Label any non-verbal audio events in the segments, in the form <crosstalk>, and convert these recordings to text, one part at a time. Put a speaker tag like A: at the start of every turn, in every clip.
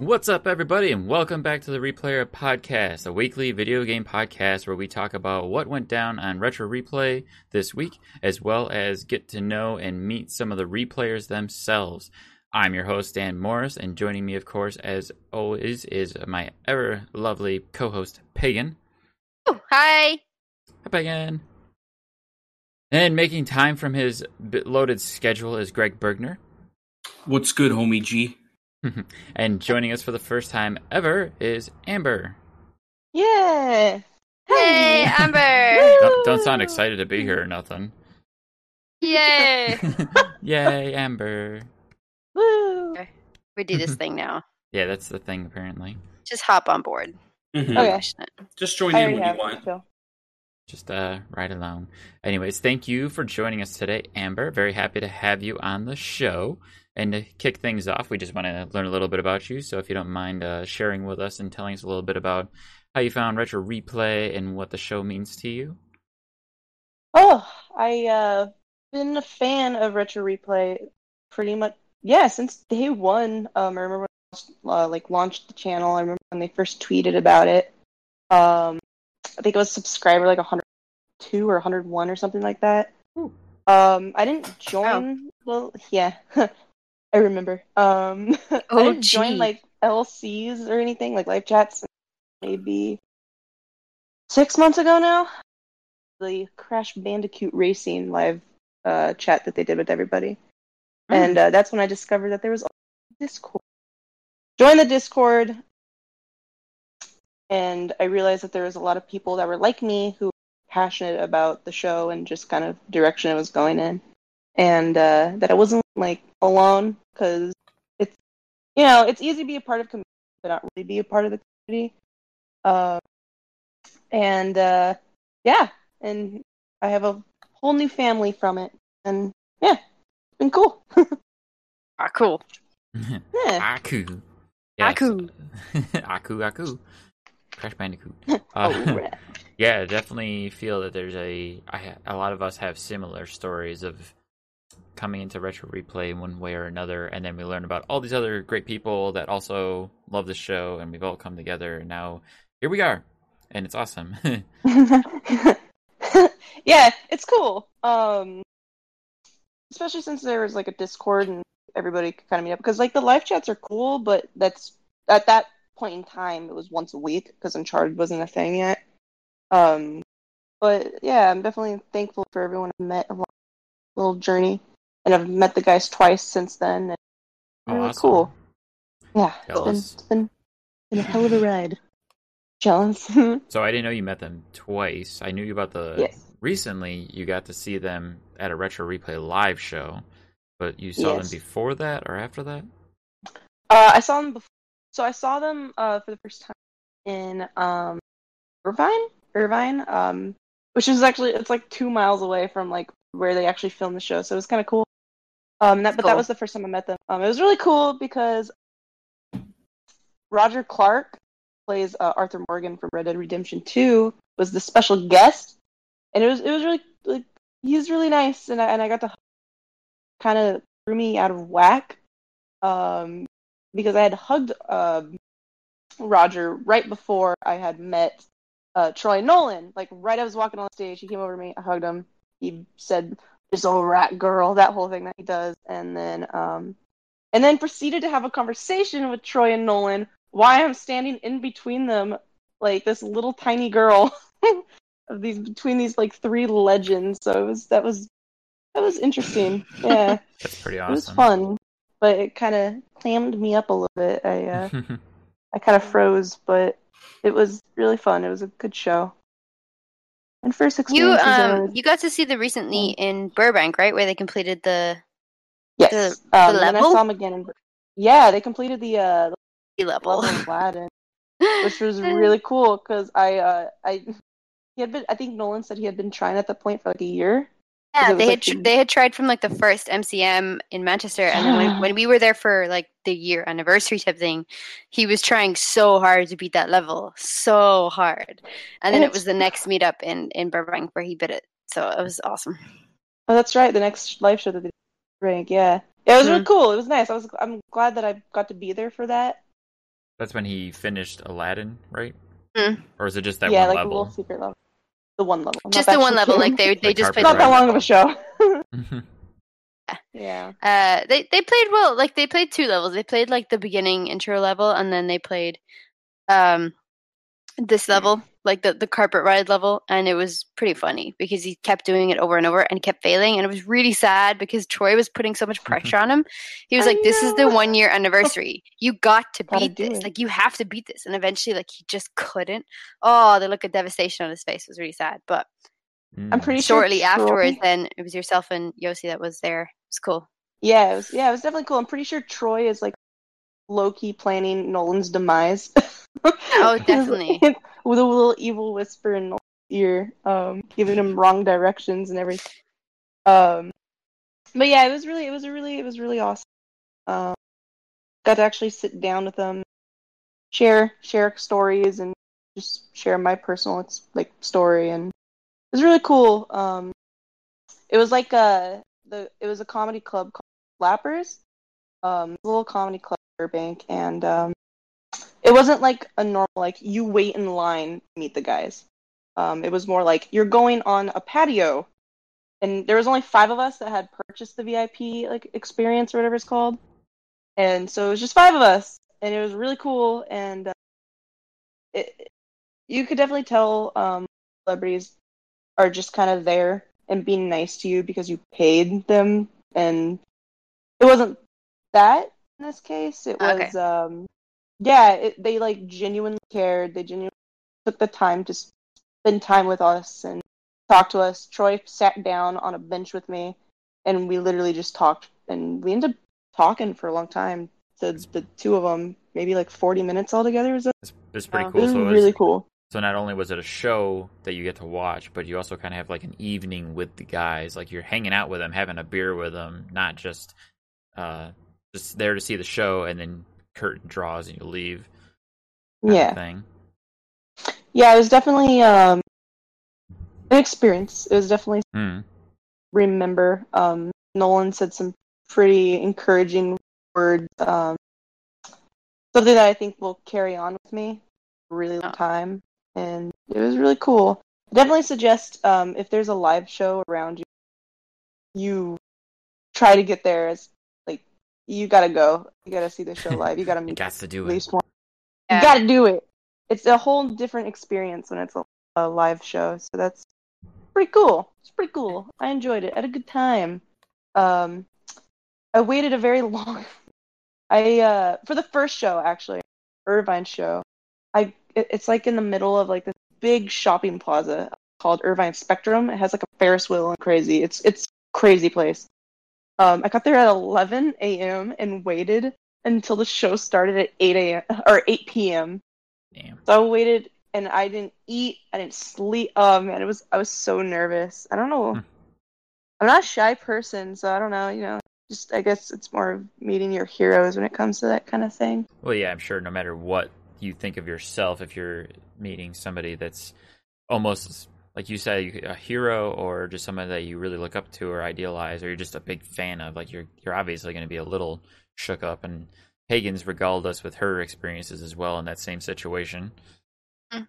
A: What's up, everybody, and welcome back to the Replayer Podcast, a weekly video game podcast where we talk about what went down on Retro Replay this week, as well as get to know and meet some of the replayers themselves. I'm your host, Dan Morris, and joining me, of course, as always, is my ever lovely co host, Pagan.
B: Oh, hi.
A: Hi, Pagan. And making time from his bit loaded schedule is Greg Bergner.
C: What's good, homie G?
A: and joining us for the first time ever is Amber.
D: Yeah. <laughs>
B: Hey,
D: Hey.
B: Amber.
A: Don't, don't
D: <laughs>
A: sound excited to be here or nothing.
D: <laughs>
B: Yay.
A: Yay, Amber.
D: Woo.
B: We do this thing now.
A: Yeah, that's the thing, apparently.
B: Just hop on board.
C: Mhm.
B: Oh,
D: Okay.
C: Just join
D: I
C: in
D: already
C: when
D: have.
C: you want.
D: so-
A: Just uh, right along. Anyways, thank you for joining us today, Amber. Very happy to have you on the show. And to kick things off, we just want to learn a little bit about you. So if you don't mind uh, sharing with us and telling us a little bit about how you found Retro Replay and what the show means to you.
D: Oh, I uh been a fan of retro replay pretty much yeah since day one. Um, I remember when I was, uh, like launched the channel. I remember when they first tweeted about it. Um, I think it was subscriber like 102 or 101 or something like that.
A: Ooh.
D: Um, I didn't join. Well, yeah, <laughs> I remember. Um, I
B: Oh,
D: didn't join
B: gee.
D: like LCs or anything like live chats. Maybe six months ago now. The Crash Bandicoot Racing live uh, chat that they did with everybody, and uh, that's when I discovered that there was a Discord. Joined the Discord, and I realized that there was a lot of people that were like me who were passionate about the show and just kind of direction it was going in, and uh, that I wasn't like alone because it's you know it's easy to be a part of community but not really be a part of the community, uh, and uh, yeah, and I have a whole new family from it, and yeah, it's been cool.
B: Ah, cool.
D: Yeah.
A: Uh, Aku. uh,
B: Aku.
A: <laughs> aku, aku. Crash Bandicoot.
D: Oh,
A: Uh, <laughs>
D: right.
A: yeah, definitely feel that there's a I ha- a lot of us have similar stories of coming into retro replay in one way or another, and then we learn about all these other great people that also love the show, and we've all come together, and now here we are, and it's awesome. <laughs> Oh,
D: <laughs> yeah, it's cool. Um, especially since there was like a Discord and everybody could kind of meet up because like the live chats are cool, but that's at that point in time it was once a week because Uncharted wasn't a thing yet. Um, but yeah, I'm definitely thankful for everyone I've met along the little journey, and I've met the guys twice since then. And
A: Oh,
D: really
A: awesome.
D: Mm, cool. Yeah, it's been,
A: Jealous.
D: it's been been a
A: <laughs>
D: hell of a ride. Jealous. <laughs>
A: So I didn't know you met them twice. I knew you about the
D: Yes.
A: recently you got to see them at a retro replay live show, but you saw
D: Yes.
A: them before that or after that?
D: Uh, I saw them before. So I saw them uh, for the first time in um, Irvine, Irvine, um, which is actually it's like two miles away from like where they actually filmed the show. So it was kind of cool. Um, that, but that
B: Cool.
D: was the first time I met them. Um, it was really cool because Roger Clark plays uh, Arthur Morgan from Red Dead Redemption Two was the special guest, and it was it was really like he's really nice, and I and I got to kind of threw me out of whack um, because I had hugged um Roger right before I had met uh, Troy Nolan. Like right, I was walking on stage, he came over to me, I hugged him. He said, "This old rat girl," that whole thing that he does, and then um, and then proceeded to have a conversation with Troy and Nolan. Why I'm standing in between them, like this little tiny girl <laughs> of these between these like three legends. So it was that was that was interesting. Yeah,
A: That's pretty
D: it was
A: awesome.
D: fun. but it kind of clammed me up a little bit. I
A: Mm-hmm.
D: uh,
A: <laughs>
D: I kind of froze, but it was really fun. It was a good show. And first
B: You
D: experiences are-
B: um you got to see the recently in Burbank, right? Where they completed the
D: yes,
B: the
D: um, and I
B: level?
D: saw them again. In, yeah, they completed the uh,
B: E
D: the
B: level.
D: level
B: <laughs>
D: of Aladdin, which was really cool because I uh, I he had been. I think Nolan said he had been trying at that point for like a year.
B: Yeah,
D: Because it
B: they had
D: was, like,
B: tr-
D: the-
B: they had tried from like the first MCM in Manchester, and then when,
D: Yeah.
B: when we were there for like the year anniversary type thing, he was trying so hard to beat that level, so hard, and then
D: And
B: it was
D: it's-
B: the next meetup in in Burbank where he bit it. So it was awesome.
D: Oh, that's right. The next live show that they drank. Yeah, yeah, it was
B: Mm-hmm.
D: really cool. It was nice. I was. I'm glad that I got to be there for that.
A: That's when he finished Aladdin, right?
B: Mm.
A: Or is it just that
D: Hmm. yeah,
A: one
D: like the
A: level? <laughs>
D: little secret level. The one level. not
B: just
D: that
B: the one
D: secret.
B: level, like they they
A: Like
B: just
A: Harper
B: played.
D: <laughs> not that
A: Right.
D: long of a show. <laughs>
A: Mm-hmm.
D: yeah.
B: Uh, they they played well. Like they played two levels. They played like the beginning intro level, and then they played um
D: Hmm.
B: this level, like the the carpet ride level, and it was pretty funny because he kept doing it over and over and kept failing, and it was really sad because Troy was putting so
A: Mm-hmm.
B: much pressure on him. He was
D: I
B: like, "This is the
D: know.
B: one year anniversary. You got to
D: Gotta
B: beat
D: do
B: this.
D: it."
B: Like you have to beat this." And eventually, like he just couldn't. Oh, the look of devastation on his face was really sad, but
D: I'm pretty sure
B: shortly
D: Troy-
B: afterwards, then it was yourself and Yossi that was there. It was cool.
D: Yeah, it was, yeah, it was definitely cool. I'm pretty sure Troy is like low key planning Nolan's demise. <laughs> oh,
B: definitely.
D: <laughs> With a little evil whisper in Nolan's ear, um, giving him wrong directions and everything. Um, but yeah, it was really, it was a really, it was really awesome. Um, got to actually sit down with them, share share stories, and just share my personal ex- like story, and it was really cool. Um, it was like a the it was a comedy club called Flappers, um, a little comedy club in Burbank, and um, it wasn't like a normal like you wait in line to meet the guys. Um, it was more like you're going on a patio, and there was only five of us that had purchased the VIP like experience or whatever it's called, and so it was just five of us, and it was really cool, and uh, it, you could definitely tell um, celebrities are just kind of there and being nice to you because you paid them and it wasn't that in this case it was
B: Okay.
D: um yeah it, they like genuinely cared they genuinely took the time to spend time with us and talk to us troy sat down on a bench with me and we literally just talked and we ended up talking for a long time the, the two of them maybe like 40 minutes altogether was it
A: It's, it's pretty
B: Oh.
A: cool.
D: was
A: So, it was-
D: Um, mm, really cool
A: so not only was it a show that you get to watch, but you also kind of have like an evening with the guys. Like you're hanging out with them, having a beer with them, not just uh just there to see the show and then curtain draws and you leave. kind of
D: yeah
A: Thing.
D: yeah it was definitely um an experience it was definitely
A: Mm.
D: remember. Um, Nolan said some pretty encouraging words. Um, something that I think will carry on with me a really long
B: Oh.
D: time, and it was really cool. Definitely suggest um, if there's a live show around you, you try to get there. As like you gotta go, you gotta see
A: <laughs>
D: the show live, you gotta
A: You
D: meet
A: got to
D: at
A: do it.
D: least one.
B: Yeah.
D: You gotta do it. It's a whole different experience when it's a, a live show. So that's pretty cool. It's pretty cool. I enjoyed it. I had a good time. Um, I waited a very <laughs> long. I uh for the first show actually, Irvine show. I it- it's like in the middle of like this big shopping plaza called Irvine Spectrum. It has like a Ferris wheel and crazy. It's it's crazy place. Um, I got there at 11 a.m. and waited until the show started at 8 a.m. or 8 p.m.
A: Damn.
D: So I waited and I didn't eat, I didn't sleep. Oh man, it was I was so nervous. I don't know.
A: Hmm.
D: I'm not a shy person, so I don't know, you know. Just I guess it's more of meeting your heroes when it comes to that kind of thing.
A: Well, yeah, I'm sure no matter what you think of yourself, if you're meeting somebody that's almost like you say you- a hero or just someone that you really look up to or idealize, or you're just a big fan of, like you're you're obviously going to be a little shook up. And Hagen's regaled us with her experiences as well in that same situation. <laughs>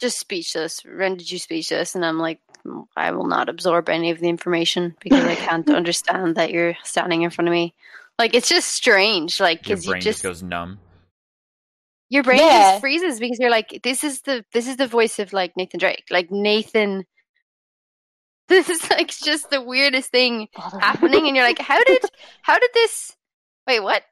B: just speechless, rendered you speechless, and I'm like, "Mm, I will not absorb any of the information because I
D: <laughs>
B: can't understand that you're standing in front of me. Like it's just strange, like
A: Your
B: because you
A: brain just
B: just,
A: goes numb.
B: your brain
D: Yeah.
B: just freezes because you're like, this is the this is the voice of like Nathan Drake, like Nathan. <laughs>
D: <laughs>
B: This is like just the weirdest thing happening, and you're like, how did how did this Wait, what?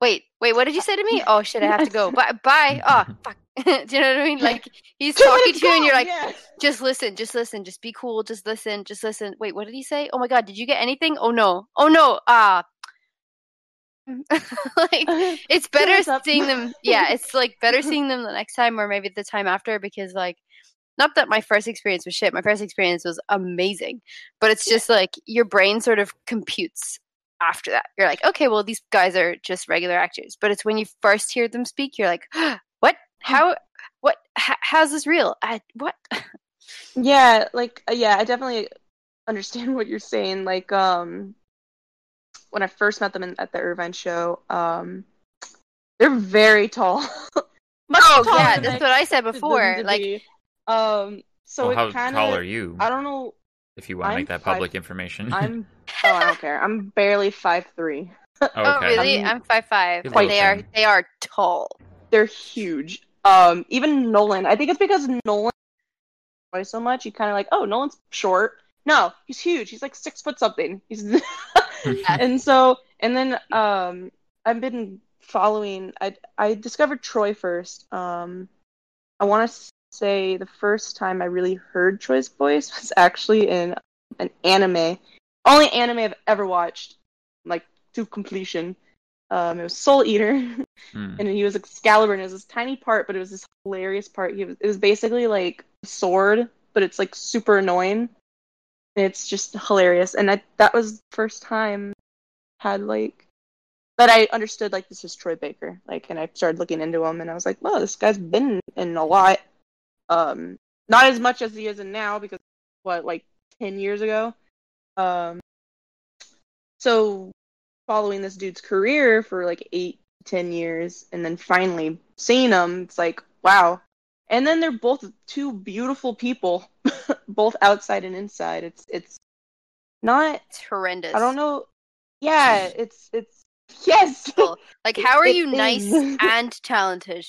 B: Wait, wait, what did you say to me? Oh shit, I have to go. Bye bye. Oh fuck. <laughs> Do you know what I mean? Like he's
D: Two
B: talking
D: minutes
B: to you and you're
D: gone,
B: like,
D: yeah.
B: just listen, just listen, just be cool, just listen, just listen. Wait, what did he say? Oh my god, did you get anything? Oh no. Oh no. Ah <laughs> like <laughs> it's better
D: us up.
B: seeing
D: <laughs>
B: them yeah it's like better seeing them the next time or maybe the time after because like not that my first experience was shit my first experience was amazing but it's just like your brain sort of computes after that you're like okay well these guys are just regular actors but it's when you first hear them speak you're like <gasps> what how what how, how's this real I, what
D: yeah like uh, yeah i definitely understand <laughs> what you're saying like um when i first met them in, at the irvine show um they're very tall <laughs> Much
B: oh
D: taller
B: yeah
D: than I
B: that's what i said
D: expected them
B: before
D: to
B: like
D: be. um so
A: well, how
D: it kind
A: tall are
D: of
A: you?
D: i
A: <laughs>
D: don't know
A: If you want to
D: I'm
A: make that
D: five-
A: public information. <laughs>
D: i'm oh i don't care i'm barely five three
B: oh really
D: I'm-
B: i'm five five
A: Good
B: but they are
A: looking.
B: they are tall
D: they're huge. Um, even Nolan. I think it's because Nolan plays so much. You kind of like, oh, Nolan's short. No, he's huge. He's like six foot something. He's <laughs> and so and then um, I've been following. I I discovered Troy first. Um, I want to say the first time I really heard Troy's voice was actually in an anime. Only anime I've ever watched, like to completion. Um, it was Soul Eater. <laughs>
A: Hmm.
D: and he was Excalibur, and it was this tiny part, but it was this hilarious part. He was, it was basically like a sword, but it's like super annoying. And it's just hilarious, and I, that was the first time I had like that I understood like this is Troy Baker, like, and I started looking into him, and I was like, well, this guy's been in a lot, um, not as much as he is in now because what like ten years ago, um, so following this dude's career for like eight 10 years and then finally seeing them it's like wow and then they're both two beautiful people <laughs> both outside and inside it's it's not
B: it's horrendous
D: i don't know yeah it's it's yes
B: Cool. Like, how are
D: It
B: you nice
D: <laughs> is.
B: and talented?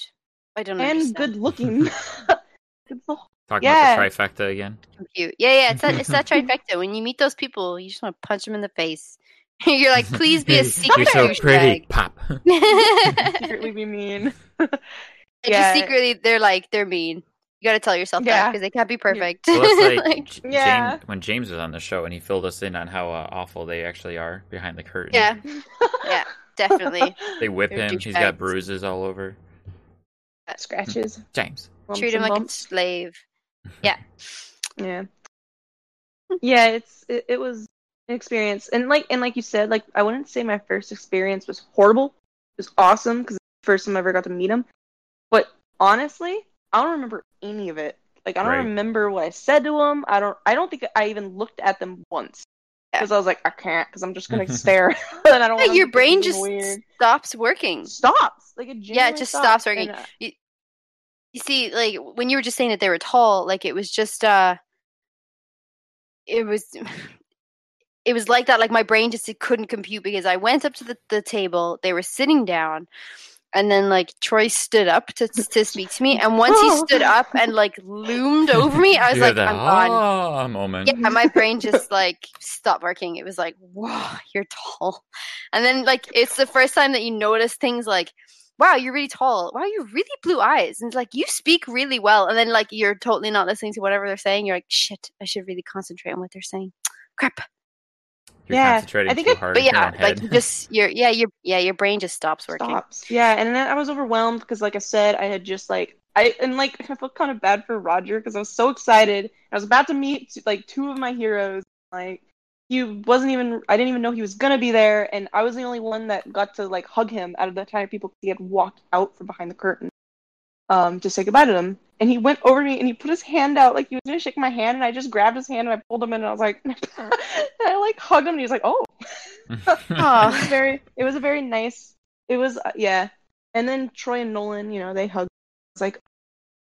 B: I don't
D: and
B: understand.
D: good looking <laughs> it's the
A: Talking
D: Yeah.
A: about the trifecta again.
B: Compute. Yeah, yeah. It's that. It's
D: <laughs>
B: that trifecta. When you meet those people, you just want to punch them in the face. <laughs> You're like, please
D: <laughs>
B: be a secret
A: <laughs> You're so pretty,
B: douchebag."
A: pop.
B: <laughs>
D: secretly be mean
B: And
D: Yeah.
B: just secretly, they're like, they're mean. You got to tell yourself that
D: Yeah.
B: because they can't be perfect.
A: Well,
B: <laughs>
A: that's like,
B: Like,
A: J-
D: Yeah.
A: James, when James was on the show and he filled us in on how uh, awful they actually are behind the curtain.
B: yeah, Yeah, definitely.
A: They whip
B: They're
A: him. He's got
B: douchebags.
A: bruises all over.
D: scratches
A: James.
D: lumps
B: treat him
D: and
B: like a
D: <laughs> bumps.
B: slave.
D: <laughs>
B: Yeah.
D: Yeah.
B: Hmm.
D: Yeah, it's it, it was an experience. And like and like you said, like I wouldn't say my first experience was horrible. It was awesome cuz the first time I ever got to meet him. But honestly, I don't remember any of it. Like I don't
A: Right.
D: remember what I said to him. I don't I don't think I even looked at them once.
B: Yeah.
D: Cuz I was like I can't cuz I'm
B: <laughs>
D: just going to stare <laughs> and I don't
B: Yeah,
D: wanna
B: your
D: look at
B: brain
D: something
B: just
D: weird.
B: stops working.
D: stops. Like it
B: Yeah, it
D: genuinely
B: just stops working.
D: And, uh,
B: you, you see, like when you were just saying that they were tall, like it was just uh it was <sighs> it was like that. Like my brain just it couldn't compute because I went up to the, the table, they were sitting down, and then like Troy stood up to to speak to me, and once he stood up and like loomed over me, I was
A: You have that
B: like, I'm on.
A: "Ah" moment. <laughs>
B: Yeah, my brain just like stopped working. It was like, wow, you're tall. And then like it's the first time that you notice things like, wow, you're really tall. Wow, you really blue eyes. And it's like you speak really well. And then like you're totally not listening to whatever they're saying. You're like, shit, I should really concentrate on what they're saying. Crap.
A: You're
D: Yeah,
A: concentrating
D: I think
A: too
D: it-
A: hard
B: But
A: in your
B: yeah,
A: own
B: like
A: head.
B: you just your yeah, your yeah, your brain just stops working. <laughs>
D: stops. Yeah, and then I was overwhelmed because, like I said, I had just like I and like <laughs> I felt kind of bad for Roger because I was so excited. I was about to meet like two of my heroes. Like he wasn't even. I didn't even know he was gonna be there, and I was the only one that got to like hug him out of the entire people. 'cause He had walked out from behind the curtain um to say goodbye to them, and he went over to me and he put his hand out like he was gonna shake my hand, and I just grabbed his hand and I pulled him in, and I was like, <laughs> and I like hugged him, and he was like, oh.
A: <laughs>
D: It was
B: Oh,
D: very it was a very nice it was uh, yeah and then troy and nolan you know they hugged it's like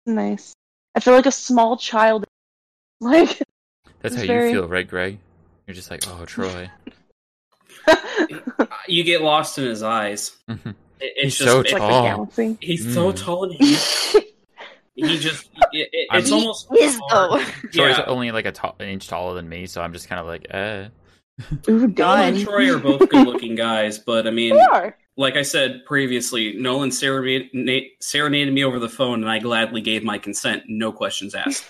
D: oh, nice i feel like a small child <laughs> like
A: That's
D: It's
A: how
D: very-
A: you feel, right, Greg? You're just like, oh,
B: <laughs>
A: Troy. <laughs>
C: Uh, You get lost in his eyes.
A: Mhm.
C: It, it's
A: He's
C: just,
A: so
C: it-
D: like
A: tall.
D: a galaxy
C: he's so
A: Mm.
C: tall, and he, he just it, it-
A: I'm-
C: it's almost
B: is
C: hard.
A: <laughs>
B: though. <laughs>
A: Troy's
C: Yeah.
A: only like a ta- an inch taller than me, so I'm just kind of like, eh.
D: Ooh,
C: Nolan
D: done.
C: and Troy are
D: <laughs>
C: both good-looking guys, but I mean,
D: They are.
C: like I said previously, Nolan serenade, na- serenaded me over the phone, and I gladly gave my consent, no
B: <laughs>
C: questions asked.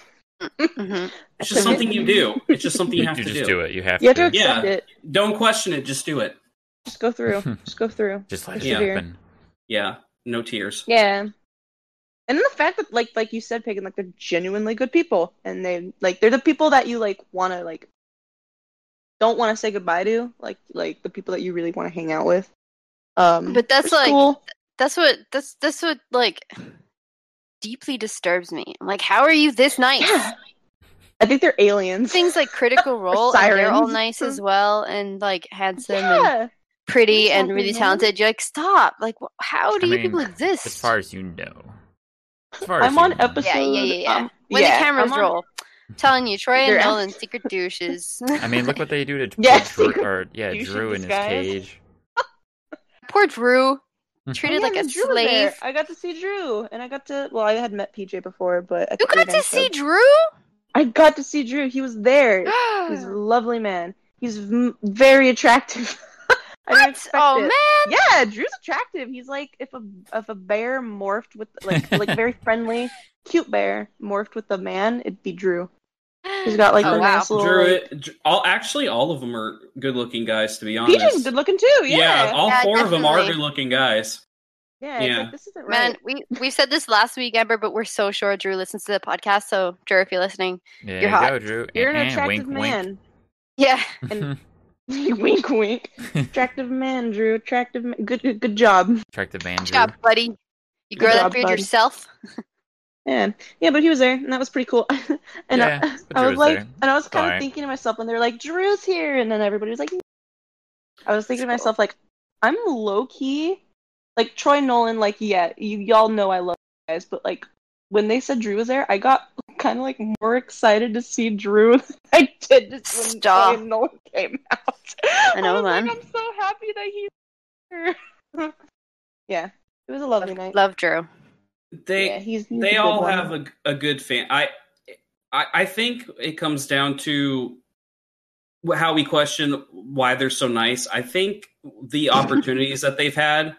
B: Mhm.
C: It's just something you do. It's just something you
A: You,
C: have to
A: just
C: do.
A: do. it. You have
D: You have to
A: to.
D: accept
C: Yeah.
D: it.
C: Don't question it. Just do it.
D: Just go through. Just go through.
A: Just let it
C: Yeah.
A: happen.
C: Yeah. No tears.
D: Yeah. And then the fact that like like you said, Pagan, like they're genuinely good people and they like they're the people that you like wanna like don't want to say goodbye to, like like the people that you really want to hang out with. Um
B: But that's,
D: which is
B: like,
D: cool.
B: That's what that's that's what like deeply disturbs me. I'm like, how are you this nice?
D: I think they're aliens.
B: Things like
D: <laughs>
B: Critical Role, and they're all
D: sirens. Hmm.
B: nice as well, and like handsome and
D: yeah.
B: pretty
D: What's
B: and really
D: happening?
B: talented. You're like, stop! Like, wh- how do
A: I
B: you
A: mean,
B: people exist?
A: As far as you know. As far as
D: I'm
A: you
D: on
A: know.
D: episode
B: yeah, yeah, yeah, yeah.
D: um,
B: when
D: yeah,
B: the cameras
D: I'm on-
B: roll,
A: <laughs>
B: telling you, Troy and
D: They're- <laughs>
B: Nolan, secret douches.
A: I mean, look what they do to
D: Yeah,
A: Drew,
D: secret
A: or, yeah,
D: douche
A: Drew in
D: in
A: his
D: disguise.
A: cage.
B: <laughs> Poor Drew,
A: Mhm.
D: Oh,
B: treated
D: yeah,
B: like a
D: and Drew was
B: slave.
D: there. I got to see Drew, and I got to. Well, I had met PJ before, but I
B: You
D: think we
B: got to
D: didn't
B: see
D: go-
B: Drew.
D: I got to see Drew. He was there. He's
B: <gasps>
D: a
B: what?
D: lovely man. He's m- very attractive. <laughs> I didn't expect
B: Oh
D: it.
B: man!
D: Yeah, Drew's attractive. He's like if a if a bear morphed with
A: <laughs>
D: like like very friendly, cute bear morphed with a man, it'd be Drew. He's got like
B: Oh,
D: the
B: wow.
D: nice little.
C: Drew,
D: like-
C: it, Dr- all actually, all of them are good-looking guys. To be honest,
D: PJ's good looking too.
C: Yeah,
D: Yeah.
C: all
B: Yeah,
C: four of them are
B: definitely.
C: good-looking guys.
D: Yeah. it's
C: yeah.
D: like, this isn't
B: Man,
D: right.
B: we we said this last week, Amber, but we're so sure Drew listens to the podcast. So, Drew, if you're listening,
A: There
B: You're
A: you
B: hot.
A: go, Drew.
D: You're an
A: Eh, eh,
D: attractive
A: wink,
D: man.
B: yeah,
A: Wink.
D: <laughs> wink, wink. Attractive man, Drew. Attractive. Man. Good, good, good job.
A: <laughs> attractive man,
B: good
A: Drew.
B: job, buddy. You
D: Good
B: grow
D: job,
B: that beard
D: bud.
B: yourself.
D: Yeah, yeah, but he was there, and that was pretty cool. <laughs> and
A: Yeah,
D: I,
A: but
D: I
A: Drew
D: was
A: was
D: like,
A: there.
D: and I was kind
A: Alright.
D: of thinking to myself when they were like, "Drew's here," and then everybody was like, "No." "I was thinking to
B: That's
D: myself like, I'm low key, like Troy Nolan, like yeah, you y'all know I love you guys, but like when they said Drew was there, I got <laughs> kind of like more excited to see Drew <laughs> than I did just when
B: Stop.
D: Troy Nolan came <laughs> out.
B: I know,
D: was like,
B: man.
D: I'm so happy that he's here. <laughs> yeah, it was a lovely night.
B: Love Drew.
C: They
D: yeah, he's, he's a
C: they
D: good
C: all
D: one.
C: have a, a good fan. I, I I think it comes down to wh- how we question why they're so nice. I think the opportunities that they've had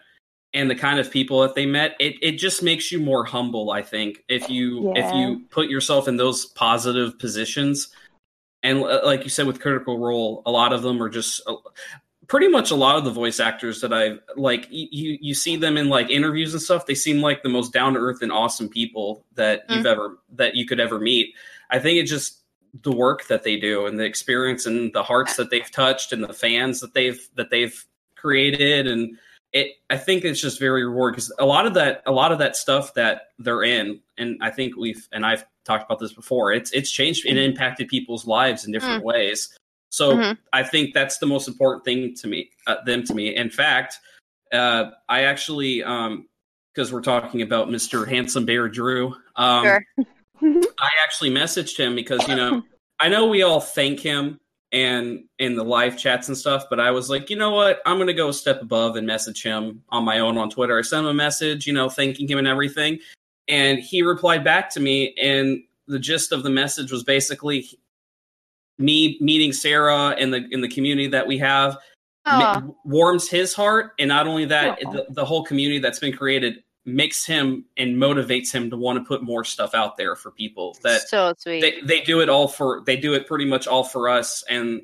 C: and the kind of people that they met it, it just makes you more humble i think if you if
D: Yeah.
C: you put yourself in those positive positions and l- like you said with critical role a lot of them are just uh, pretty much a lot of the voice actors that i've like y- you you see them in like interviews and stuff they seem like the most down to earth and awesome people that you've ever that you could ever meet i think it's just the work that they do and the experience and the hearts that they've touched and the fans that they've that they've created and it i think it's just very rewarding because a lot of that a lot of that stuff that they're in and i think we've and i've talked about this before it's it's changed and impacted people's lives in different ways so
B: Mhm.
C: i think that's the most important thing to me uh, them to me in fact uh i actually um because we're talking about mr handsome bear drew um
B: Sure.
D: <laughs>
C: I actually messaged him because you know I know we all thank him and in the live chats and stuff, but I was like, you know what, I'm gonna go a step above and message him on my own on Twitter. I sent him a message, you know, thanking him and everything, and he replied back to me, and the gist of the message was basically me meeting Sarah in the in the community that we have
B: Aw.
C: ma- warms his heart and not only that
D: Aw.
C: the, the whole community that's been created makes him and motivates him to want to put more stuff out there for people that
B: so sweet.
C: they, they do it all for they do it pretty much all for us and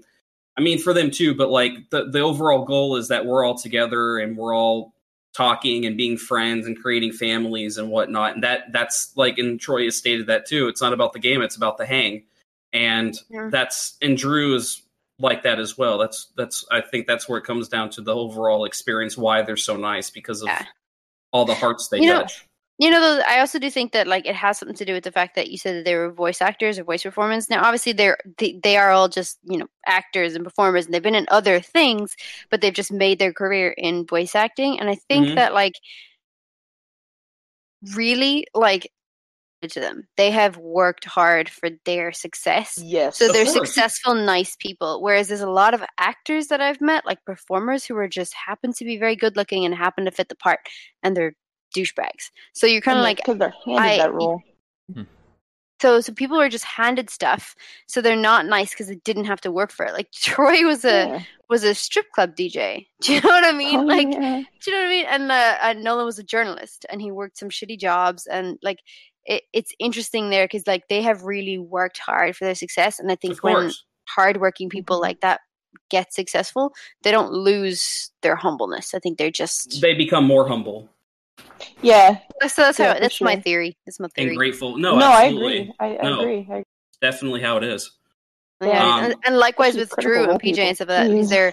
C: i mean for them too but like the, the overall goal is that we're all together and we're all talking and being friends and creating families and whatnot and that that's like and troy has stated that too it's not about the game it's about the hang and
B: Yeah.
C: that's and drew is like that as well that's that's i think that's where it comes down to the overall experience why they're so nice because of
B: Yeah.
C: all the hearts they
B: You know,
C: touch
B: you know, though, I also do think that like it has something to do with the fact that you said that they were voice actors or voice performance. Now, obviously, they're they, they are all just you know actors and performers, and they've been in other things, but they've just made their career in voice acting. And I think
C: Mhm.
B: that like really like to them, they have worked hard for their success.
D: Yes.
B: So
C: Of
B: they're
C: course.
B: successful, nice people. Whereas there's a lot of actors that I've met, like performers who are just happen to be very good looking and happen to fit the part,
C: Mm-hmm.
B: and they're douchebags. So you're kind of like
D: because they're handed
A: Hmm.
C: <laughs>
B: I-
D: that role.
B: So so people are just handed stuff, so they're not nice because they didn't have to work for it. Like <laughs> Troy was a
D: Yeah.
B: was a strip club DJ. <laughs> Do you know what I mean?
D: Oh,
B: like
D: yeah.
B: do you know what I mean? And uh, uh, Nolan was a journalist, and he worked some shitty jobs, and like it, it's interesting there because like they have really worked hard for their success, and I think
C: Of
B: when
C: course.
B: hardworking people like that get successful, they don't lose their humbleness. I think they're just
C: They become more humble
D: yeah.
B: that's that's,
D: Yeah,
B: how,
D: for
B: that's my
D: sure.
B: theory. That's my
C: and
B: theory.
C: grateful.
D: No,
C: No,
D: I
C: absolutely.
D: agree. I, I
C: No.
D: agree. I,
C: Definitely how it is.
B: Yeah,
C: Um,
B: and, and likewise
D: actually
B: with
D: critical
B: Drew
D: role
B: and PJ
D: people.
B: and stuff like that.
D: Mhm.
B: These are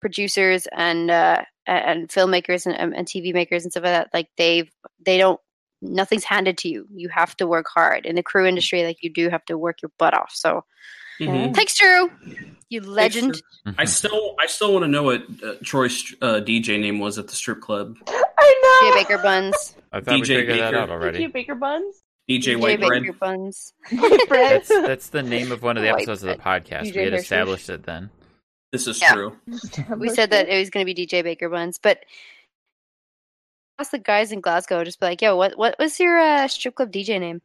B: producers and uh, a- and filmmakers and, and- and TV makers and stuff like that. Like they've they don't nothing's handed to you. You have to work hard in the crew industry. Like you do have to work your butt off. So
D: Yeah.
B: thanks, Drew. You legend.
C: I still, I still want to know what uh, Troy's uh, DJ name was at the strip club.
D: <laughs> I know.
B: Jay Baker <laughs> buns.
A: I thought we
C: DJ
A: figured that
C: Baker.
A: out
D: Thank
A: already.
D: you, Baker <laughs> Buns.
C: DJ
B: Jay
C: White Bread.
B: Baker buns.
D: Bread. <laughs>
A: That's that's the name of one of the
B: White
A: episodes of the podcast.
B: DJ
A: we had
B: Hershey's.
A: established it then. <laughs>
C: This is
B: Yeah.
C: true.
B: We said that it was going to be DJ Baker buns, but ask the guys in Glasgow just be like, "Yo, what what was your uh, strip club DJ name?"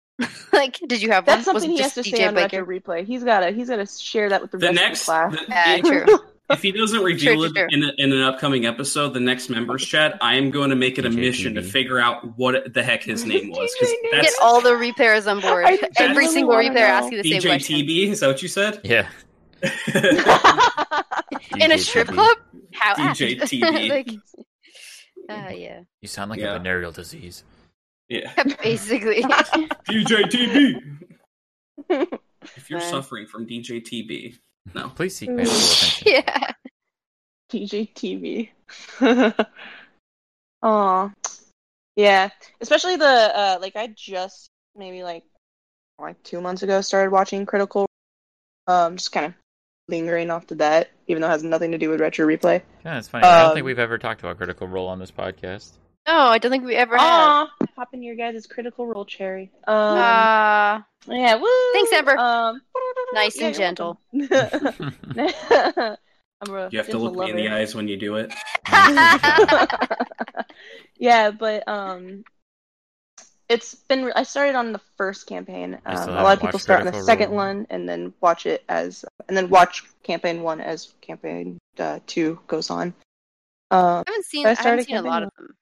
B: <laughs> like, did you have
D: That's
B: one? Was
D: something
B: it
D: he has
B: just
D: to
B: DJ
D: say on
B: Baker?
D: retro replay. He's gotta he's gotta share that with the,
C: The
D: rest
C: next,
D: of the
C: the-
B: <laughs> Yeah, true.
D: <laughs> class.
C: if he doesn't
B: <laughs> true,
C: reveal it
B: true.
C: in, a, in an upcoming episode, the next
B: <laughs>
C: members chat, I am going to make it a
A: DJ
C: mission to
A: TV.
C: figure out what the heck his name was. 'cause
D: DJ name.
B: get
C: That's
B: all the repairs on board.
D: I just
B: Every
C: really
B: single
D: wanna
B: repair
D: know.
B: asks you the same
C: DJ
B: question.
C: TB. Is that what you said?
B: <laughs>
A: Yeah.
B: In a
A: DJ
B: strip
A: TV.
B: club? How apt. <laughs>
C: DJ TB.
D: <laughs>
B: like, uh, yeah.
A: You sound like
C: Yeah.
A: a venereal disease.
C: yeah.
B: <laughs> Basically.
D: <laughs>
C: DJ
B: <laughs>
C: TB. If you're
B: Man.
C: suffering from DJ TB, no.
A: Please seek
D: Mm,
A: medical attention.
B: yeah.
D: DJ TV. <laughs> Aw. Yeah. Especially the uh like I just maybe like like two months ago started watching Critical um just kind of lingering off to that, even though it has nothing to do with retro replay.
A: Yeah, it's funny. I don't
D: Um,
A: think we've ever talked about Critical Role on this podcast.
D: <laughs>
A: <laughs>
B: No, I don't think we ever have.
D: Aw, hop in your guys' critical roll cherry. Um
B: <laughs>
D: <laughs>
B: Uh,
D: yeah, woo
B: Thanks, Amber.
D: Um
B: Nice
D: yeah,
B: and
D: you're
B: gentle.
D: welcome. <laughs> I'm a
C: You have to
D: gentle
C: look me in the
D: lover.
C: eyes when you do it.
D: <laughs> yeah, but um, it's been. I started on the first campaign.
A: I still
D: Um, a
A: haven't
D: lot of people
A: watched
D: start on the
A: Critical
D: second
A: Role.
D: one and then watch it as, and then watch campaign one as campaign uh, two goes on.
B: I
D: Um,
B: haven't seen, I
D: I
B: haven't
D: started
B: seen a lot of them.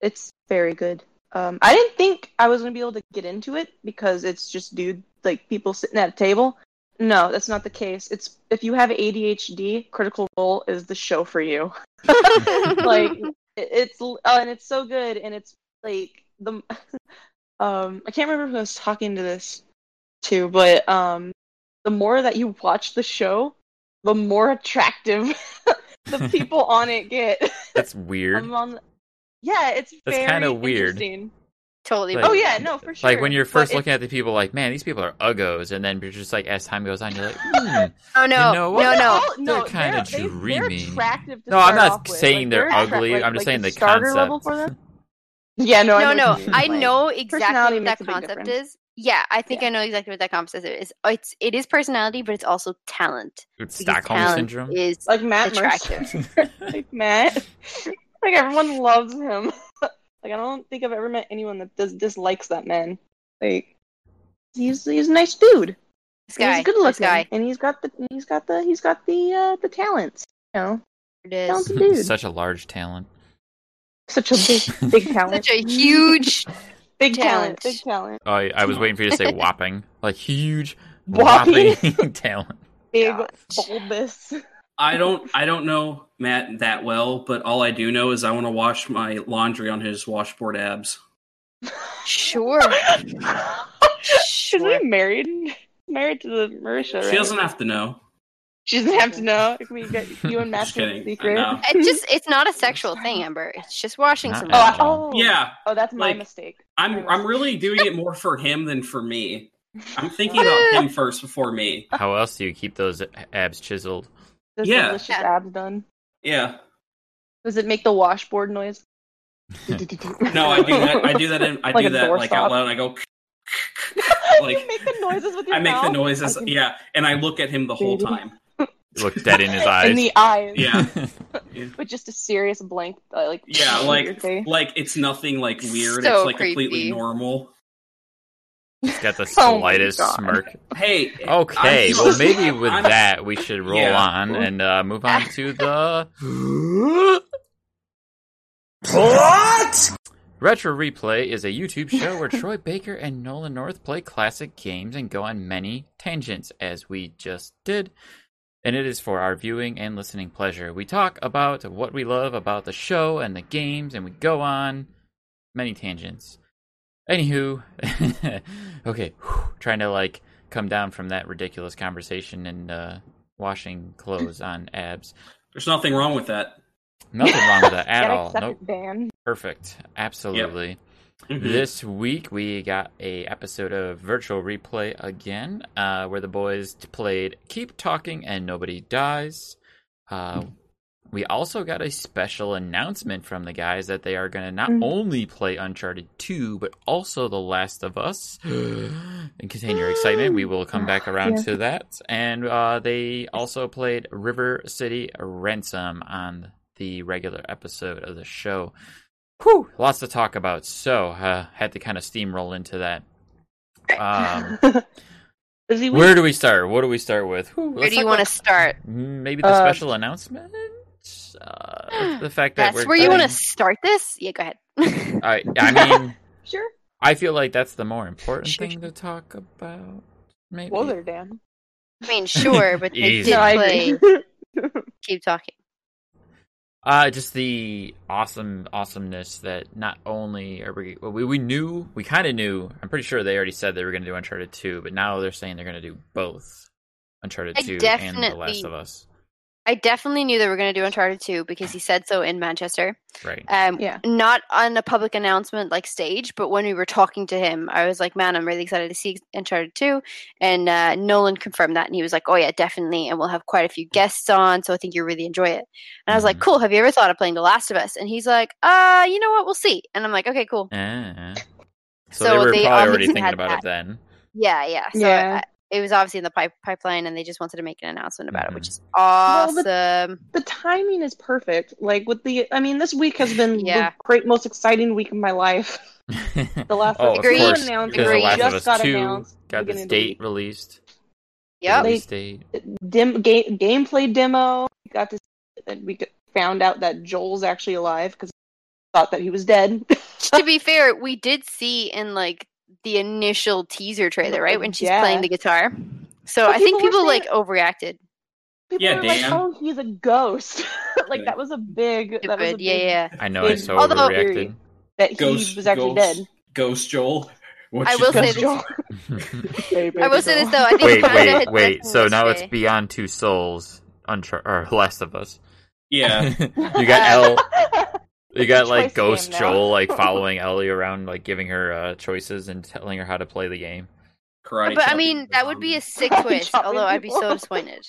D: it's very good. Um, I didn't think I was gonna be able to get into it because it's just dude like people sitting at a table. No, that's not the case. It's if you have ADHD, Critical Role is the show for you.
B: <laughs>
A: <laughs>
D: like it- it's l- oh, and it's so good and it's like the <laughs> um i can't remember who i was talking to this to but um the more that you watch the show the more attractive <laughs>
A: <laughs>
D: the people on it get <laughs>
A: That's weird.
D: I'm on- yeah it's
A: That's
D: very
A: kinda weird.
D: interesting.
B: totally.
A: Like-
D: oh yeah no for sure
A: Like when you're
D: But
A: first
D: it-
A: looking at the people, like, man, these people are uggos, and then you're just like, as time goes on,
D: <laughs>
A: you're like, hmm.
B: oh, no.
A: know what?
B: no,
D: they're
A: <laughs>
B: no.
D: all- no,
A: They're kinda
D: they're- they-
A: dreamy.
D: They're attractive to
A: No, I'm
D: start
A: not
D: off with.
A: saying
D: Like,
A: they're
D: attract-
A: ugly.
D: like-
A: I'm just
D: like
A: saying the
D: starter level
A: concept. <laughs>
D: for them. Yeah, no,
B: no,
D: I know
B: no.
D: what you mean,
B: I
D: like-
B: know exactly
D: personality
B: what that
D: makes a big
B: concept
D: difference.
B: is. Yeah, I think
D: Yeah.
B: I know exactly what that concept is. It's it is personality, but it's also talent.
A: It's
B: Because
A: Stockholm
B: talent
A: syndrome.
B: is
D: like Matt
B: attractive.
D: Mercer. <laughs> like Matt. <laughs> Like everyone loves him. <laughs> like I don't think I've ever met anyone that dis- dislikes that man. Like he's he's a nice dude.
B: This
D: And
B: guy,
D: he's good
B: this
D: looking,
B: guy.
D: and he's got the he's got the he's got the uh, the talents. You know,
B: It is.
D: talented dude.
A: Such a large talent.
D: Such a big big talent.
B: Such a huge.
D: big
B: talent.
D: talent. Big talent.
A: Oh, I, I was waiting for you to say whopping, like huge
D: Whopping.
A: whopping, <laughs> talent.
D: <laughs> Big
B: God.
D: <laughs> bulbous.
C: I don't I don't know Matt that well, but all I do know is I want to wash my laundry on his washboard abs.
B: Sure.
D: <laughs> Is
B: sure.
D: he married? Married to the Marisha, right?
C: She doesn't have to know.
D: She doesn't have to know. If we get
C: <laughs>
D: you and Matt
C: Just kidding.
D: secret.
C: No.
B: It's
C: <laughs>
B: just, it's
D: <laughs>
B: not a sexual thing, Amber. It's just washing
A: Not
B: some.
D: Oh,
A: at
D: I-
A: all.
D: oh,
C: Yeah,
D: Oh, that's my
C: Like,
D: mistake.
C: I'm I'm really doing it more for him than for me.
D: <laughs>
C: I'm thinking about him first before me.
A: How else do you keep those abs chiseled?
D: Those
C: Yeah.
D: delicious
B: Yeah.
D: abs done.
C: Yeah.
D: Does it make the washboard noise?
C: <laughs> No, I do that.
D: <laughs>
C: I do that. In, I
D: Like
C: do
D: a
C: that like
D: doorstop.
C: out loud. I
D: <laughs>
C: go.
D: you
C: like-
D: make the noises with your
C: I make
D: mouth.
C: the noises.
D: I can-
C: Yeah, and I look at him the whole
D: Baby.
C: time.
A: Look dead in his
D: <laughs> In
A: eyes.
D: the eyes.
C: Yeah,
D: With just a serious blank, uh, like <laughs>
C: yeah.
D: on your
C: Like
D: face.
C: like it's nothing like weird.
B: So
C: it's like completely
B: creepy.
C: normal.
A: <laughs> He's got the
D: Oh my
A: slightest
D: God.
A: smirk.
C: Hey.
A: Okay,
C: I'm-
A: well, maybe with
C: <laughs> I'm-
A: that, we should roll
C: Yeah.
A: on and uh, move on to the
C: What?
A: Retro Replay is a YouTube show where Troy Baker and Nolan North play classic games and go on many tangents, as we just did. And it is for our viewing and listening pleasure. We talk about what we love about the show and the games, and we go on many tangents. Anywho, <laughs> okay, whew, trying to like come down from that ridiculous conversation and uh, washing clothes on abs.
C: There's nothing wrong with that.
A: Nothing wrong with that at
D: Gotta
A: all.
D: accept
A: Nope.
D: it, Dan.
A: Perfect. Absolutely.
C: Mhm.
A: This week we got a episode of Virtual Replay again, uh, where the boys t- played Keep Talking and Nobody Dies. Uh, we also got a special announcement from the guys that they are going to not
D: Mhm.
A: only play Uncharted 2, but also The Last of Us. and contain your excitement. We will come back around
D: Yeah.
A: to that. And uh, they also played River City Ransom on the regular episode of the show. Whew, lots to talk about. So uh, had to kind of steamroll into that.
D: <laughs>
A: Um,
D: Busy week.
A: where do we start? What do we start with? Whew,
B: Where
A: let's
B: do you
A: talk
B: want to
A: about
B: start?
A: Maybe the
D: Uh,
A: special announcement. Uh,
D: <gasps>
A: the fact that
B: That's
A: we're
B: where you want to
A: getting-
B: start this? Yeah, go ahead. <laughs>
A: I, I mean,
D: Sure.
A: I feel like that's the more important
B: Sure.
A: thing to talk about. Maybe.
D: Well, there, Dan.
A: <laughs>
B: I mean, sure, but they
A: Easy.
B: did
A: No, I
B: play.
A: <laughs>
B: Keep talking.
A: Uh, just the awesome awesomeness that not only are we well, we, we knew we kind of knew I'm pretty sure they already said they were going to do Uncharted two, but now they're saying they're going to do both Uncharted
B: I
A: two and The Last
B: definitely-
A: of Us.
B: I definitely knew they were going to do Uncharted 2 because he said so in Manchester.
A: Right.
B: Um,
D: yeah.
B: Not on a public announcement like stage, but when we were talking to him, I was like, man, I'm really excited to see Uncharted 2. And uh, Nolan confirmed that. And he was like, oh, yeah, definitely. And we'll have quite a few guests on. So I think you'll really enjoy it. And I was like,
A: Mhm.
B: cool. Have you ever thought of playing The Last of Us? And he's like, uh, you know what? We'll see. And I'm like, okay, cool.
A: Ah. So,
B: Uh, So
A: they were
B: they
A: probably already
B: obviously
A: thinking
B: had
A: about
B: that.
A: it then. <laughs>
B: Yeah, yeah. So
D: Yeah.
B: I, it was obviously in the pipe, pipeline, and they just wanted to make an announcement about it, which
A: Mhm.
B: is
D: Well,
B: awesome.
D: the- the timing is perfect. Like with the, I mean, this week has been
B: Yeah.
D: the great, most exciting week of my life. <laughs> The Last
A: oh, of
D: of
A: course,
B: Us
D: two
A: because
D: announced-
A: The
B: Agreed.
A: Last of
D: just
A: Us
D: got
A: two
D: announced at the
A: got this
D: beginning of the
A: date
D: week.
A: released.
B: yep.
D: They-
A: Release date.
D: Dim, game, gameplay demo. We got to, and we found out that Joel's actually alive because thought that he was dead. <laughs>
B: to be fair, we did see in like the initial teaser trailer, right, when she's
D: Yeah.
B: playing the guitar. So
D: But
B: I think
D: people
B: people
D: were
B: like
D: saying-
B: overreacted.
D: People
C: Yeah,
D: were like,
C: Dan.
D: "Oh, he's a ghost." <laughs> like
C: Yeah.
D: that was a big. That was a
B: Stupid.
D: big
B: Yeah, yeah.
A: I know I
D: It- <laughs>
A: so
B: although-
A: <laughs> overreacted.
D: That he
C: Ghost-
D: was actually
C: ghost.
D: dead.
C: Ghost Joel. What
B: I
C: you
B: will say
C: got?
D: Ghost
B: this-
D: Joel.
B: <laughs> I will say this
D: <laughs>
B: though. I think
A: wait,
B: Canada
A: wait,
B: had
A: wait.
B: definitely
A: So now it's
B: say-
A: Beyond Two Souls, Unchar- or Last of Us.
C: Yeah.
A: you got L. You got like
D: Choice game
A: Ghost
D: now.
A: Joel like
D: <laughs>
A: following Ellie around, like giving her uh, choices and telling her how to play the game.
C: Karate
B: But I
C: chopping
B: mean,
C: the
B: that would be a
C: zombie.
D: <laughs>
B: sick
D: Karate
B: twist.
D: chopping
B: Although I'd be so
D: people. <laughs>
B: disappointed.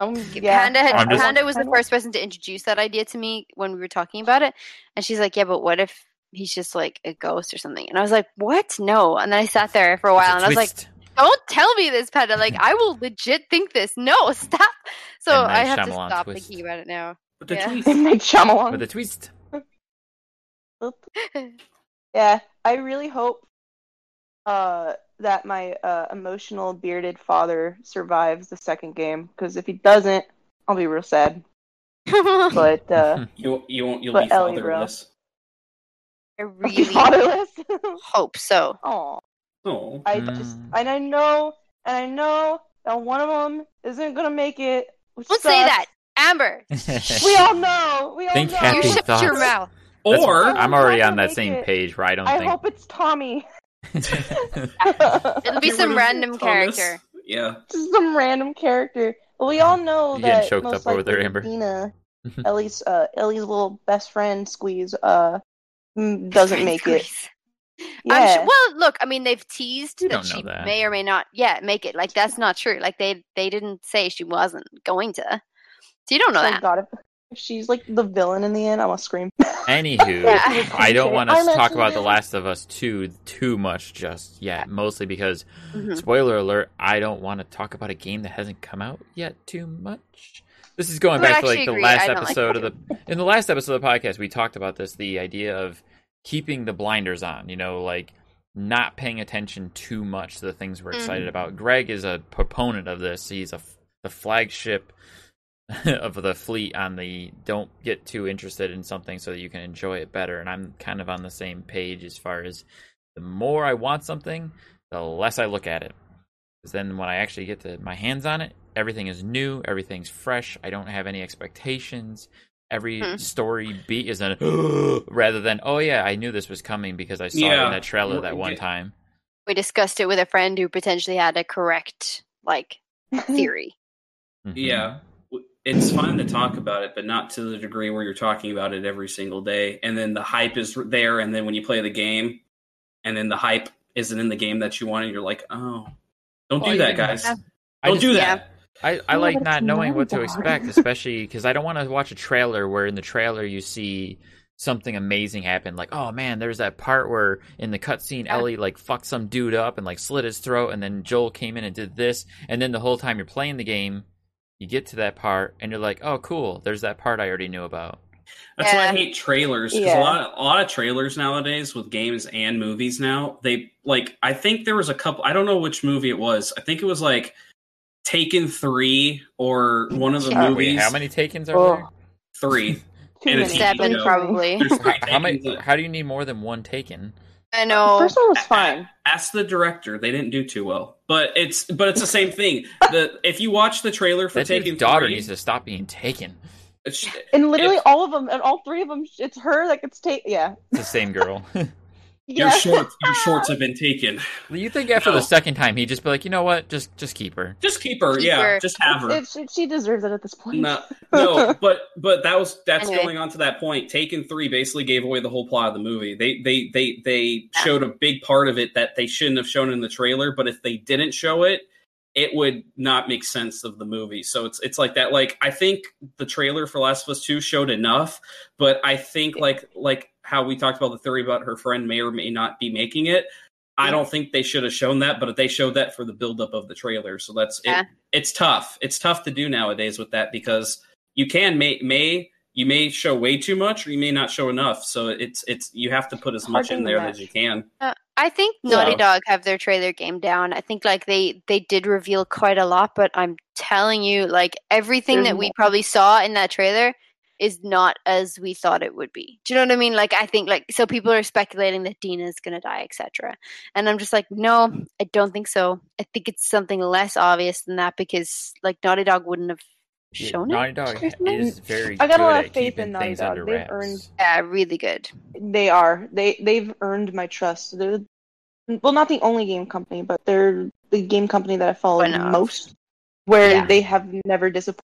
D: Um,
B: Panda had
A: I'm just-
B: Panda was the first person to introduce that idea to me when we were talking about it, and she's like, "Yeah, but what if he's just like a ghost or something?" And I was like, "What? No!" And then I sat there for a while, and I was like, don't tell me this, Peta. Like, I
A: <laughs>
B: will legit think this. No, <laughs> stop. So
A: And Night
B: I have
A: Shyamalan
B: to stop
A: twist.
B: thinking about it
D: <laughs>
B: now. <laughs>
C: But the
B: Yeah.
C: twist-
D: They made Shyamalan.
A: with a
D: <laughs>
A: twist.
D: Yeah, I really hope uh, that my uh, emotional bearded father survives the second game because if he doesn't, I'll be real sad.
B: I
A: <laughs>
D: But uh,
C: You you won't you'll
D: But
C: be
D: Ellie, bro.
C: fatherless.
D: I'll be
B: really
D: fatherless. <laughs>
B: hope so.
D: Oh,
C: Oh.
D: I just
A: Mm.
D: and I know and I know that one of them isn't gonna make it. Which
B: Don't say
D: sucks.
B: that, Amber.
D: We all know. We all
A: Think
D: know.
A: happy
B: you shut your
A: thoughts.
B: mouth.
A: That's-
C: Or
A: I'm already on
D: I'll
A: that same
D: make it.
A: page where I don't
D: I
A: think.
D: hope it's Tommy.
B: It'll be
C: Get rid
B: some
C: of
B: random
C: Thomas.
B: character.
C: Yeah.
D: just some random character. But we all know
A: You getting
D: that
A: choked
D: most
A: up over
D: likely
A: there, Amber? <laughs>
D: Dina, Ellie's uh, Ellie's little best friend squeeze, uh, mm, doesn't make it.
B: I'm su-
D: Yeah,
B: well, look, I mean, they've teased
A: You
B: that
A: don't know
B: she
A: that.
B: may or may not, yeah, make it. Like that's not true. Like they they didn't say she wasn't going to. So you don't know
D: so
B: that.
D: God, if, if she's like the villain in the end, I want to scream.
A: <laughs>
D: <laughs>
A: Anywho,
B: Yeah.
A: I don't want us
D: I'm
A: to talk
D: actually
A: about The
D: mad.
A: Last of Us 2 too much just yet, mostly because,
B: Mhm.
A: spoiler alert, I don't want to talk about a game that hasn't come out yet too much. This is going
B: Oh, I would
A: back to like
B: actually
A: the
B: agree,
A: last
B: I don't like
A: episode of the in the last episode of the podcast we talked about this the idea of keeping the blinders on, you know, like not paying attention too much to the things we're
B: Mm-hmm.
A: excited about. Greg is a proponent of this. He's a f- the flagship <laughs> of the fleet on the don't get too interested in something so that you can enjoy it better. And I'm kind of on the same page as far as the more I want something, the less I look at it. Because then when I actually get to my hands on it, everything is new, everything's fresh. I don't have any expectations. Every
B: Hmm.
A: story beat is a <gasps> rather than oh yeah, I knew this was coming because I saw it
C: Yeah.
A: in that trailer
C: Well,
A: that one
C: yeah.
A: time.
B: We discussed it with a friend who potentially had a correct like
D: Hmm.
B: theory.
A: Mhm.
C: Yeah. W- It's fun to talk about it, but not to the degree where you're talking about it every single day. And then the hype is there. And then when you play the game, and then the hype isn't in the game that you wanted, you're like, oh, don't
A: Well,
C: do
A: you-
C: that, guys.
B: Yeah.
C: Don't
A: I just-
C: do that.
A: I, I
D: Yeah,
A: like
D: Oh, but
A: not
D: it's
A: knowing what to
D: not
A: expect,
D: bad.
A: especially because I don't want to watch a trailer where in the trailer you see something amazing happen. Like, oh man, there's that part where in the cutscene
B: Yeah.
A: Ellie like fucked some dude up and like slit his throat, and then Joel came in and did this, and then the whole time you're playing the game, you get to that part and you're like, oh cool, there's that part I already knew about.
C: That's why
B: Yeah.
C: I hate trailers because
D: Yeah.
C: a lot, of, a lot of trailers nowadays with games and movies now they like. I think there was a couple. I don't know which movie it was. I think it was like Taken Three or one of the
D: Yeah.
A: Wait,
C: movies.
A: how many takens are
D: Oh.
A: there?
C: Three.
D: Too
C: And it's
D: many.
C: Seven,
B: Seven
C: Yeah.
B: probably.
C: There's three
A: How many?
C: Takens.
A: How do you need more than one taken?
B: I
D: The
B: know.
D: first one was fine.
C: ask the director. They didn't do too well, but it's but it's the same thing. The if you watch the trailer for
A: That
C: Taken
A: dude's daughter
C: Three,
A: needs to stop being taken.
C: it's-
D: And literally
C: If-
D: all of them, and all three of them, it's her that gets taken. Yeah.
A: It's the same girl.
D: Yeah.
C: your shorts your shorts have been taken.
A: You think after
C: No.
A: the second time he'd just be like, you know what, just just keep her.
C: Just keep her,
B: Keep
C: yeah.
B: her.
C: Just have her.
D: It, she, she deserves it at this point.
C: no,
B: <laughs>
C: no, but but that was that's
B: Anyway.
C: going on to that point. Taken three basically gave away the whole plot of the movie. They they they they
B: Yeah.
C: showed a big part of it that they shouldn't have shown in the trailer. But if they didn't show it, it would not make sense of the movie. So it's it's like that. Like I think the trailer for Last of Us Two showed enough, but I think like like how we talked about the theory about her friend may or may not be making it. I don't think they should have shown that, but they showed that for the buildup of the trailer. So that's it,
B: Yeah.
C: it's tough. It's tough to do nowadays with that because you can may may you may show way too much or you may not show enough. So it's it's you have to put as
D: Hard
C: much
D: to
C: in there
D: match.
C: as you can.
B: Uh, I think Naughty
C: So-
B: Dog have their trailer game down. I think like they they did reveal quite a lot, but I'm telling you, like everything
D: There's
B: that we
D: more.
B: probably saw in that trailer is not as we thought it would be. Do you know what I mean? Like I think like so people are speculating that Dina's gonna die, etc. And I'm just like, no, I don't think so. I think it's something less obvious than that because like Naughty Dog wouldn't have
A: Yeah,
B: shown it.
A: Naughty Dog
D: There's no-
A: is very.
D: I got a
A: good
D: lot of
A: at
D: faith
A: keeping
D: in Naughty
A: things
D: Dog.
A: under
D: They've
A: wraps.
D: earned-
B: Yeah, really good.
D: They are. They they've earned my trust. They're well, not the only game company, but they're the game company that I follow
B: One of.
D: most, where
B: Yeah.
D: they have never disappointed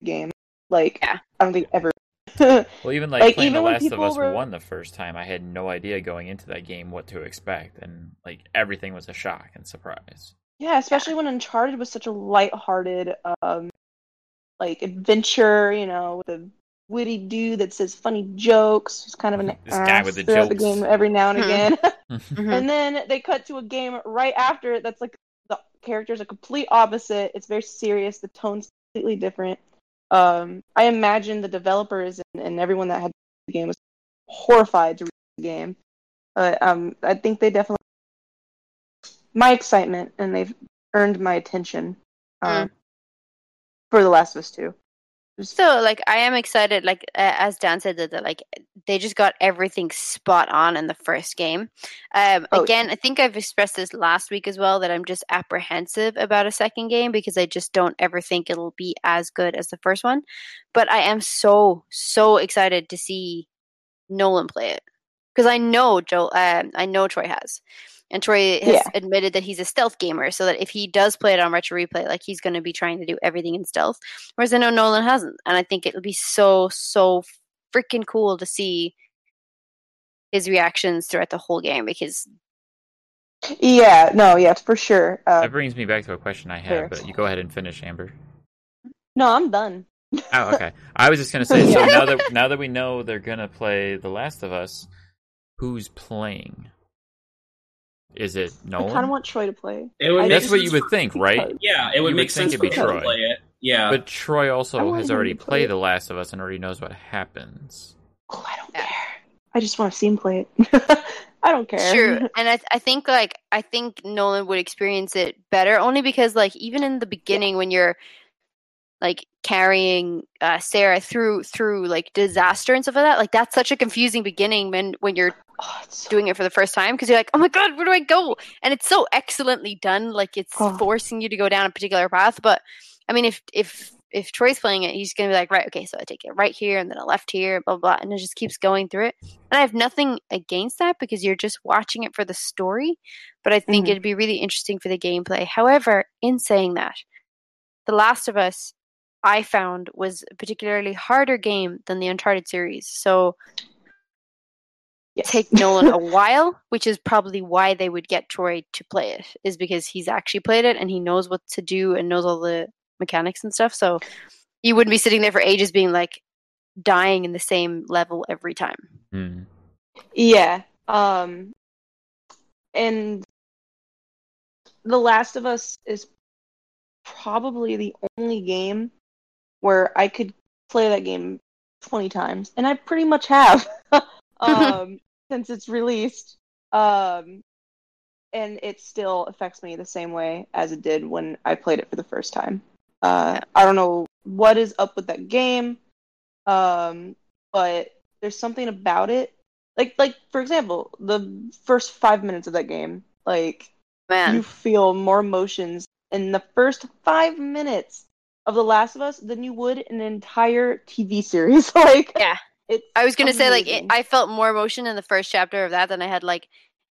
D: the game. Like
B: Yeah.
D: I don't think ever. <laughs> yeah,
A: Well, even like,
D: Like,
A: playing
D: even
A: The
D: when
A: Last of
D: people
A: Us
D: were-
A: One the first time, I had no idea going into that game what to expect, and like everything was a shock and surprise.
D: especially when Uncharted was such a lighthearted, um, like adventure. You know, with a witty dude that says funny jokes. Who's kind of an
A: This guy
D: ass
A: with the
D: throughout the
A: jokes.
D: game every now and
B: Hmm.
D: again. <laughs>
A: Mm-hmm.
B: Mhm.
D: And then they cut to a game right after it that's like the characters are complete opposite. It's very serious. The tone's completely different. Um, I imagine the developers and, and everyone that had the game was horrified to read the game. But um, I think they definitely my excitement and they've earned my attention uh,
A: Mm.
D: for The Last of Us Two.
B: So like I am excited like uh, as Dan said that that, like they just got everything spot on in the first game. Um
D: Oh, yeah.
B: again, I think I've expressed this last week as well that I'm just apprehensive about a second game because I just don't ever think it'll be as good as the first one, but I am so so excited to see Nolan play it because I know Joel um, I know Troy has. And Troy has
D: Yeah.
B: admitted that he's a stealth gamer, so that if he does play it on Retro Replay, like he's going to be trying to do everything in stealth. Whereas I know Nolan hasn't, and I think it'll be so so freaking cool to see his reactions throughout the whole game because
D: Yeah, no, yeah, for sure. Uh,
A: That brings me back to a question I
D: fair.
A: have, but you go ahead and finish, Amber.
D: no, I'm done. <laughs>
A: Oh, okay. I was just gonna say. So
D: Yeah.
A: now that now that we know they're gonna play The Last of Us, who's playing? Is it
D: I kind
A: Nolan?
D: of want Troy to play.
C: It would
D: I
A: That's
D: think
A: what
C: sense
A: you would
C: for-
A: think, right?
C: Yeah, it would
A: You would
C: make
A: think
C: sense
A: it'd
C: for
A: be
C: him
A: Troy.
C: to play it. Yeah,
A: But Troy
D: I
A: also
D: want
A: has
D: him
A: already
D: to play
A: played
D: it.
A: The Last of Us and already knows what happens.
D: Oh, I don't
B: Yeah.
D: care. I just want to see him play it. <laughs> I don't care.
B: Sure.
D: <laughs>
B: And I, I think like I think Nolan would experience it better only because like even in the beginning when you're like carrying uh, Sarah through through like disaster and stuff like that, like that's such a confusing beginning when when you're
D: Oh, it's so-
B: doing it for the first time because you're like, oh my god, where do I go? And it's so excellently done, like it's
D: Oh.
B: forcing you to go down a particular path. But I mean, if if if Troy's playing it, he's gonna be like, right, okay, so I take it right here and then a left here, blah blah, blah, and it just keeps going through it. And I have nothing against that because you're just watching it for the story. But I think
D: Mhm.
B: it'd be really interesting for the gameplay. However, in saying that, The Last of Us. I found was a particularly harder game than the Uncharted series. So,
D: yes.
B: take Nolan a while, which is probably why they would get Troy to play it, is because he's actually played it and he knows what to do and knows all the mechanics and stuff. So you wouldn't be sitting there for ages being like dying in the same level every time.
A: Hmm.
D: Yeah. Um and The Last of Us is probably the only game where I could play that game 20 times and I pretty much have <laughs> um since it's released um and it still affects me the same way as it did when I played it for the first time. Uh I don't know what is up with that game. Um but there's something about it like like for example the first five minutes of that game like you
B: Man.
D: feel more emotions in the first five minutes of the last of us than you would in an entire tv series <laughs> like
B: Yeah.
D: it's
B: I was going to say, like, it,
D: amazing.
B: I felt more emotion in the first chapter of that than I had, like,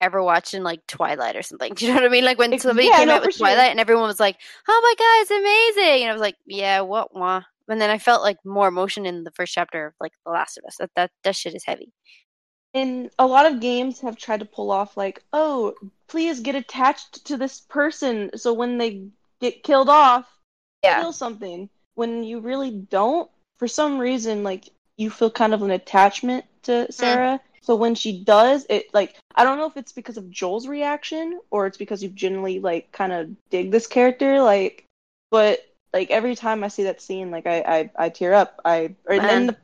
B: ever watched in, like, Twilight or something. <laughs> Do you know what I mean? Like, when
D: Ex-
B: somebody
D: yeah,
B: came
D: no,
B: out with
D: for sure.
B: Twilight and everyone was like, oh my God, it's amazing. And I was like, yeah, what, wah. And then I felt, like, more emotion in the first chapter of, like, The Last of Us. That, that, that shit is
D: <laughs>
B: heavy.
D: and a lot of games have tried to pull off like oh please get attached to this person so when they get killed off feel something when you really don't for some reason like you feel kind of an attachment to sarah so when she does it like i don't know if it's because of joel's reaction or it's because you generally like kind of dig this character like but like every time i see that scene like i i, I tear up i or, and
B: Man.
D: then the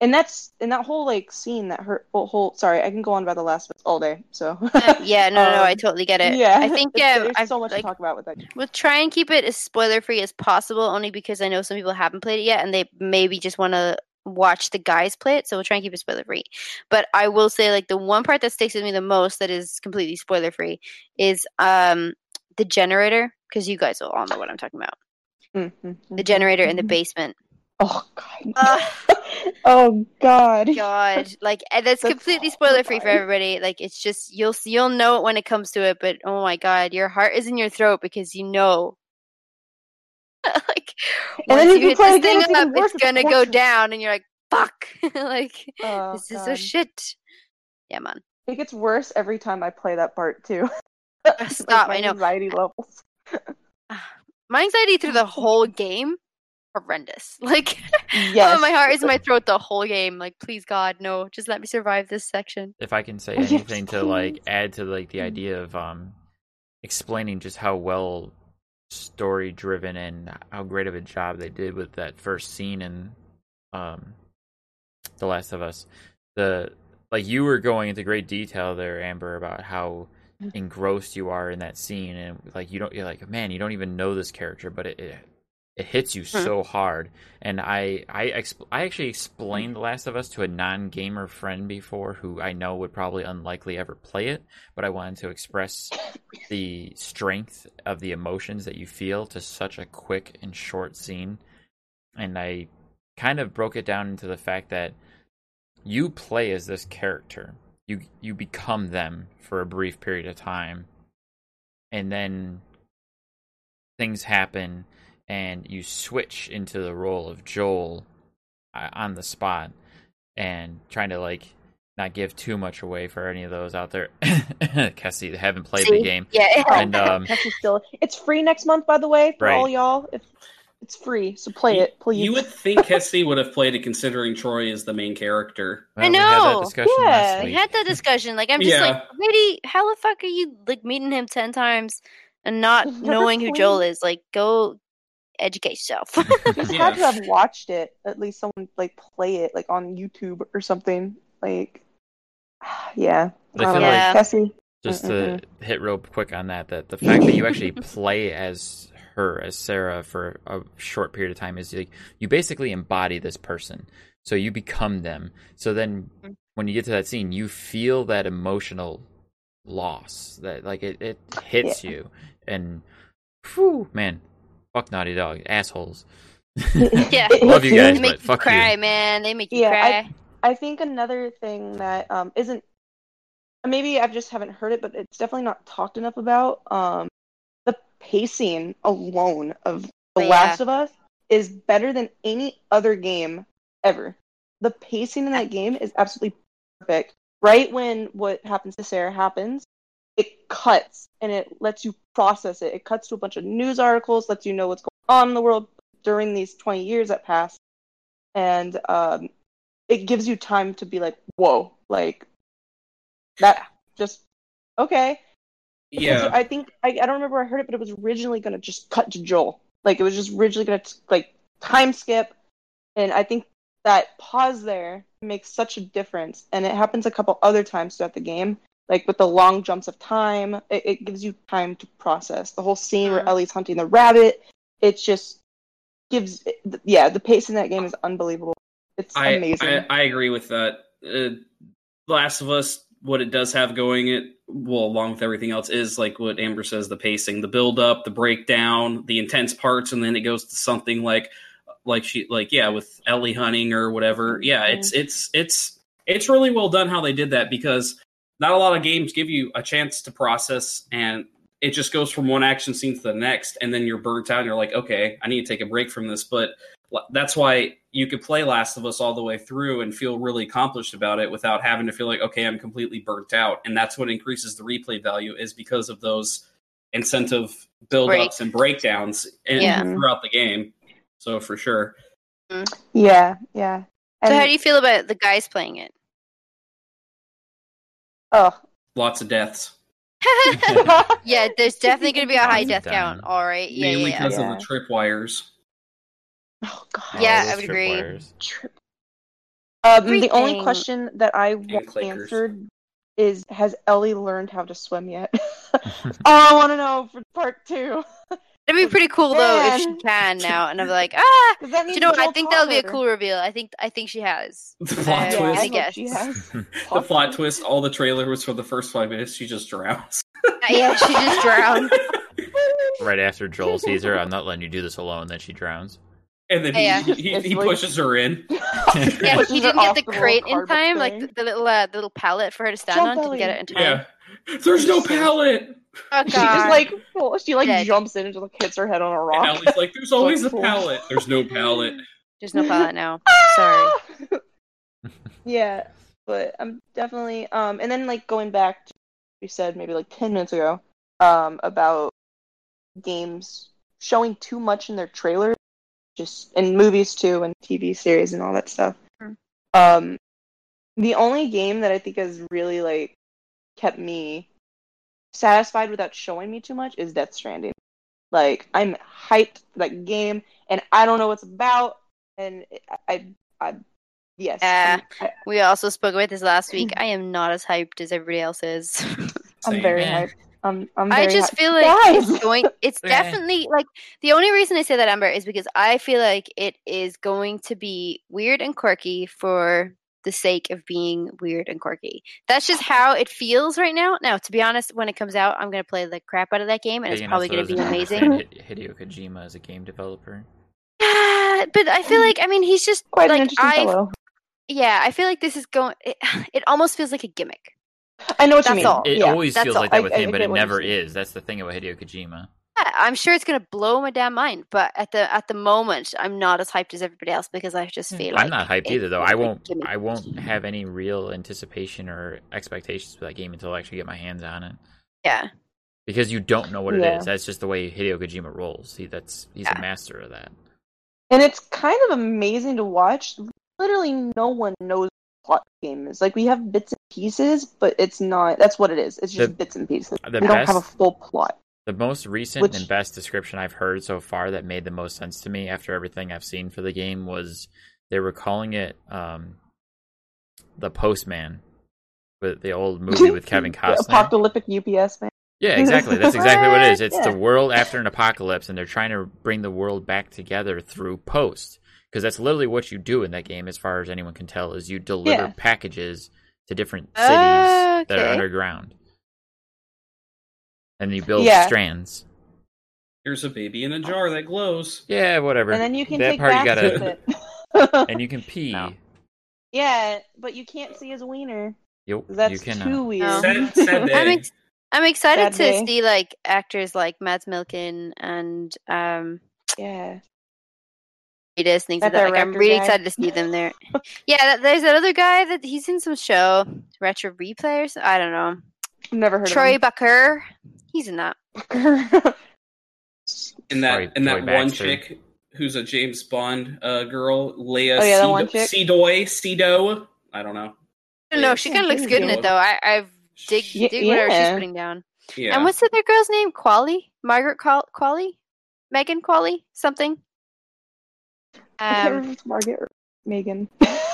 D: and that's and that whole like scene that her whole, whole sorry i can go on about the last of Us all day so <laughs>
B: Uh, yeah, no, no, I
D: Um,
B: totally get it.
D: yeah
B: I think
D: <laughs> it's-
B: um,
D: there's
B: I
D: so much to
B: like
D: talk about with that
B: we'll try and keep it as spoiler free as possible, only because I know some people haven't played it yet, and they maybe just want to watch the guys play it. So we'll try and keep it spoiler free. But I will say, like the one part that sticks with me the most that is completely spoiler free is um the generator, because you guys will all know what I'm talking about. The generator in the basement.
D: Mm-hmm. Oh god. <laughs>
B: Ugh.
D: oh god.
B: <laughs> God, like eh, that's,
D: That's
B: completely spoiler free for
D: horrifying.
B: everybody. Like it's just you'll s- you'll know it when it comes to it, but oh my god, your heart is in your throat because you know, like
D: And
B: once
D: then you
B: you,
D: can
B: hit
D: play
B: this
D: a game
B: thing
D: that's
B: up,
D: even worse.
B: it's gonna go
D: torture.
B: down, and you're like, fuck, <laughs> like
D: Oh,
B: this is a
D: God.
B: shit. Yeah, man.
D: It gets worse every time I play that part too. <laughs> Like,
B: stop,
D: my
B: I know. <laughs> Oh,
D: Anxiety levels.
B: My anxiety through
D: <laughs>
B: the whole game, horrendous. <laughs> Like,
D: Yes.
B: oh, my heart is in my throat the whole game. Like, please God, no, just let me survive this section.
A: If I can say
D: Yes,
A: anything to like
D: please.
A: add to like the
D: Mhm.
A: idea of um explaining just how well story driven and how great of a job they did with that first scene in um The Last of Us. The like you were going into great detail there, Amber, about how
D: Mm-hmm.
A: engrossed you are in that scene and like you don't you're like, man, you don't even know this character, but it it, it hits you so hard. And I I exp- I actually explained The Last of Us to a non-gamer friend before who I know would probably unlikely ever play it, but I wanted to express the strength of the emotions that you feel to such a quick and short scene. And I kind of broke it down into the fact that you play as this character. You you become them for a brief period of time. And then things happen and you switch into the role of Joel uh, on the spot and trying to like not give too much away for any of those out there <coughs> Cassie that haven't played the
B: See?
A: game.
B: Yeah.
D: Oh,
A: And um
D: That's just still. It's free next month, by the way, for
A: Right.
D: all y'all. If it's free, so play it, please.
C: You would think Hesse would have played it considering Troy is the main character.
A: well,
B: I
A: we had that
B: know.
A: discussion
D: Yeah,
A: last
B: We
A: week.
B: had that discussion. Like, I'm just like,
C: Yeah.
B: really, how the fuck are you like meeting him ten times and
D: <laughs>
B: not
D: Never
B: knowing who
D: played.
B: Joel is? Like, go educate
A: <laughs>
B: yourself. <laughs>
D: He's
C: Yeah.
D: had to have watched it. At least someone like <sighs> play it like on YouTube or something. Like yeah.
A: I
D: I
A: feel
D: don't know.
A: like
B: Yeah.
D: Cassie.
A: just to hit real quick on that that the fact that you
B: <laughs>
A: actually play as her as sarah for a short period of time is like you basically embody this person so you become them so then
B: Mm.
A: when you get to that scene you feel that emotional loss that like it, it hits you and whew, man fuck naughty dog
B: <laughs>
A: assholes <laughs>
B: Yeah.
D: It
A: Love you
D: hits me.
A: guys.
B: They make
A: but fuck you.
B: cry, man. They make you
D: Yeah, I-
B: cry.
D: I think another thing that um, isn't maybe I just haven't heard it, but it's definitely not talked enough about. Um, the pacing alone of The
B: Yeah.
D: Last of Us is better than any other game ever. The pacing in that game is absolutely perfect. Right when what happens to Sarah happens, it cuts and it lets you process it. It cuts to a bunch of news articles, lets you know what's going on in the world during these 20 years that passed. And um, it gives you time to be like, whoa, like that just okay.
C: Yeah.
D: I think I, I don't remember where I heard it, but it was originally gonna just cut to Joel. Like it was just originally gonna like time skip, and I think that pause there makes such a difference. And it happens a couple other times throughout the game, like with the long jumps of time. It, it gives you time to process the whole scene where
B: Mhm.
D: Ellie's hunting the rabbit. It just gives, yeah, the pace in that game is unbelievable. It's
C: I,
D: amazing.
C: I I agree with that. Uh, Last of Us, what it does have going it well, along with everything else, is like what Amber says: the pacing, the build up, the breakdown, the intense parts, and then it goes to something like like she like yeah with Ellie hunting or
D: Mm-hmm.
C: whatever. Yeah, it's it's it's it's really well done how they did that because not a lot of games give you a chance to process and it just goes from one action scene to the next and then you're burnt out and you're like okay i need to take a break from this but l- that's why you could play last of us all the way through and feel really accomplished about it without having to feel like okay i'm completely burnt out and that's what increases the replay value is because of those incentive build-ups and breakdowns in,
B: Yeah.
C: throughout the game so for sure
D: Yeah, yeah. And,
B: so how do you feel about the guys playing
C: <laughs>
B: it?
D: <laughs> oh.
C: lots of deaths
B: <laughs> yeah, there's definitely gonna be a high death
A: Down.
B: count. All right. Yeah,
C: mainly
B: yeah. yeah.
C: because
D: Yeah.
C: of the tripwires
D: <laughs> oh god.
B: Yeah,
A: All
B: I
A: those
B: would agree.
A: tripwires.
D: Trip. Um, the
B: Everything.
D: only question that I want
C: clickers.
D: answered is: Has Ellie learned how to swim yet? <laughs> Oh, I want to know for part two.
B: It'd be pretty cool though if she
D: Man.
B: <laughs> can now, and I'm like, ah.
D: Does that
B: Do
D: mean
B: you know what? I
D: Joel
B: think
D: taught
B: that'll be a
D: her?
B: cool reveal. I think I think she has.
C: <laughs> the plot
B: Yeah,
D: I
C: twist
D: hope
B: guess.
D: she
C: <laughs>
D: has.
C: the plot twist all the trailer was for the first five minutes she just drowns <laughs>
B: Uh, yeah, she just drowned.
A: <laughs>
D: <laughs>
A: right after joel sees her i'm not letting you do this alone then she drowns
C: and then he,
B: Yeah.
C: he, he,
D: It's
C: he
D: like-
C: pushes her in
B: Yeah,
D: Pushes
B: he
D: her
B: didn't get
D: off
B: the
D: little
B: crate in
D: cardboard
B: time,
D: thing.
B: like the, the little uh, the little pallet for her to stand
D: Jump,
B: on. Didn't get
D: Ellie.
B: it in time.
C: yeah there's no pallet
B: Oh,
D: she just
B: God.
D: like well, she like
B: Dead.
D: jumps in and just like hits her head on a
C: and
D: <laughs> rock.
C: Ellie's like there's always a
D: Like,
C: pallet there's no pallet
B: there's no pallet now. Sorry.
D: Ah! yeah, but I'm definitely um and then like going back to what you said maybe like 10 minutes ago um about games showing too much in their trailers just in movies too and TV series and all that stuff.
B: Mhm.
D: Um the only game that I think has really like kept me satisfied without showing me too much is Death Stranding. Like I'm hyped for that game and I don't know what's about and I I, I yes. I'm- I-
B: We also spoke about this last <laughs> week. I am not as hyped as everybody else is. <laughs>
D: I'm
C: Same.
D: very
A: Yeah.
D: hyped. I'm, I'm very
B: I just
D: hyped. <laughs>
B: feel like
D: Guys!
B: it's going. It's
A: Yeah.
B: definitely like the only reason I say that Amber is because I feel like it is going to be weird and quirky for the sake of being weird and quirky. That's just how it feels right now. Now, to be honest, when it comes out, I'm gonna play the crap out of that game, and it's
A: Pagan
B: probably
A: also
B: gonna be
A: doesn't <laughs>
B: amazing. <laughs>
A: understand Hi- Hideo Kojima as a game developer.
B: Yeah, Ah, but I feel like I mean he's just
D: Mm. quite an
B: like
D: interesting
B: I
D: fellow.
B: yeah I feel like this is going. It, <sighs> it almost feels like a gimmick.
D: I know what
B: that's
D: you mean.
B: all.
A: It
D: yeah.
A: always
B: that's
A: feels
B: all.
A: like that
D: I-
A: with
D: I-
A: him,
D: I
A: but
D: get
A: it
D: what you're
A: never
D: saying.
A: is. That's the thing about Hideo Kojima.
B: Yeah, I'm sure it's gonna blow my damn mind, but at the at the moment, I'm not as hyped as everybody else because I just feel like
A: Mm, I'm not hyped
B: it's
A: either, though.
B: like
A: I
B: a
A: won't.
B: gimmick.
A: I won't have any real anticipation or expectations for that game until I actually get my hands on it,
B: Yeah,
A: because you don't know what it
D: Yeah.
A: is. That's just the way Hideo Kojima rolls. He that's he's
B: Yeah.
A: a master of that.
D: And it's kind of amazing to watch. Literally, no one knows what the game is. Like we have bits and pieces, but it's not. That's what it is. It's just
A: The-
D: bits and pieces.
A: The
D: we don't
A: best,
D: have a full plot.
A: the most recent
D: Which-
A: and best description I've heard so far that made the most sense to me after everything I've seen for the game was they were calling it um, the Postman, but the old movie
D: <laughs>
A: with Kevin
D: The
A: Costner.
D: apocalyptic UPS man.
A: Yeah, exactly. That's exactly what it is. It's
D: <laughs> Yeah.
A: the world after an apocalypse, and they're trying to bring the world back together through post. Because that's literally what you do in that game, as far as anyone can tell, is you deliver
D: Yeah.
A: packages to different cities that are
B: Okay.
A: underground, and you build
D: Yeah.
A: strands.
C: Here's a baby in a jar that glows.
A: Yeah, whatever.
D: And then you can
A: that
D: take
A: part you
D: baths
A: gotta,
D: with it.
A: <laughs> and you can pee.
B: No.
D: <laughs> yeah, but you can't see his wiener.
A: Yup,
D: 'cause That's
A: you uh, cannot.
D: too weird.
B: No.
D: <laughs>
C: Sad, sad day.
B: I'm
A: Eh.
B: ex- I'm excited
D: Sad
B: to
D: day.
B: see like actors like Mads Milken and um
D: yeah.
B: Reedus, things like
D: That
B: that. Like, I'm
D: director
B: really
D: guy.
B: excited to see them there. yeah, that, there's that other guy that he's in some show, Retro Replay or something. I don't know.
D: Never heard
B: Troy
D: <laughs> of
B: Bucker, he's in that.
D: him.
C: and that
A: Sorry,
C: and
A: Joy
C: that one
A: Baxter.
C: chick who's a James Bond uh, girl, Leia
D: Oh, yeah, that one chick?
C: Cedoy, Cedo. I don't know.
B: I don't know. She
D: Yeah,
B: kind of looks
D: she's
B: good in
C: good.
B: it though. I, I dig
D: Ye-
B: dig whatever she's
D: yeah.
B: putting down.
C: Yeah.
B: And what's the other girl's name? Qualley? Margaret Qual- Qualley? Megan Qualley? Something?
D: I
B: Um,
D: can't <laughs> remember if it's Margaret or Megan. <laughs>
B: it's,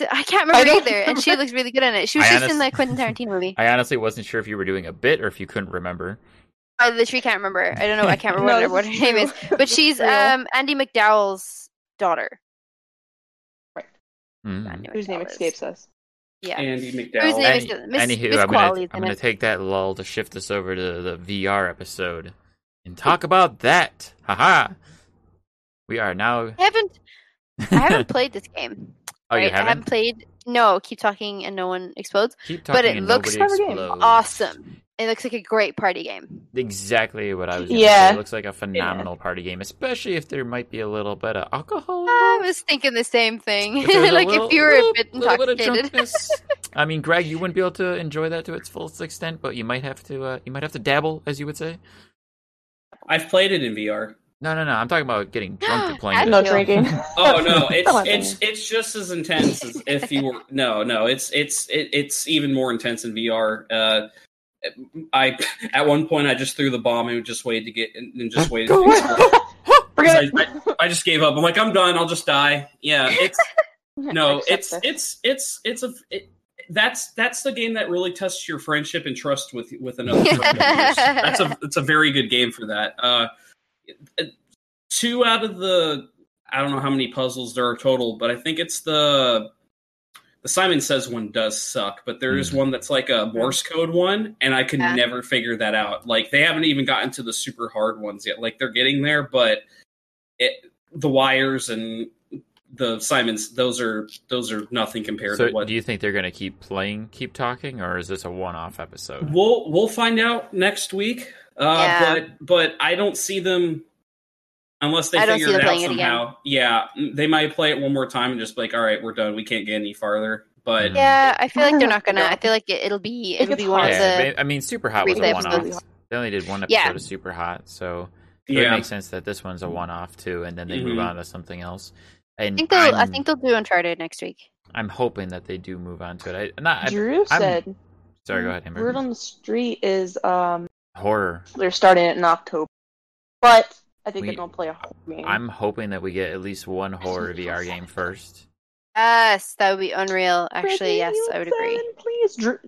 B: I can't remember
D: don't
B: either. And she looks really good in it. She was
A: I
B: just in
A: honest-
B: the Quentin Tarantino movie. I,
A: I honestly wasn't sure if you were doing a bit or if you couldn't remember.
B: literally can't remember. I don't know. I
D: <laughs>
B: can't
D: No,
B: remember
D: this
B: what
D: is
B: her name
D: true.
B: is. But
D: This is
B: she's
D: real.
B: um, Andy McDowell's daughter.
A: Mm.
B: Andy
D: whose name
B: McDowell is.
D: escapes us.
B: Yeah.
C: Andy
B: Whose
C: McDowell.
B: name
A: Any,
B: is Miss-
A: anywho,
B: Miss
A: I'm gonna,
B: Qualley's
A: I'm
B: in
A: gonna
B: it.
A: take that lull to shift us over to the VR episode and talk about that. Haha. We are now.
B: I haven't. I haven't played this game.
A: oh, you
B: right? I haven't
A: haven't.
B: played. No, keep talking and no one explodes.
A: Keep talking.
B: but it
A: and
B: looks
A: nobody
D: like a game.
A: explodes.
B: Awesome. It looks like a great party game.
A: Exactly what I was. Gonna
D: Yeah.
A: Say. It looks like a phenomenal party game, especially if there might be a little bit of alcohol.
B: I was thinking the same thing.
A: there <laughs>
B: <laughs>
A: was
B: like if you were a
A: little-
B: bit
A: little bit of
B: intoxicated.
A: drunkenness. <laughs> I mean, Greg, you wouldn't be able to enjoy that to its fullest extent, but you might have to. Uh, you might have to dabble, as you would say.
C: I've played it in VR.
A: No, no, no. I'm talking about
B: <gasps>
A: getting drunk and
B: I
A: playing.
D: No
A: it.
B: feel- <laughs>
D: drinking. <laughs>
C: Oh no, it's
D: Come on,
C: it's it's just as intense as if you were. No, no, it's it's it, it's even more intense in VR. Uh, I at one point I just threw the bomb and just waited to get and just waited.
A: Go
C: to
D: Forget it.
C: I just gave up. I'm like, I'm done. I'll just die. Yeah, it's
D: <laughs>
C: no,
D: Accept
C: it's
D: this.
C: it's it's it's a it, that's that's the game that really tests your friendship and trust with with another. person. that's a it's a very good game for that. Uh, two out of the I don't know how many puzzles there are total, but I think it's the the Simon Says one does suck, but there is
A: Mhm.
C: one that's like a Morse code one, and I can
B: Yeah.
C: never figure that out. Like they haven't even gotten to the super hard ones yet. Like they're getting there, but it, the wires and the Simons those are those are nothing compared
A: So,
C: to what
A: do you think they're going to keep playing, keep talking, or is this a one-off episode?
C: We'll we'll find out next week. Uh,
B: Yeah.
C: But but I don't see them unless they
B: I don't
C: figure
B: see
C: it
B: them
C: out
B: playing it again.
C: somehow. Yeah, m- they might play it one more time and just be like, all right, we're done. We can't get any farther. But
B: yeah, I feel like they're not gonna.
D: Yeah.
B: I feel like it, it'll be.
D: It
B: It'll
D: gets
B: be one
D: hard.
B: of
A: Yeah,
B: the.
A: may- I mean, Super Hot was a
B: replay
A: one-off.
B: episodes.
A: They only did one episode
B: Yeah.
A: of Super Hot, so it would
C: yeah,
A: make sense that this one's a one-off too, and then they move
C: Mhm.
A: on to something else. And
B: I think they'll. I
A: I'm-
B: think they'll do Uncharted next week.
A: I'm hoping that they do move on to it. I, not, I,
D: Drew said
A: sorry, go ahead, Amber.
D: Word on the street is um
A: Horror.
D: they're starting it in October. But I think
A: We-
D: they're gonna play a horror game.
A: I'm hoping that we get at least one horror VR game first.
B: Yes, that would be unreal. Actually,
D: Freaking
B: yes, I would agree.
D: Wilson, Please, Drew,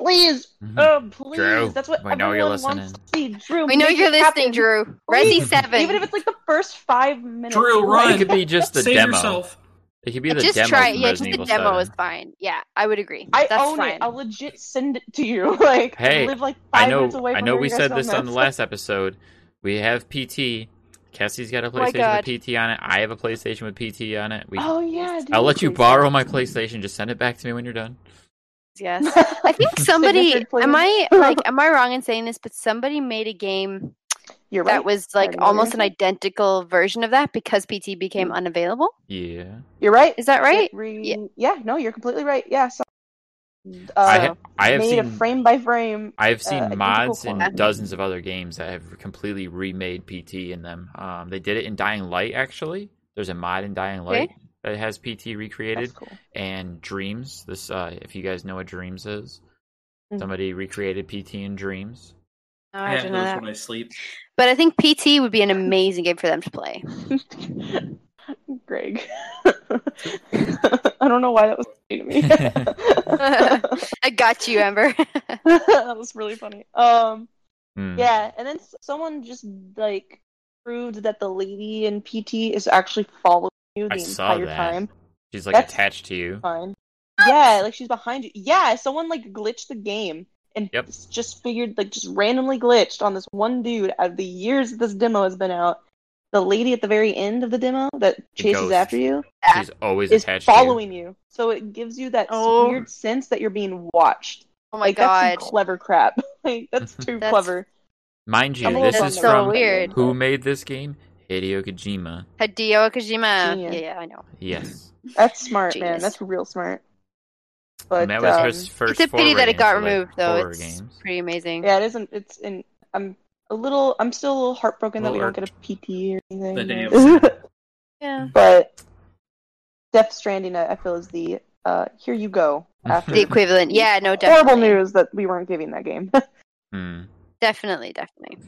D: please,
A: Mhm.
D: oh please,
A: Drew,
D: that's what
A: we know you're
D: everyone wants
A: listening.
D: to see. Drew,
B: We know
D: make
B: you're
D: it
B: listening,
D: happen.
B: Drew.
D: Please,
B: Resi seven.
D: Even if it's like the first five minutes.
C: Drew,
D: Like,
A: It could be just the
C: save
A: demo.
C: yourself.
A: It could be the
B: just
A: demo.
B: try.
A: from
B: Yeah, just
A: Resident
B: the
A: Evil
B: demo
A: 7.
B: is fine. Yeah, I would agree.
D: I
B: That's
D: own
B: fine.
D: it. I'll legit send it to you. <laughs> Like,
A: Hey,
D: I live like
A: I
D: five
A: know.
D: minutes away
A: I
D: from
A: know.
D: where
A: We
D: you guys
A: said this
D: filmed
A: on the last episode. We have PT. Cassie's got a
B: my
A: PlayStation
B: God.
A: with PT on it. I have a PlayStation with PT on it. We,
D: Oh yeah, dude.
A: I'll let you borrow my PlayStation. Just send it back to me when you're done.
B: Yes. <laughs> I think somebody.
D: <laughs> Signature, please.
B: Am I like? Am I wrong in saying this? But somebody made a game
D: You're right.
B: that was like
D: Party
B: almost an
D: Warrior.
B: identical version of that because PT became
D: Mm.
B: unavailable.
A: Yeah.
D: You're right.
B: Is that right?
D: Re-
B: Yeah.
D: yeah. no, you're completely right. Yeah. So, uh,
A: I, ha- I have
D: made
A: seen.
D: a frame by frame.
A: I've seen
D: identical
A: mods in
D: clone.
A: dozens of other games that have completely remade PT in them. Um, they did it in Dying Light, actually. There's a mod in Dying Light that has PT recreated,
D: That's cool.
A: and Dreams. This, uh, if you guys know what Dreams is,
D: Mhm.
A: somebody recreated PT in Dreams.
B: No,
C: I
B: I
C: have
B: don't
C: those
B: know that.
C: when I sleep.
B: But I think PT would be an amazing game for them to play.
D: <laughs> Greg. I don't know why that was funny to me.
B: I got you, Amber.
D: <laughs> that was really funny. Um,
A: Hmm.
D: yeah, and then s- someone just like proved that the lady in PT is actually following you the
A: I saw
D: entire
A: that.
D: time.
A: She's like
D: That's-
A: attached to you.
D: Fine. Yeah, like she's behind you. Yeah, someone like glitched the game and
A: Yep.
D: s- just figured like just randomly glitched on this one dude out of the years that this demo has been out. The lady at the very end of the demo that chases
A: ghost.
D: after you
A: She's always
D: is
A: attached
D: following you. So it gives you that s-
B: Oh.
D: weird sense that you're being watched.
B: <laughs> Oh my
D: like
B: god.
D: that's some clever crap. <laughs> like that's too
B: That's-
D: clever.
A: to you. Mind you,
D: I'm a
A: this
D: little
A: is
D: bummed
B: so
A: from
D: about that
B: weird.
D: game,
A: who
D: but
A: made this game? Hideo Kojima.
B: Hideo Kojima.
D: Genius.
B: Yeah, yeah, I know.
A: Yes.
D: That's smart, man.
B: Genius.
D: That's real smart.
A: And
D: But
A: that was her
D: um,
A: s- first
B: it's a pity that
A: foray
B: it got
A: into, like,
B: removed, though.
A: horror
B: It's
A: games.
B: pretty amazing.
D: yeah, it isn't. It's in. I'm a little. I'm still a little heartbroken that we don't
A: Little
D: get a PT or anything.
C: The
D: but- <laughs>
C: DLC.
B: Yeah.
D: but Death Stranding, I I feel, is the uh, here
A: <laughs>
D: you go after
B: The equivalent. Yeah, no, definitely.
D: horrible news that we weren't giving that game.
A: Hmm.
B: Definitely, definitely.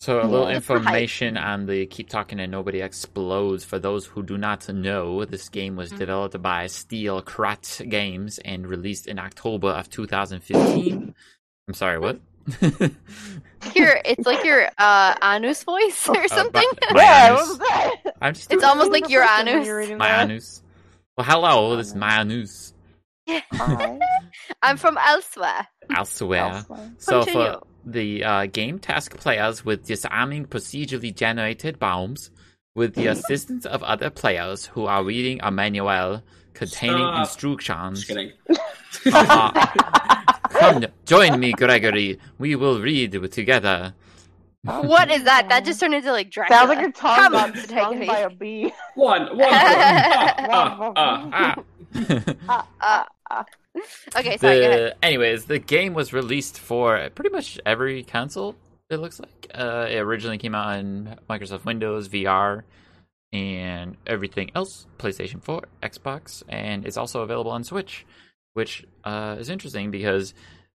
A: So a
D: Yeah.
A: little
B: That's the hype.
A: information on the Keep Talking and Nobody Explodes. For those who do not know, this game was
B: Mhm.
A: developed by Steel Krat Games and released in October of 2015. I'm sorry, what? <laughs> Uh,
B: Your, it's like your uh, Anus voice or
A: Uh,
B: something.
A: my- my
B: <laughs>
D: yeah, <laughs> what
A: anus.
D: was that?
A: I'm just
B: It's
D: Who-
B: almost
D: who
B: like
D: was the
B: your
D: person when
B: anus.
D: you were reading
A: my
D: that?
A: anus. Well, hello, this is my anus.
D: Hi.
B: I'm from elsewhere.
A: I swear.
D: Elsewhere.
A: So
B: Continue.
A: for the uh, game task players with disarming procedurally generated bombs with the assistance of other players who are reading a manual containing
C: Stop.
A: instructions. <laughs>
C: Just kidding.
A: Uh-uh. Come, join me, Gregory. We will read together. Ah.
D: <laughs>
B: What is that? That just turned into like Dracula. <laughs>
D: Sounds like your tongue
B: Come
D: got
B: on,
D: stung by a bee.
C: <laughs> One, one. ah, ah, ah.
B: <laughs>
A: <laughs> Ah.
D: <laughs> Ah,
B: Uh, okay, sorry. go ahead.
A: the, anyways, the game was released for pretty much every console, it looks like. Uh, it originally came out on Microsoft Windows, VR, and everything else PlayStation 4, Xbox, and it's also available on Switch, which uh, is interesting because.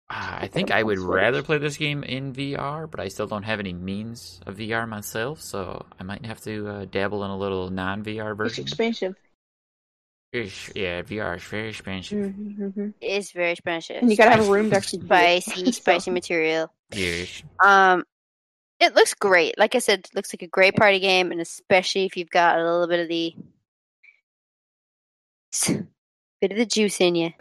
A: Uh, I think I would
D: Switch.
A: rather play this game in VR, but I still don't have any means of VR myself, so I might have to uh, dabble in a little non-VR
D: It's
A: version.
D: <laughs> expensive.
A: Ish, Yeah, VR is very expensive.
D: Mhm.
B: It's very expensive.
D: And you gotta have a room to actually do it. <laughs>
B: spicy,
D: So-
B: spicy material.
A: Ish.
B: Um, it looks great. Like I said, it looks like a great party game, and especially if you've got a little bit of the bit of the juice in you.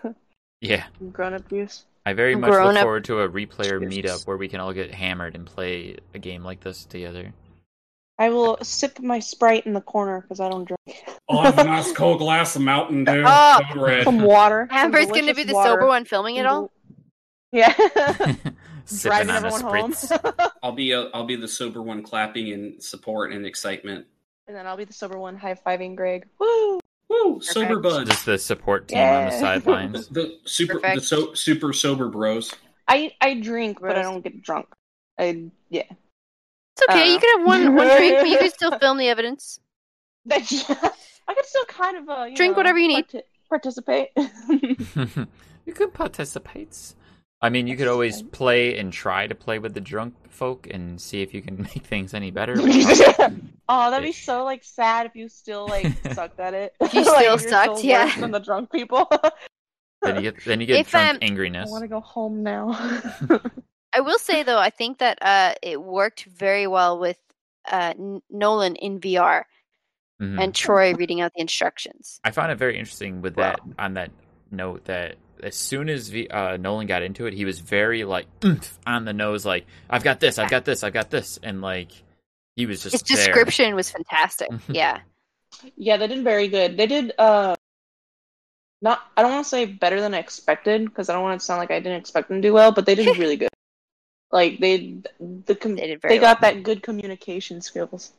A: Yeah,
D: Grown up use.
A: I very much look
B: Grown up
A: forward to a replayer
B: juice.
A: meetup where we can all get hammered and play a game like this
D: <laughs>
A: together. <laughs>
D: I will sip my sprite in the corner because I don't drink.
C: I'll Oh, have a nice cold glass of Mountain Dew.
B: Oh.
C: Code Red.
D: Some water.
B: <laughs>
D: some
B: Amber's gonna be
D: delicious
B: the
D: water.
B: sober one filming it all.
D: Yeah.
A: <laughs> Sipping
D: Driving
A: on a
D: everyone home. <laughs>
A: spritz.
C: I'll be a, I'll be the sober one, clapping in support and excitement.
D: and then I'll be the sober one high fiving Greg. Woo!
C: Woo, sober
A: <laughs>
C: bud.
A: Just the support team on the
D: Yeah. <laughs>
A: sidelines. <laughs>
C: The super, the
B: Perfect.
C: so, super sober bros.
D: I I drink, but I
B: Gross.
D: don't get drunk. I yeah. <laughs>
B: It's okay. you
D: Uh.
B: can have one one drink, but you can
D: <laughs>
B: still film the evidence.
D: That's- I could still kind of uh, you
B: Drink
D: know,
B: whatever you need.
D: parti- participate. <laughs>
A: you could participate. I mean, you could always
D: Participate.
A: play and try to play with the drunk folk and see if you can <laughs> make things any
D: <laughs>
A: better.
D: oh, that'd be
A: Ish.
D: so like sad if you still
A: <laughs>
D: like sucked at it.
B: If you
D: <laughs> Like,
B: still
D: you're
B: sucked,
D: worse
B: yeah.
D: Than the drunk people. <laughs>
A: then you get then you get
B: If,
A: drunk
B: um,
D: I
A: angriness.
D: want to go home now. <laughs>
B: I will say though, I think that uh, it worked very well with uh, N- Nolan in VR
A: Mhm.
D: Mm.
B: and Troy reading out the instructions.
A: I found it very interesting with that on that note that as soon as v, uh, Nolan got into it, he was very like <clears throat> "Oomph," on the nose, like I've got this, I've got this, I've got this, and like he was just
B: His
A: there.
B: description was fantastic.
D: Mm-hmm.
B: yeah,
D: Yeah, they did very good. They did uh not I don't want to say better than I expected because I don't want to sound like I didn't expect them to do well, but
B: <laughs>
D: they did really good. Like they the com-
B: they
D: they,
B: did very. well.
D: got that good communication skills.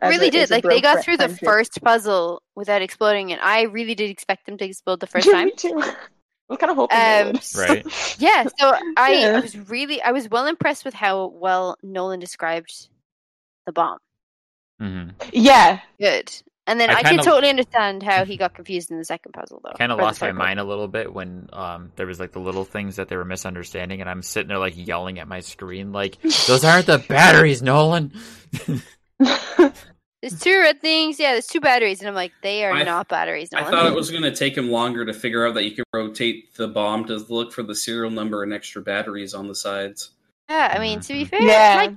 D: as
B: really
D: a- as
B: did.
D: a
B: Like they
D: bro
B: got
D: fri-
B: through
D: <laughs>
B: the
D: friendship.
B: first puzzle without exploding, and I really did expect them to explode the first
D: Yeah,
B: time.
D: Me too. <laughs> I was kind of hoping. they
B: Um,
D: would.
A: Right.
B: <laughs> Yeah, so I, I
D: Yeah.
B: was really I was well impressed with how well Nolan described the bomb.
A: hmm
D: Yeah.
B: Good. And then
A: I
B: I, can
A: kinda-
B: totally understand
A: <laughs>
B: how he got confused in the second puzzle though.
A: Kind
B: or
A: of
B: the
A: lost my
B: third
A: mind a little bit when um, there was like the little things that they were misunderstanding, and I'm sitting there like yelling at my screen, like
B: puzzle.
A: those aren't the batteries, Nolan.
B: There's two red things. Yeah, there's two batteries, and I'm like, they are
C: I-
B: not batteries.
C: I
B: Nolan.
C: thought it was going to take him longer to figure out that you can rotate the bomb to look for the serial number and extra batteries on the sides.
B: Yeah, I mean, to be fair,
D: Yeah.
B: like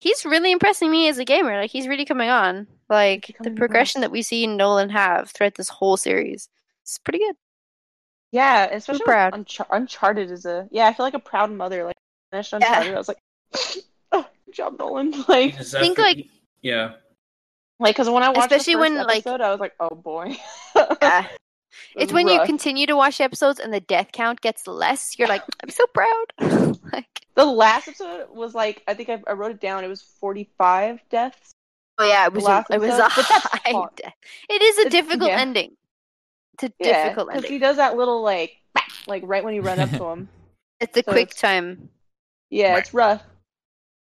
B: he's really impressing me as a gamer. Like he's really coming on. Like the
D: Coming on.
B: progression that we see Nolan have throughout this whole series, it's pretty good.
D: <laughs> Yeah, especially with
B: proud.
D: Unchar- Uncharted is a yeah. I feel like a proud mother. Like I finished Uncharted, I was like, <laughs> oh, good job Nolan. <laughs> Like,
C: Is that
B: think,
C: the-
B: like-
C: yeah,
D: like because when I watched
B: Especially
D: the first
B: when, like-
D: episode, I was like, oh boy.
B: Yeah.
D: It
B: it's
D: was
B: when you
D: rough.
B: continue to watch the episodes and the death count gets less. You're like, I'm so proud. <laughs> like,
D: The last episode was like I think I, I wrote it down. It was forty-five deaths.
B: oh yeah, it was a,
D: Last
B: it was a
D: episode, but that's
B: high
D: hard.
B: death. It is a
D: It's-
B: difficult
D: yeah.
B: ending. It's a
D: Yeah,
B: difficult
D: 'cause he
B: ending.
D: does that little like like right when you run up to
B: <laughs>
D: him.
B: It's a
D: so
B: quick
D: it's-
B: time.
D: Yeah, it's rough.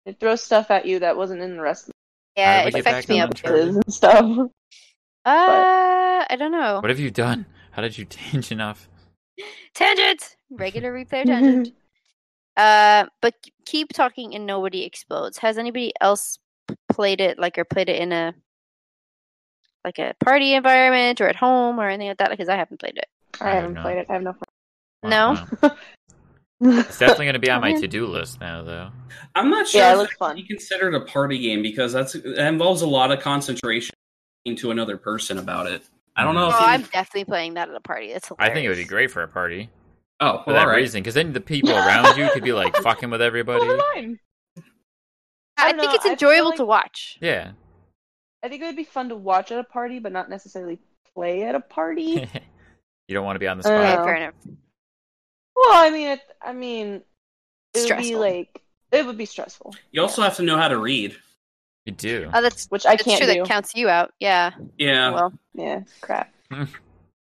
D: It throws stuff at you that wasn't in the rest of
B: Yeah,
A: we
B: it
A: get
B: fucked
A: back
B: me
A: on
B: up.
D: the
A: Uncharted?
D: quizzes and stuff. <laughs>
B: Uh, I don't know.
A: What have you done? How did you <laughs> tangent off?
B: Tangent! Regular replay
D: <laughs>
B: tangent. uh, but k- keep talking and nobody explodes. Has anybody else p- played it like or played it in a like a party environment or at home or anything like that? Because I haven't played it.
D: I
A: I have
D: haven't
A: not.
D: played it. I have no
B: No.
D: fun. <laughs>
A: It's definitely going to be on
B: <laughs>
A: my
B: Man.
A: to do list now, though.
C: I'm not sure.
D: Yeah, it
C: if
D: looks
C: that can
D: fun.
C: Be considered a party game because that's that involves a lot of concentration to another person about it. I don't know.
B: Oh,
C: If
B: I'm
C: you,
B: definitely playing that at a party. That's
A: I
B: hilarious.
A: think it would be great for a party
C: oh,
A: for
C: well, all
A: that
C: right.
A: reason, because then the people around you could be like fucking with everybody.
D: Well, fine. I
B: I,
D: don't
B: think
D: know,
B: it's
D: I feel
B: enjoyable to
D: like-
B: watch.
A: Yeah. <laughs>
D: I think it would be fun to watch at a party, but not necessarily play at a
A: you <laughs>
D: party.
A: don't want to be on the
D: I
B: Okay,
D: don't
A: spot.
D: know.
B: fair enough.
D: well, I mean, it, I mean, it would be
B: Stressful.
D: like it would be stressful,
C: You also have to know how to read.
A: You do.
B: oh, that's
D: which I
B: that's
D: can't
B: true.
D: do.
B: That counts you out. Yeah.
C: Yeah,
B: Well,
D: yeah, crap.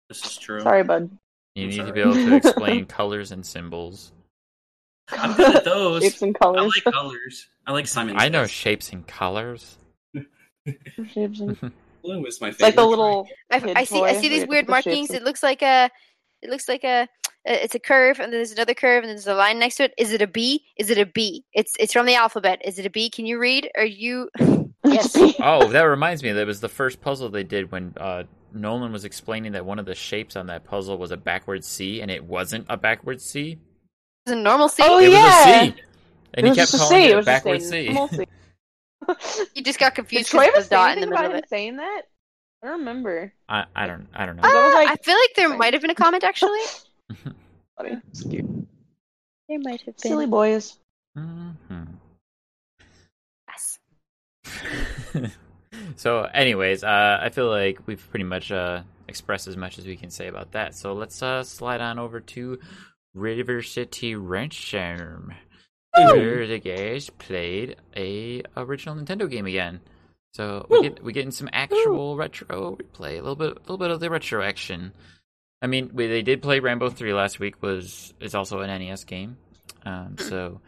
C: this is true.
D: Sorry, bud.
A: You
C: I'm
A: need to
C: sorry.
A: be able to <laughs> explain colors and symbols.
C: I'm good at those.
D: Shapes and
C: I
D: colors.
C: like colors. I like Simon.
A: I know
C: Says.
A: shapes and colors.
D: Shapes and-
C: Blue is my
D: It's
C: favorite.
D: like the little.
B: I've,
D: kid
B: I see. I see
D: toy where
B: these
D: you
B: weird
D: put the shapes
B: markings.
D: and-
B: It looks like a. It looks like a. It's a curve, and then there's another curve, and then there's a line next to it. Is it a B? Is it a B? It's it's from the alphabet. Is it a B? Can you read? Are you? <laughs> Yes.
A: Oh, that reminds me. That was the first puzzle they did when uh, Nolan was explaining that one of the shapes on that puzzle was a backwards C, and it wasn't a backwards C.
B: Is it normal C?
D: Oh,
A: it
D: yeah.
A: was a C, <laughs> and he kept calling it a backwards C. <laughs>
B: You just got
D: <laughs> Did
B: confused
D: Troy
B: with
D: ever
B: the
D: say
B: dot in the
D: anything
B: middle
D: about
B: of
D: him
B: it.
D: saying that? I don't remember.
A: I, I don't I don't know.
D: I was
B: Ah,
D: like-
B: I feel like there
D: Sorry.
B: might have been a
D: <laughs>
B: comment actually.
A: Ah! <laughs>
D: Funny.
B: There might have been.
D: Silly boys.
A: Mhm.
B: Yes.
A: <laughs> so, anyways, uh, I feel like we've pretty much uh, expressed as much as we can say about that. So let's uh, slide on over to River City Ransom, where the guys played a original Nintendo game again. So we get we getting some actual retro replay, a little bit, a little bit of the retro action. I mean, we, they did play Rambo Three last week. Was is also an NES game, um,
C: Mm.
A: so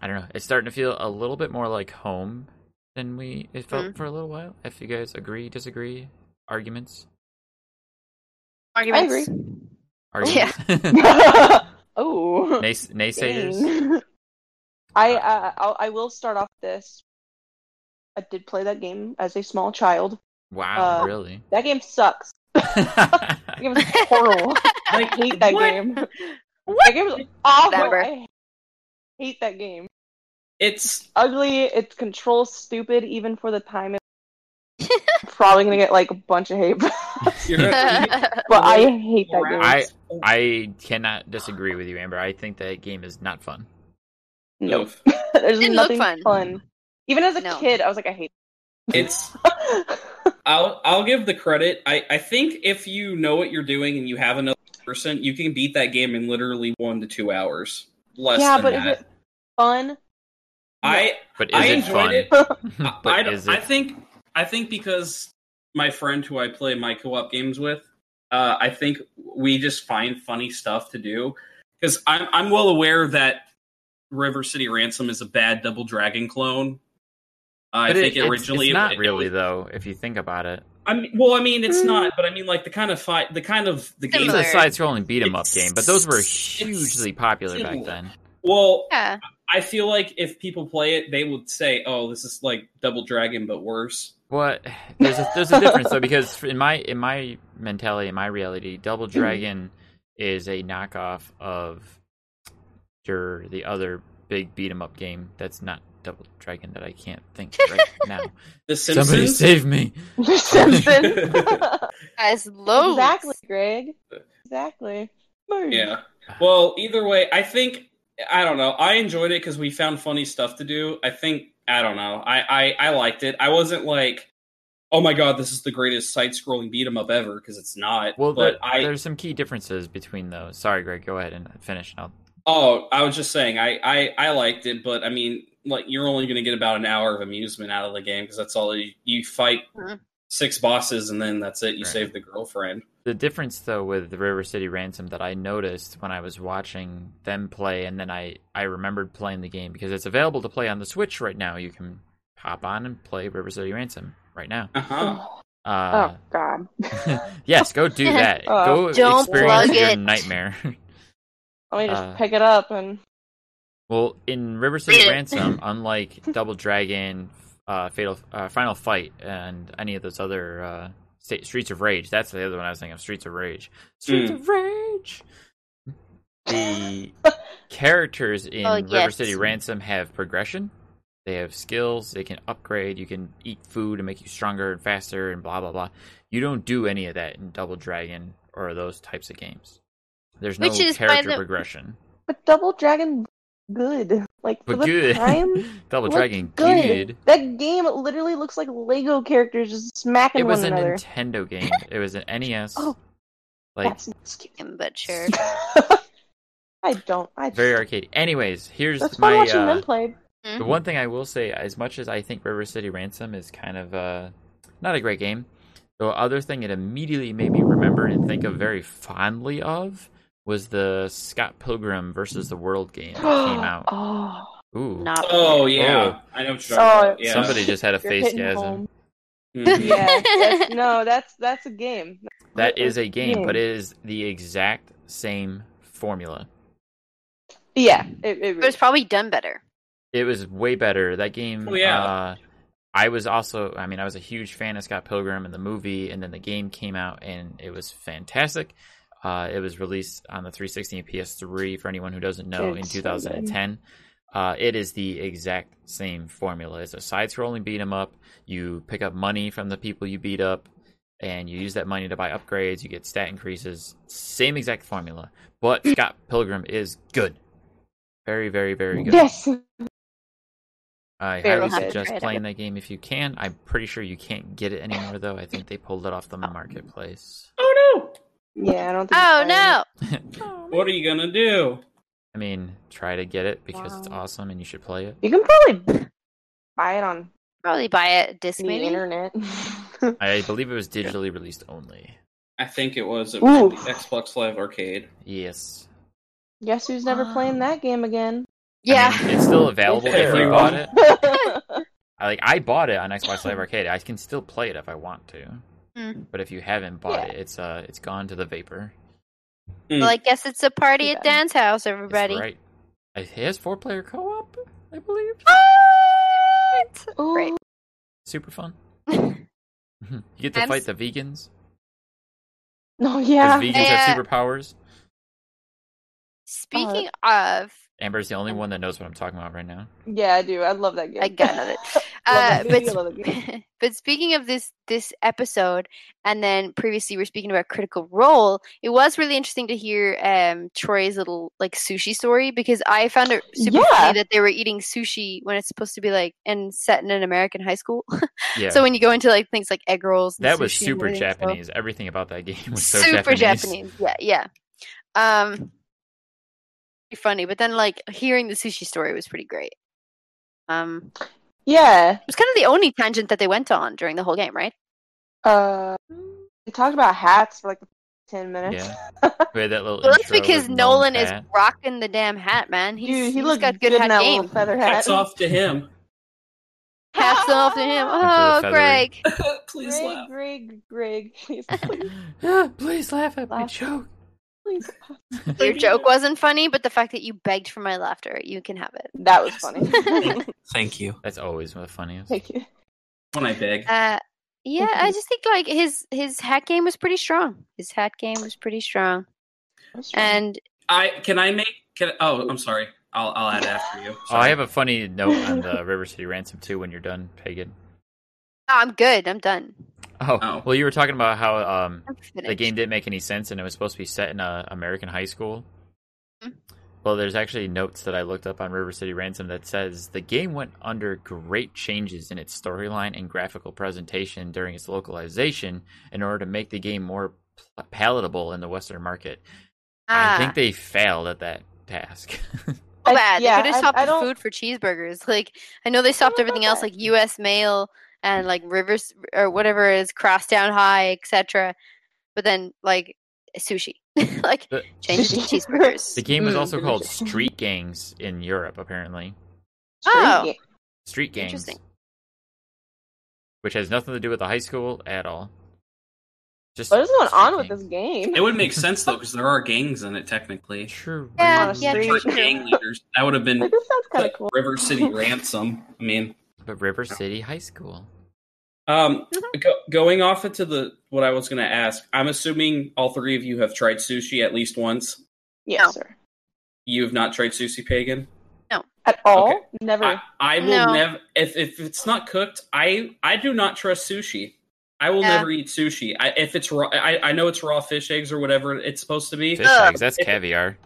A: I don't know. It's starting to feel a little bit more like home than we it felt
C: Mm.
A: for a little while. If you guys agree, disagree, arguments,
B: Arguments. <laughs>
A: arguments,
D: <laughs> oh.
A: <laughs> Nays- naysayers.
D: Dang. <laughs> I uh, I'll, I will start off this. I did play that game as a small child.
A: Wow,
D: Uh,
C: <laughs>
A: really?
D: That game sucks. <laughs> That
B: <laughs>
D: game is horrible. <laughs> I hate that
C: What?
D: game. That game is awful.
B: Whatever.
D: I hate that game. <laughs>
C: It's
D: Ugly. It controls stupid, even for
B: <laughs>
D: the time. It- Probably gonna get like a bunch of hate, <laughs> but
C: you're,
D: I hate that game.
A: <laughs> I- I cannot disagree with you, Amber. I think that game is not fun.
D: no,
C: Oof.
D: <laughs> there's
B: Didn't look
D: nothing
B: fun.
D: Even as a
B: No.
D: kid, I was like, I hate.
C: <laughs> It's
D: that. <laughs>
C: I'll I'll give the credit. I I think if you know what you're doing and you have another person, you can beat that game in literally one to two hours. Less
D: yeah,
C: than
D: but
C: that.
D: is it
C: <laughs>
D: fun?
C: I
A: But is
C: I
A: it
C: enjoyed
A: fun?
C: it.
A: <laughs> but
C: I,
A: is
C: I
A: it?
C: think I think because my friend who I play my co-op games with, uh, I think we just find funny stuff to do because I'm I'm well aware that River City Ransom is a bad Double Dragon clone. I
A: but
C: think
A: it's-
C: originally
A: it's not
C: it- it
A: really
C: was-
A: though. If you think about it,
C: I mean, well, I mean, it's
D: Hmm.
C: not, but I mean, like the kind of fight, the kind of the game.
A: it's a
B: Similar.
A: side-scrolling beat 'em up
C: It's-
A: game, but those were
C: it's
A: hugely popular back
C: similar.
A: then.
C: Well,
B: <laughs> yeah.
C: I feel like if people play it, they would say, "Oh, this is like Double Dragon, but worse."
A: What there's a, there's a difference though because in my in my mentality in my reality, Double
C: Hmm.
A: Dragon is a knockoff of your the other big beat 'em up game that's not Double Dragon that I can't think
C: <laughs>
A: right now.
C: The
A: Somebody
C: Simpsons.
A: save me!
D: The Simpsons.
C: <laughs>
B: Guys, loads.
D: exactly, Greg. Exactly. Merge.
C: yeah.
A: <sighs>
C: Well, either way, I think I don't know. I enjoyed it because we found funny stuff to do. I think I don't know. I I, I liked it. I wasn't like, "Oh my god, this is the greatest side-scrolling beat 'em up ever," because it's not.
A: Well,
C: but
A: there-
C: I
A: there's some key differences between those. Sorry, Greg. Go ahead and finish. And I'll
C: Oh, I was just saying, I, I, I liked it, but I mean, like you're only going to get about an hour of amusement out of the game because that's all you, you fight
B: Mhm.
C: six bosses and then that's it. You
A: Right.
C: save the girlfriend.
A: The difference, though, with the River City Ransom that I noticed when I was watching them play, and then I, I remembered playing the game because it's available to play on the Switch right now. You can hop on and play River City Ransom right now.
C: Uh huh.
D: Oh,
A: Uh,
D: God.
A: <laughs> yes, go do that.
D: Oh.
A: go
B: Oh. Don't
A: experience
B: plug
A: your
B: it.
A: nightmare. <laughs>
D: Let me just
A: uh,
D: pick it up and
A: well, in River City
B: <laughs>
A: Ransom, unlike Double Dragon, uh, Fatal, uh, Final Fight, and any of those other uh, sta- Streets of Rage, that's the other one I was thinking of. Streets of Rage. Streets
B: Hmm.
C: Mm.
A: of Rage.
B: <laughs>
A: The characters in
B: Oh,
A: River
B: yes.
A: City Ransom have progression. They have skills. They can upgrade. You can eat food and make you stronger and faster and blah blah blah. You don't do any of that in Double Dragon or those types of games. There's no
B: Which is by
A: character
B: the-
A: progression.
D: but Double Dragon, good. Like for
A: But
D: the
A: good. <laughs>
D: time,
A: Double
D: looked
A: Dragon
D: good.
A: good.
D: That game literally looks like Lego characters just smacking
A: It was
D: one
A: a
D: another.
A: Nintendo game. It was
D: <laughs>
A: an NES.
D: Oh.
A: like
D: That's an excuse.
B: But sure.
D: <laughs> I don't. I just,
A: very arcade. Anyways, here's
D: that's fun
A: my
D: watching
A: uh,
D: them Mm-hmm. play.
A: The one thing I will say, as much as I think River City Ransom is kind of uh, not a great game, the other thing it immediately made me remember and think of very fondly of was the Scott Pilgrim versus the World game that
D: <gasps>
A: came out.
D: Oh,
A: Ooh,
B: Not
C: <laughs> Oh yeah,
A: Oh.
C: I know. What you're
D: Oh,
C: talking about. Yeah.
A: somebody just had a
D: you're
A: face
D: hitting
A: gasm. <laughs>
D: home. <laughs>
C: Mhm.
D: Yeah, that's, no, that's that's a game.
A: That is a game,
D: Yeah.
A: but it is the exact same formula.
D: Yeah, it, it,
B: It was probably done better.
A: It was way better. That game.
C: Oh, yeah.
A: Uh, I was also, I mean, I was a huge fan of Scott Pilgrim and the movie, and then the game came out and it was fantastic. Uh, it was released on the 360 and PS3 for anyone who doesn't know in
D: It's so
A: 2010. Uh, it is the exact same formula. It's a side-scrolling beat 'em up. You pick up money from the people you beat up, and you use that money to buy upgrades. You get stat increases. Same exact formula, but Scott Pilgrim is good. Very, very, very good.
D: yes.
A: I
D: Fair
A: highly
D: enough.
A: suggest
B: Try it.
A: playing that game if you can. I'm pretty sure you can't get it anymore though. I think they pulled it off the marketplace.
C: Oh
D: Yeah, I don't think.
B: Oh
D: it's fun.
B: no!
C: no! What are you gonna do?
A: I mean, try to get it because it's
D: Wow.
A: awesome and you should play it.
D: You can probably buy it on
B: Probably buy a disc
D: the
A: <laughs>
B: maybe.
D: internet.
A: I believe it was digitally released only.
C: I think it was, it was at
D: Ooh.
C: the Xbox Live Arcade.
A: Yes.
D: Guess who's never
B: Wow. <gasps>
D: playing that game again?
B: Yeah.
D: <laughs>
A: I mean, it's still available if you
C: Everyone.
A: bought it.
B: <laughs>
A: I- Like I bought it on Xbox Live Arcade. I can still play it if I want to.
B: Mm.
A: But if you haven't bought it, it's uh it's gone to the vapor.
B: well, I guess it's a party
D: Too
B: at
D: bad.
B: Dan's house,
A: It's
B: everybody.
A: right. It has four player co op, I believe.
B: What?
D: Ooh,
B: Right.
A: Super fun. <laughs> you get to
B: I'm
A: fight
B: s-
A: the vegans.
D: <laughs> No,
A: Because
D: Oh, yeah.
A: vegans
B: Yeah.
A: have superpowers.
B: <laughs> Speaking
D: Uh,
B: of,
A: Amber's the only one that knows what I'm talking about right now.
D: Yeah, I do. I love that game.
B: I got
D: <laughs>
B: it.
D: Love
B: Uh,
D: that
B: but
D: <laughs> movie, I love that game.
B: <laughs> but speaking of this this episode and then previously we are speaking about critical role it was really interesting to hear um troy's little like sushi story because i found it super
D: Yeah.
B: funny that they were eating sushi when it's supposed to be like and set in an american high school <laughs>
A: Yeah.
B: so when you go into like things like egg rolls and
A: that was
B: sushi and
A: super
B: everything, so-
A: Japanese. Everything about that game was so
B: super
A: Japanese.
B: japanese. yeah yeah um pretty funny but then like hearing the sushi story was pretty great um
D: Yeah.
B: it was kind of the only tangent that they went on during the whole game right
D: Uh, we talked about hats for like ten minutes.
A: Yeah. We had that little
B: Well, that's
A: intro
B: because
A: with
B: Nolan
A: Nolan's
B: is <laughs>
A: hat.
B: rocking the damn hat, man. He's,
D: Dude, he
B: he's
D: looked
B: got good,
D: in
B: hat
D: that
B: game.
D: little feather hat.
C: Hats
D: <laughs>
C: off to him.
B: Hats off to him.
A: the
D: Into
B: Oh,
A: feather. <laughs>
B: Greg.
C: Please
D: Greg,
C: laugh. <laughs>
D: Greg, Greg, please.
A: Yeah, Ah, Please laugh at my
D: Laugh.
A: joke.
D: Please. God.
B: Your joke wasn't funny, but the fact that you begged for my laughter, you can have it.
D: That was <laughs> funny.
C: <laughs>
E: Thank you.
A: That's always the funniest.
D: Thank you.
C: When I beg,
B: Uh, yeah,
D: Thank
B: I
D: you.
B: just think like his his hat game was pretty strong. His hat game was pretty strong, and
C: I can I make. Can, oh, I'm sorry. I'll I'll add after you.
A: Oh, I have a funny note on
B: <laughs>
A: the River City Ransom too. When you're done, Pagan.
B: oh, I'm good. I'm done.
A: Oh,
C: Oh.
A: well, you were talking about how um,
B: I'm
A: the
B: finished.
A: game didn't make any sense and it was supposed to be set in a American high school.
B: Mhm.
A: Well, there's actually notes that I looked up on River City Ransom that says the game went under great changes in its storyline and graphical presentation during its localization in order to make the game more pl- palatable in the Western market. I
B: Ah,
A: think they failed at that task. <laughs>
B: so
D: I-
B: bad.
D: yeah,
B: they could
D: I-
B: have stopped
D: I
B: the
D: don't-
B: food for cheeseburgers. <laughs> Like I know they stopped
D: don't know
B: everything
D: about
B: else,
D: that.
B: like U.S. mail and like rivers or whatever it is crosstown high, etc. But then like sushi, <laughs> like
A: The-
B: change Hmm. it to
D: Sushi.
B: cheeseburgers.
D: <laughs>
A: the game was
D: Mm,
A: also
B: <laughs>
A: called
D: delicious.
A: Street Gangs in Europe, apparently.
B: Oh.
D: Street
A: Street Gangs.
B: Interesting.
A: Which has nothing to do with the high school at all. Just
D: What is going
A: Street
D: on with
A: Gangs.
D: this game?
C: It would make sense though, because there are gangs in it technically.
A: True.
B: Yeah,
D: On a
B: yeah,
D: street.
C: Or gang leaders. That would have been
D: Like, this sounds kind
C: like
D: of cool.
C: River <laughs> City Ransom. I mean,
A: But River City High School.
C: um, go, going off into the what I was going to ask. I'm assuming all three of you have tried sushi at least once.
D: Yes,
B: No.
D: sir.
C: You have not tried sushi, pagan.
D: At all?
C: Okay.
D: Never.
C: I, I will
B: No.
C: never. If if it's not cooked, I I do not trust sushi. I will
B: Yeah.
C: never eat sushi. I, if it's raw, I, I know it's raw fish eggs or whatever it's supposed to be.
A: Fish
B: Ugh.
A: eggs. That's caviar.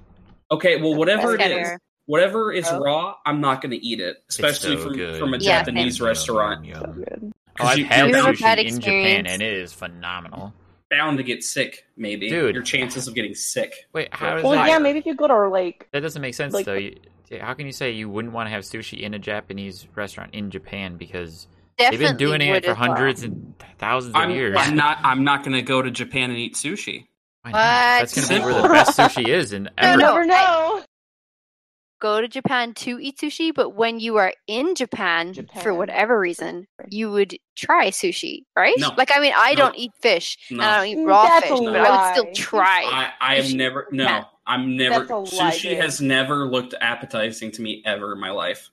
C: Okay, well, whatever it
B: That's
C: is,
B: caviar.
C: whatever is
D: Oh.
C: raw, I'm not going to eat it, especially
A: so
C: from,
A: good.
C: from a
B: Yeah, same.
C: Japanese restaurant.
D: So good.
A: Oh, I've
C: You-
A: had
C: you have a
A: sushi
B: bad
A: in Japan
B: experience.
A: and it is phenomenal.
C: Bound to get sick, maybe.
A: Dude.
C: Your chances of getting sick.
A: Wait, how is
D: Well,
A: that?
D: yeah, maybe if you go to like
A: That doesn't make sense
D: Like-
A: though. You, how can you say you wouldn't want to have sushi in a Japanese restaurant in Japan because
B: Definitely
A: they've been doing
B: would
A: it for
B: as well.
A: hundreds and th- thousands of
C: I'm,
A: years?
C: I'm not. I'm not going to go to Japan and eat sushi.
A: Why not? That's
B: What?
A: gonna be where the best sushi is
C: <laughs>
A: in
B: No,
D: you
A: ever.
B: no.
D: never know.
B: go to Japan to eat sushi, but when you are in Japan, for
D: Japan.
B: whatever reason, you would try sushi, right?
C: No.
B: Like I mean, I
C: No.
B: don't eat fish and I
C: No.
B: don't eat raw
D: That's
B: fish,
D: a
B: but I
D: lie.
B: would still try.
C: I, I have
B: Sushi.
C: never. No, I'm never.
D: That's a lie,
C: Sushi
D: dude.
C: has never looked appetizing to me ever in my life.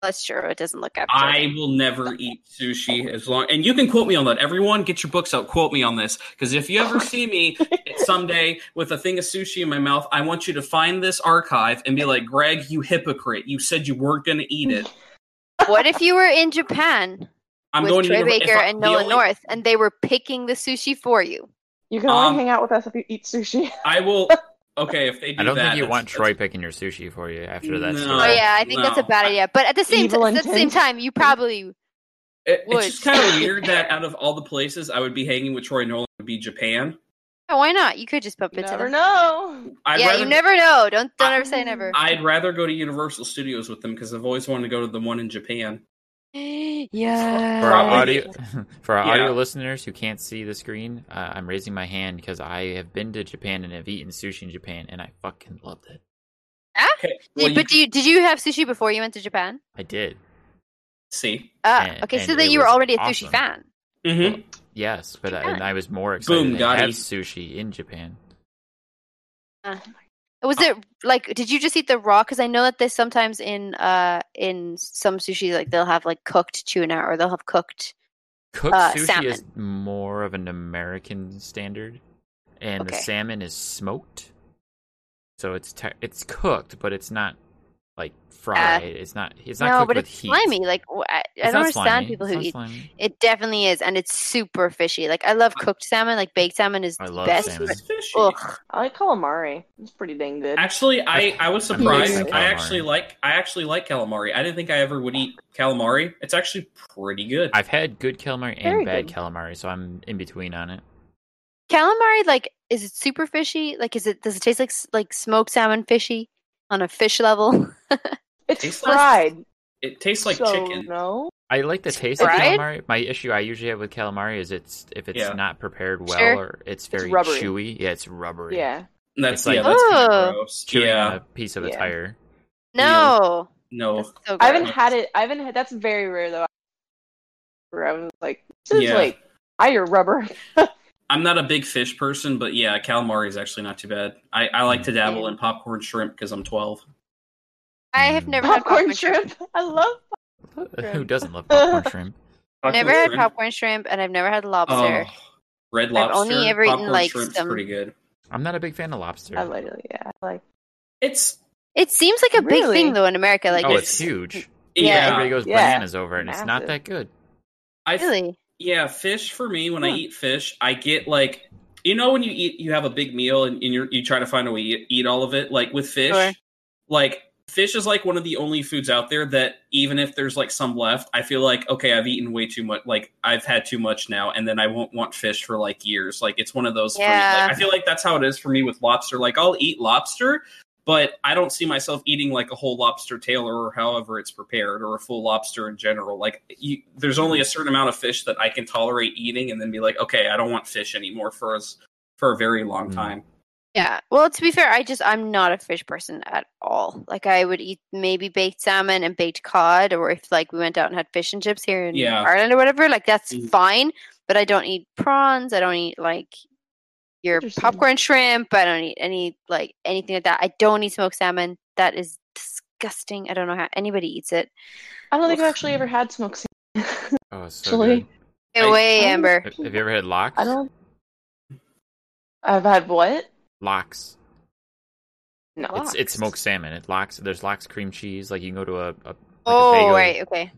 B: That's true. It doesn't look appetizing.
C: <laughs> I will never eat sushi as long. And you can quote me on that. Everyone, get your books out. Quote me on this because if you ever
B: <laughs>
C: see me someday with a thing of sushi in my mouth, I want you to find this archive and be like, "Greg, you hypocrite! You said you weren't going to eat it."
B: what if you were in Japan
C: I'm
B: with
C: going
B: Troy
C: to Univer- if
B: Baker
C: I-
B: and
C: the
B: Noah
C: only-
B: North, and they were picking the sushi for you?
D: You can only
C: Um,
D: hang out with us if you eat sushi. <laughs>
C: I
B: <laughs>
C: will. Okay, if they do
A: I don't
C: that,
A: think you
C: it's-
A: want
C: it's-
A: Troy picking your sushi for you after that.
C: No.
A: story.
B: Oh yeah, I think that's a
C: no.
B: bad idea. But at the same
D: Evil
B: time, at the same
D: intent.
B: time, you probably
C: It,
B: Would.
C: it's just
B: <laughs>
C: kind of weird that out of all the places I would be hanging with Troy Nolan would be Japan.
B: Yeah, why not? You could just bump
D: You
B: into
D: never
B: them.
D: know.
C: I'd
B: yeah,
C: rather,
B: you never know. Don't don't
C: I-
B: ever say never.
C: I'd rather go to Universal Studios with them because I've always wanted to go to the one in Japan.
D: <gasps>
B: Oh, yeah.
A: For our
C: Probably.
A: audio, <laughs> for our
C: Yeah.
A: audio listeners who can't see the screen, uh, I'm raising my hand because I have been to Japan and have eaten sushi in Japan, and I fucking loved it.
C: Okay,
B: Yeah,
C: well, you
B: but do you, did you have sushi before you went to Japan?
A: I did.
C: see.
B: Uh,
A: And-
B: okay, so
A: and
B: then
A: it
B: you were
A: was
B: already a
A: awesome.
B: sushi fan.
C: Mhm.
A: Yes, but I,
B: Japan.
A: and I was more excited
C: Boom,
A: to
C: got
A: have
C: it.
A: sushi in Japan.
C: Uh.
B: Was it like did you just eat the raw? Because I know that there's sometimes in uh in some sushi like they'll have like cooked tuna or they'll have cooked.
A: Cooked
B: Uh,
A: sushi
B: salmon.
A: is more of an American standard, and the
B: Okay.
A: salmon is smoked, so it's te- it's cooked, but it's not like fried. it's not. It's not
B: Uh, no,
A: cooked
B: but
A: with
B: it's
A: heat.
B: slimy. Like wh- I, I
A: It's
B: don't
A: not
B: understand
A: slimy.
B: people
A: It's
B: who
A: not
B: eat.
A: slimy.
B: It definitely is, and it's super fishy. Like I love cooked salmon. Like baked salmon is
A: I
B: the
A: love
B: best.
A: salmon.
B: But,
C: It's fishy.
B: ugh,
D: I like calamari. It's pretty dang good.
C: Actually, I, I was
A: I'm not
C: surprised.
D: like
C: I
A: calamari.
C: actually like I actually like calamari. I didn't think I ever would eat calamari. It's actually pretty good.
A: I've had good calamari and
D: Very
A: bad
D: good.
A: calamari, so I'm in between on it.
B: calamari. Like is it super fishy? Like is it does it taste like s- like smoked salmon fishy on a fish level? <laughs>
D: It's
C: tastes
B: like-
D: fried.
C: It tastes like
D: so
C: chicken.
D: No.
A: I like the taste
B: Fried?
A: of calamari. My issue I usually have with calamari is it's if it's
C: Yeah.
A: not prepared well
B: Sure.
A: or it's very
D: rubbery.
A: chewy. Yeah, it's rubbery.
D: Yeah.
C: That's
A: It's like-
C: yeah, that's kind
B: Oh.
C: of gross.
A: chewing on
C: Yeah,
A: a piece of a
D: Yeah.
A: tire. <laughs>
B: no,
C: no,
B: That's so
D: I haven't
B: gross.
D: had it. I haven't had. That's very rare though. Where I was like, this is
C: Yeah.
D: like higher rubber.
C: I'm not a big fish person, but yeah, calamari is actually not too bad. I, I like to dabble in popcorn shrimp because I'm 12.
B: I have never had
D: popcorn shrimp. I love.
A: Who doesn't
B: <laughs>
A: love popcorn shrimp?
B: Never had popcorn shrimp, and I've never had lobster.
C: Oh, red
B: I've
C: lobster.
B: only ever eaten,
C: popcorn
B: like,
C: shrimp's
B: some-
C: pretty good.
A: I'm not a big fan of lobster.
D: I literally, yeah, I like.
C: It's
B: It seems like a big
D: Really?
B: thing though in America. Like,
A: oh,
B: it's
A: it's huge.
B: Yeah.
C: yeah,
A: Everybody goes
D: Yeah.
A: bananas over it, and it's not
D: Massive.
A: that good.
C: I f-
B: really
C: yeah. Fish for me when I
D: Huh.
B: Hmm.
C: eat fish, I get like you know when you eat you have a big meal and, and you're, you try to find a way to eat all of it. Like with fish,
B: Sure.
C: like fish is like one of the only foods out there that even if there's like some left, I feel like okay, I've eaten way too much. Like I've had too much now, and then I won't want fish for like years. Like it's one of those. for me.
B: Yeah.
C: Like, I feel like that's how it is for me with lobster. Like I'll eat lobster. But I don't see myself eating like a whole lobster tail or however it's prepared or a full lobster in general. Like, you, there's only a certain amount of fish that I can tolerate eating and then be like, okay, I don't want fish anymore for us for a very long
A: Mm.
C: time.
B: Yeah. Well, to be fair, I just I'm not a fish person at all. Like I would eat maybe baked salmon and baked cod, or if like we went out and had fish and chips here in
C: Yeah.
B: Ireland or whatever, like that's
C: Mm.
B: fine. But I don't eat prawns. I don't eat like your
D: Interesting.
B: popcorn shrimp. I don't eat any like anything like that. I don't eat smoked salmon. That is disgusting. I don't know how anybody eats it.
D: I don't think I've
C: Oof.
D: actually ever had smoked salmon.
A: Oh, it's so
D: Actually,
A: good.
B: Get
C: I-
B: away,
D: I'm-
B: Amber.
A: Have- Have you ever had lox?
D: <laughs> I don't. I've had what?
A: Lox.
D: No.
A: It's it's smoked salmon. It lox. There's lox cream cheese. Like you can go to a, a like
B: oh
A: a bagel,
B: right, okay.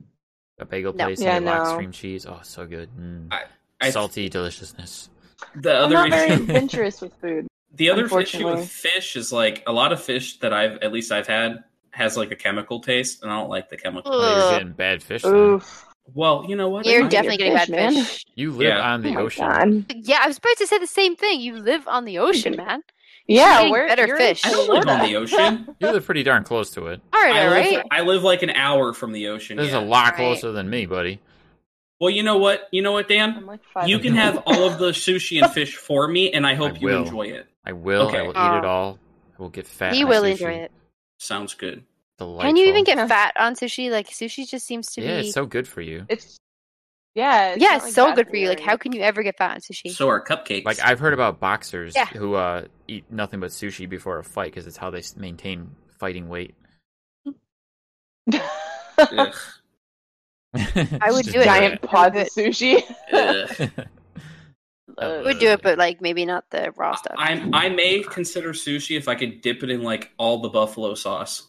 A: a bagel
B: No.
A: place
D: Yeah,
A: and get lox
D: no.
A: cream cheese. Oh, so good. Mm.
C: I-
A: Salty deliciousness.
C: The
D: I'm
C: other
D: not very
C: issue,
D: adventurous with food.
C: the other issue
D: unfortunately.
C: with fish is like a lot of fish that I've at least I've had has like a chemical taste, and I don't like the chemical.
B: Ugh.
C: taste.
A: Oh, you're getting bad fish. then.
D: Oof.
C: Well, you know what?
B: You're
C: I-
D: def-
B: definitely
D: your
B: getting
D: fish,
B: bad
D: man.
B: fish.
A: You live
C: Yeah.
A: on the
D: Oh my
A: ocean.
D: God.
B: Yeah, I was about to say the same thing. You live on the ocean,
D: getting-
B: man.
D: Yeah,
B: getting
D: we're
B: better
D: you're
B: fish.
C: I don't live on the
D: <laughs>
C: ocean.
A: You live pretty darn close to it.
B: All right,
C: I
B: all
C: live,
B: right.
C: I live like an hour from the ocean.
A: This is
C: yeah.
A: a lot
B: Right.
A: closer than me, buddy.
C: well, you know what? You know what, Dan?
D: I'm like five.
C: You can
D: <laughs>
C: have all of the sushi and fish for me, and I hope
A: I
C: you
A: will.
C: enjoy it.
A: I will. I
C: Okay.
A: will eat
B: Aw.
A: it all. I will get fat.
B: Oh. He
A: on
B: will
A: sushi.
B: enjoy it.
C: Sounds good.
A: Delightful.
B: Can you even get
D: Yeah.
B: fat on sushi? Like sushi just seems to
A: Yeah,
B: be
A: it's so good for you.
D: It's yeah. It's
B: yeah,
D: not,
B: it's
D: like,
B: so
D: bad
B: good for you. Like,
D: you.
B: how can you ever get fat on sushi?
C: So are cupcakes.
A: Like I've heard about boxers
B: Yeah.
A: who uh, eat nothing but sushi before a fight because it's how they s- maintain fighting weight.
D: <laughs>
C: Ugh.
B: I
A: <laughs>
B: would
A: Just
B: do it.
D: giant
B: Yeah.
D: pods of sushi.
A: <laughs>
C: Ugh.
D: Uh,
B: I would do it, but like maybe not the raw stuff.
C: I, I may consider sushi if I could dip it in like all the buffalo sauce.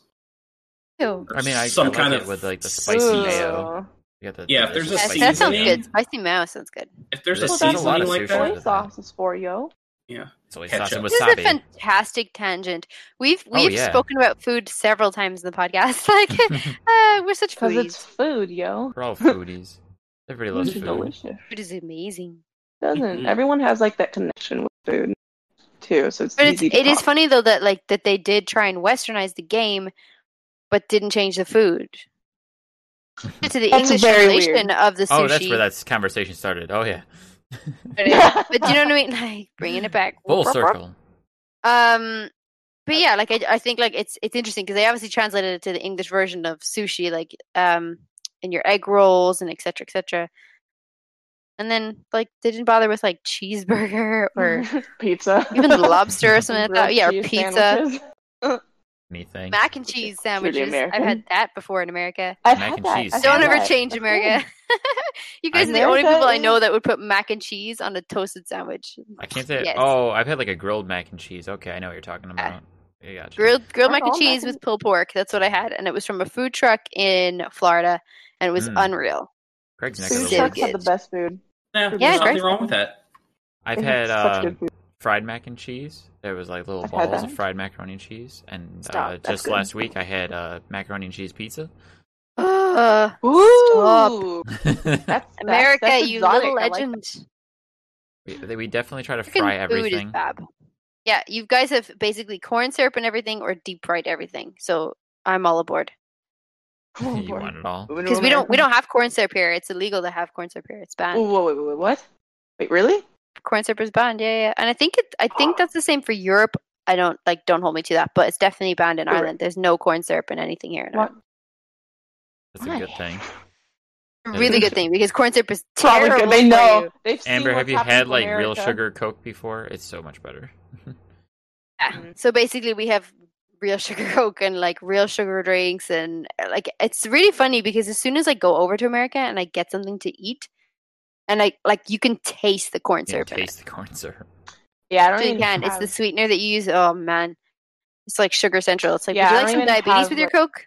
B: Ew.
C: or
A: I mean, I,
C: some
A: I like
C: kind
A: it
C: of
A: with like the spicy
D: Ooh.
A: mayo. You got the-
C: Yeah, if there's a
B: Yeah,
A: spicy
B: that sounds
C: seasoning-
B: good. Spicy mayo sounds good.
C: If there's a
A: Well,
D: that's a
A: lot
C: seasoning
A: of
C: like
A: sushi.
C: that,
D: Soy sauce is for you.
A: soy sauce
C: ketchup.
A: and
B: This is
A: <laughs>
B: a
A: wasabi.
B: fantastic tangent. We've
A: Oh,
B: we've
A: yeah.
B: spoken about food several times in the podcast. <laughs> Like, uh, we're such
D: Because it's
B: foodies.
D: food, yo.
A: We're all foodies. Everybody loves
D: It's
A: food. Mm-hmm.
D: delicious.
B: Food is amazing.
D: Doesn't
C: Mhm.
D: everyone has like that connection with food too? So it's
B: But it's,
D: easy. to
B: it is
D: talk.
B: funny though that like that they did try and westernize the game, but didn't change
A: <laughs>
B: the food. to the
D: That's
B: English
D: very
B: translation
D: weird.
B: of the sushi.
A: Oh, that's where that conversation started. Oh yeah,
D: <laughs>
B: But do you know what I mean? <laughs> Like bringing it back
A: full circle.
B: Um, but yeah, like I, I think like it's it's interesting because they obviously translated it to the English version of sushi, like um, and your egg rolls and et cetera, et cetera. And then like they didn't bother with like cheeseburger <laughs> or
D: <laughs> pizza,
A: <laughs>
B: even lobster or something like that.
D: <laughs> Grilled
B: Yeah, or
D: cheese
B: pizza,
D: sandwiches. <laughs>
A: Anything.
B: mac and cheese
D: Truly
B: sandwiches. I've
D: American.
B: had that that before in America.
D: I've
A: Mac
D: had
A: and
D: that.
A: cheese
D: I've
B: Don't
D: had
A: sandwich.
B: ever
D: that. <laughs>
B: change
D: I've
B: America. <laughs>
D: had-
B: you guys are the only
D: America
B: people I know
D: is-
B: that would put mac and cheese on a toasted sandwich.
A: I can't say.
B: Yes. Uh,
A: Oh, I've had like a grilled mac and cheese. Okay, I know what you're talking about. I gotcha.
B: grilled grilled
D: Aren't
B: mac and
D: all mac
B: cheese
D: and-
B: with pulled pork. That's what I had, and it was from a food truck in Florida, and it was
A: Mm.
B: unreal.
A: Craig's neck
D: Food
A: of the
D: trucks
A: woods.
D: have the best food.
C: yeah,
D: Yeah,
C: there's nothing
B: great.
C: wrong with that.
A: I've
D: They
A: had
D: have such
A: um,
D: good food.
A: fried mac and cheese. There was like little
D: I've had
A: balls
D: that.
A: of fried macaroni and cheese, and
D: Stop,
A: uh,
D: that's
A: just
D: good.
A: last week I had uh, macaroni and cheese pizza. <laughs>
B: Uh,
D: Ooh,
A: we,
D: that's that's-
B: America,
D: that's
B: you
D: exotic.
B: little
D: I like
B: legend.
A: we definitely try to
B: Freaking
A: fry
B: food is
A: everything.
B: fab. Yeah, you guys have basically corn syrup and everything, or deep fried everything. So I'm all aboard
D: that. Oh,
A: <laughs> you
D: boy.
A: want it all?
D: Ooh,
B: because we don't we
D: America.
B: don't have corn syrup here. It's illegal to have corn syrup here. It's banned.
D: Ooh, whoa, wait, wait, wait, what? Wait, really?
B: Corn syrup is banned. Yeah, yeah, yeah. And I think it I think that's the same for Europe. I don't like don't hold me to that, but it's definitely banned in
D: Correct.
B: Ireland. There's no corn syrup in anything here. In
D: What?
B: Ireland.
A: That's a
D: Why?
A: good thing. That is
B: Really
A: good.
B: good thing because corn syrup is
D: Probably
B: terrible.
D: good. They
B: for
D: know.
B: you.
D: They've seen
A: Amber,
D: what's
A: have you
D: happened
A: had
D: to
A: like real
D: America.
A: sugar Coke before? It's so much better.
B: Yeah. So basically, we have real sugar <laughs> coke and like real sugar drinks, and uh, like it's really funny because as soon as I go over to America and I get something to eat, and I like you can taste the corn
A: You can
B: syrup. in it.
A: taste the corn syrup.
D: Yeah, I don't
B: So you
D: even
B: can. It's
D: have-
B: the sweetener that you use. Oh man, it's like sugar central. It's like
D: Yeah, I
B: would you like
D: don't
B: some
D: even
B: diabetes
D: have,
B: with your
D: like-
B: coke?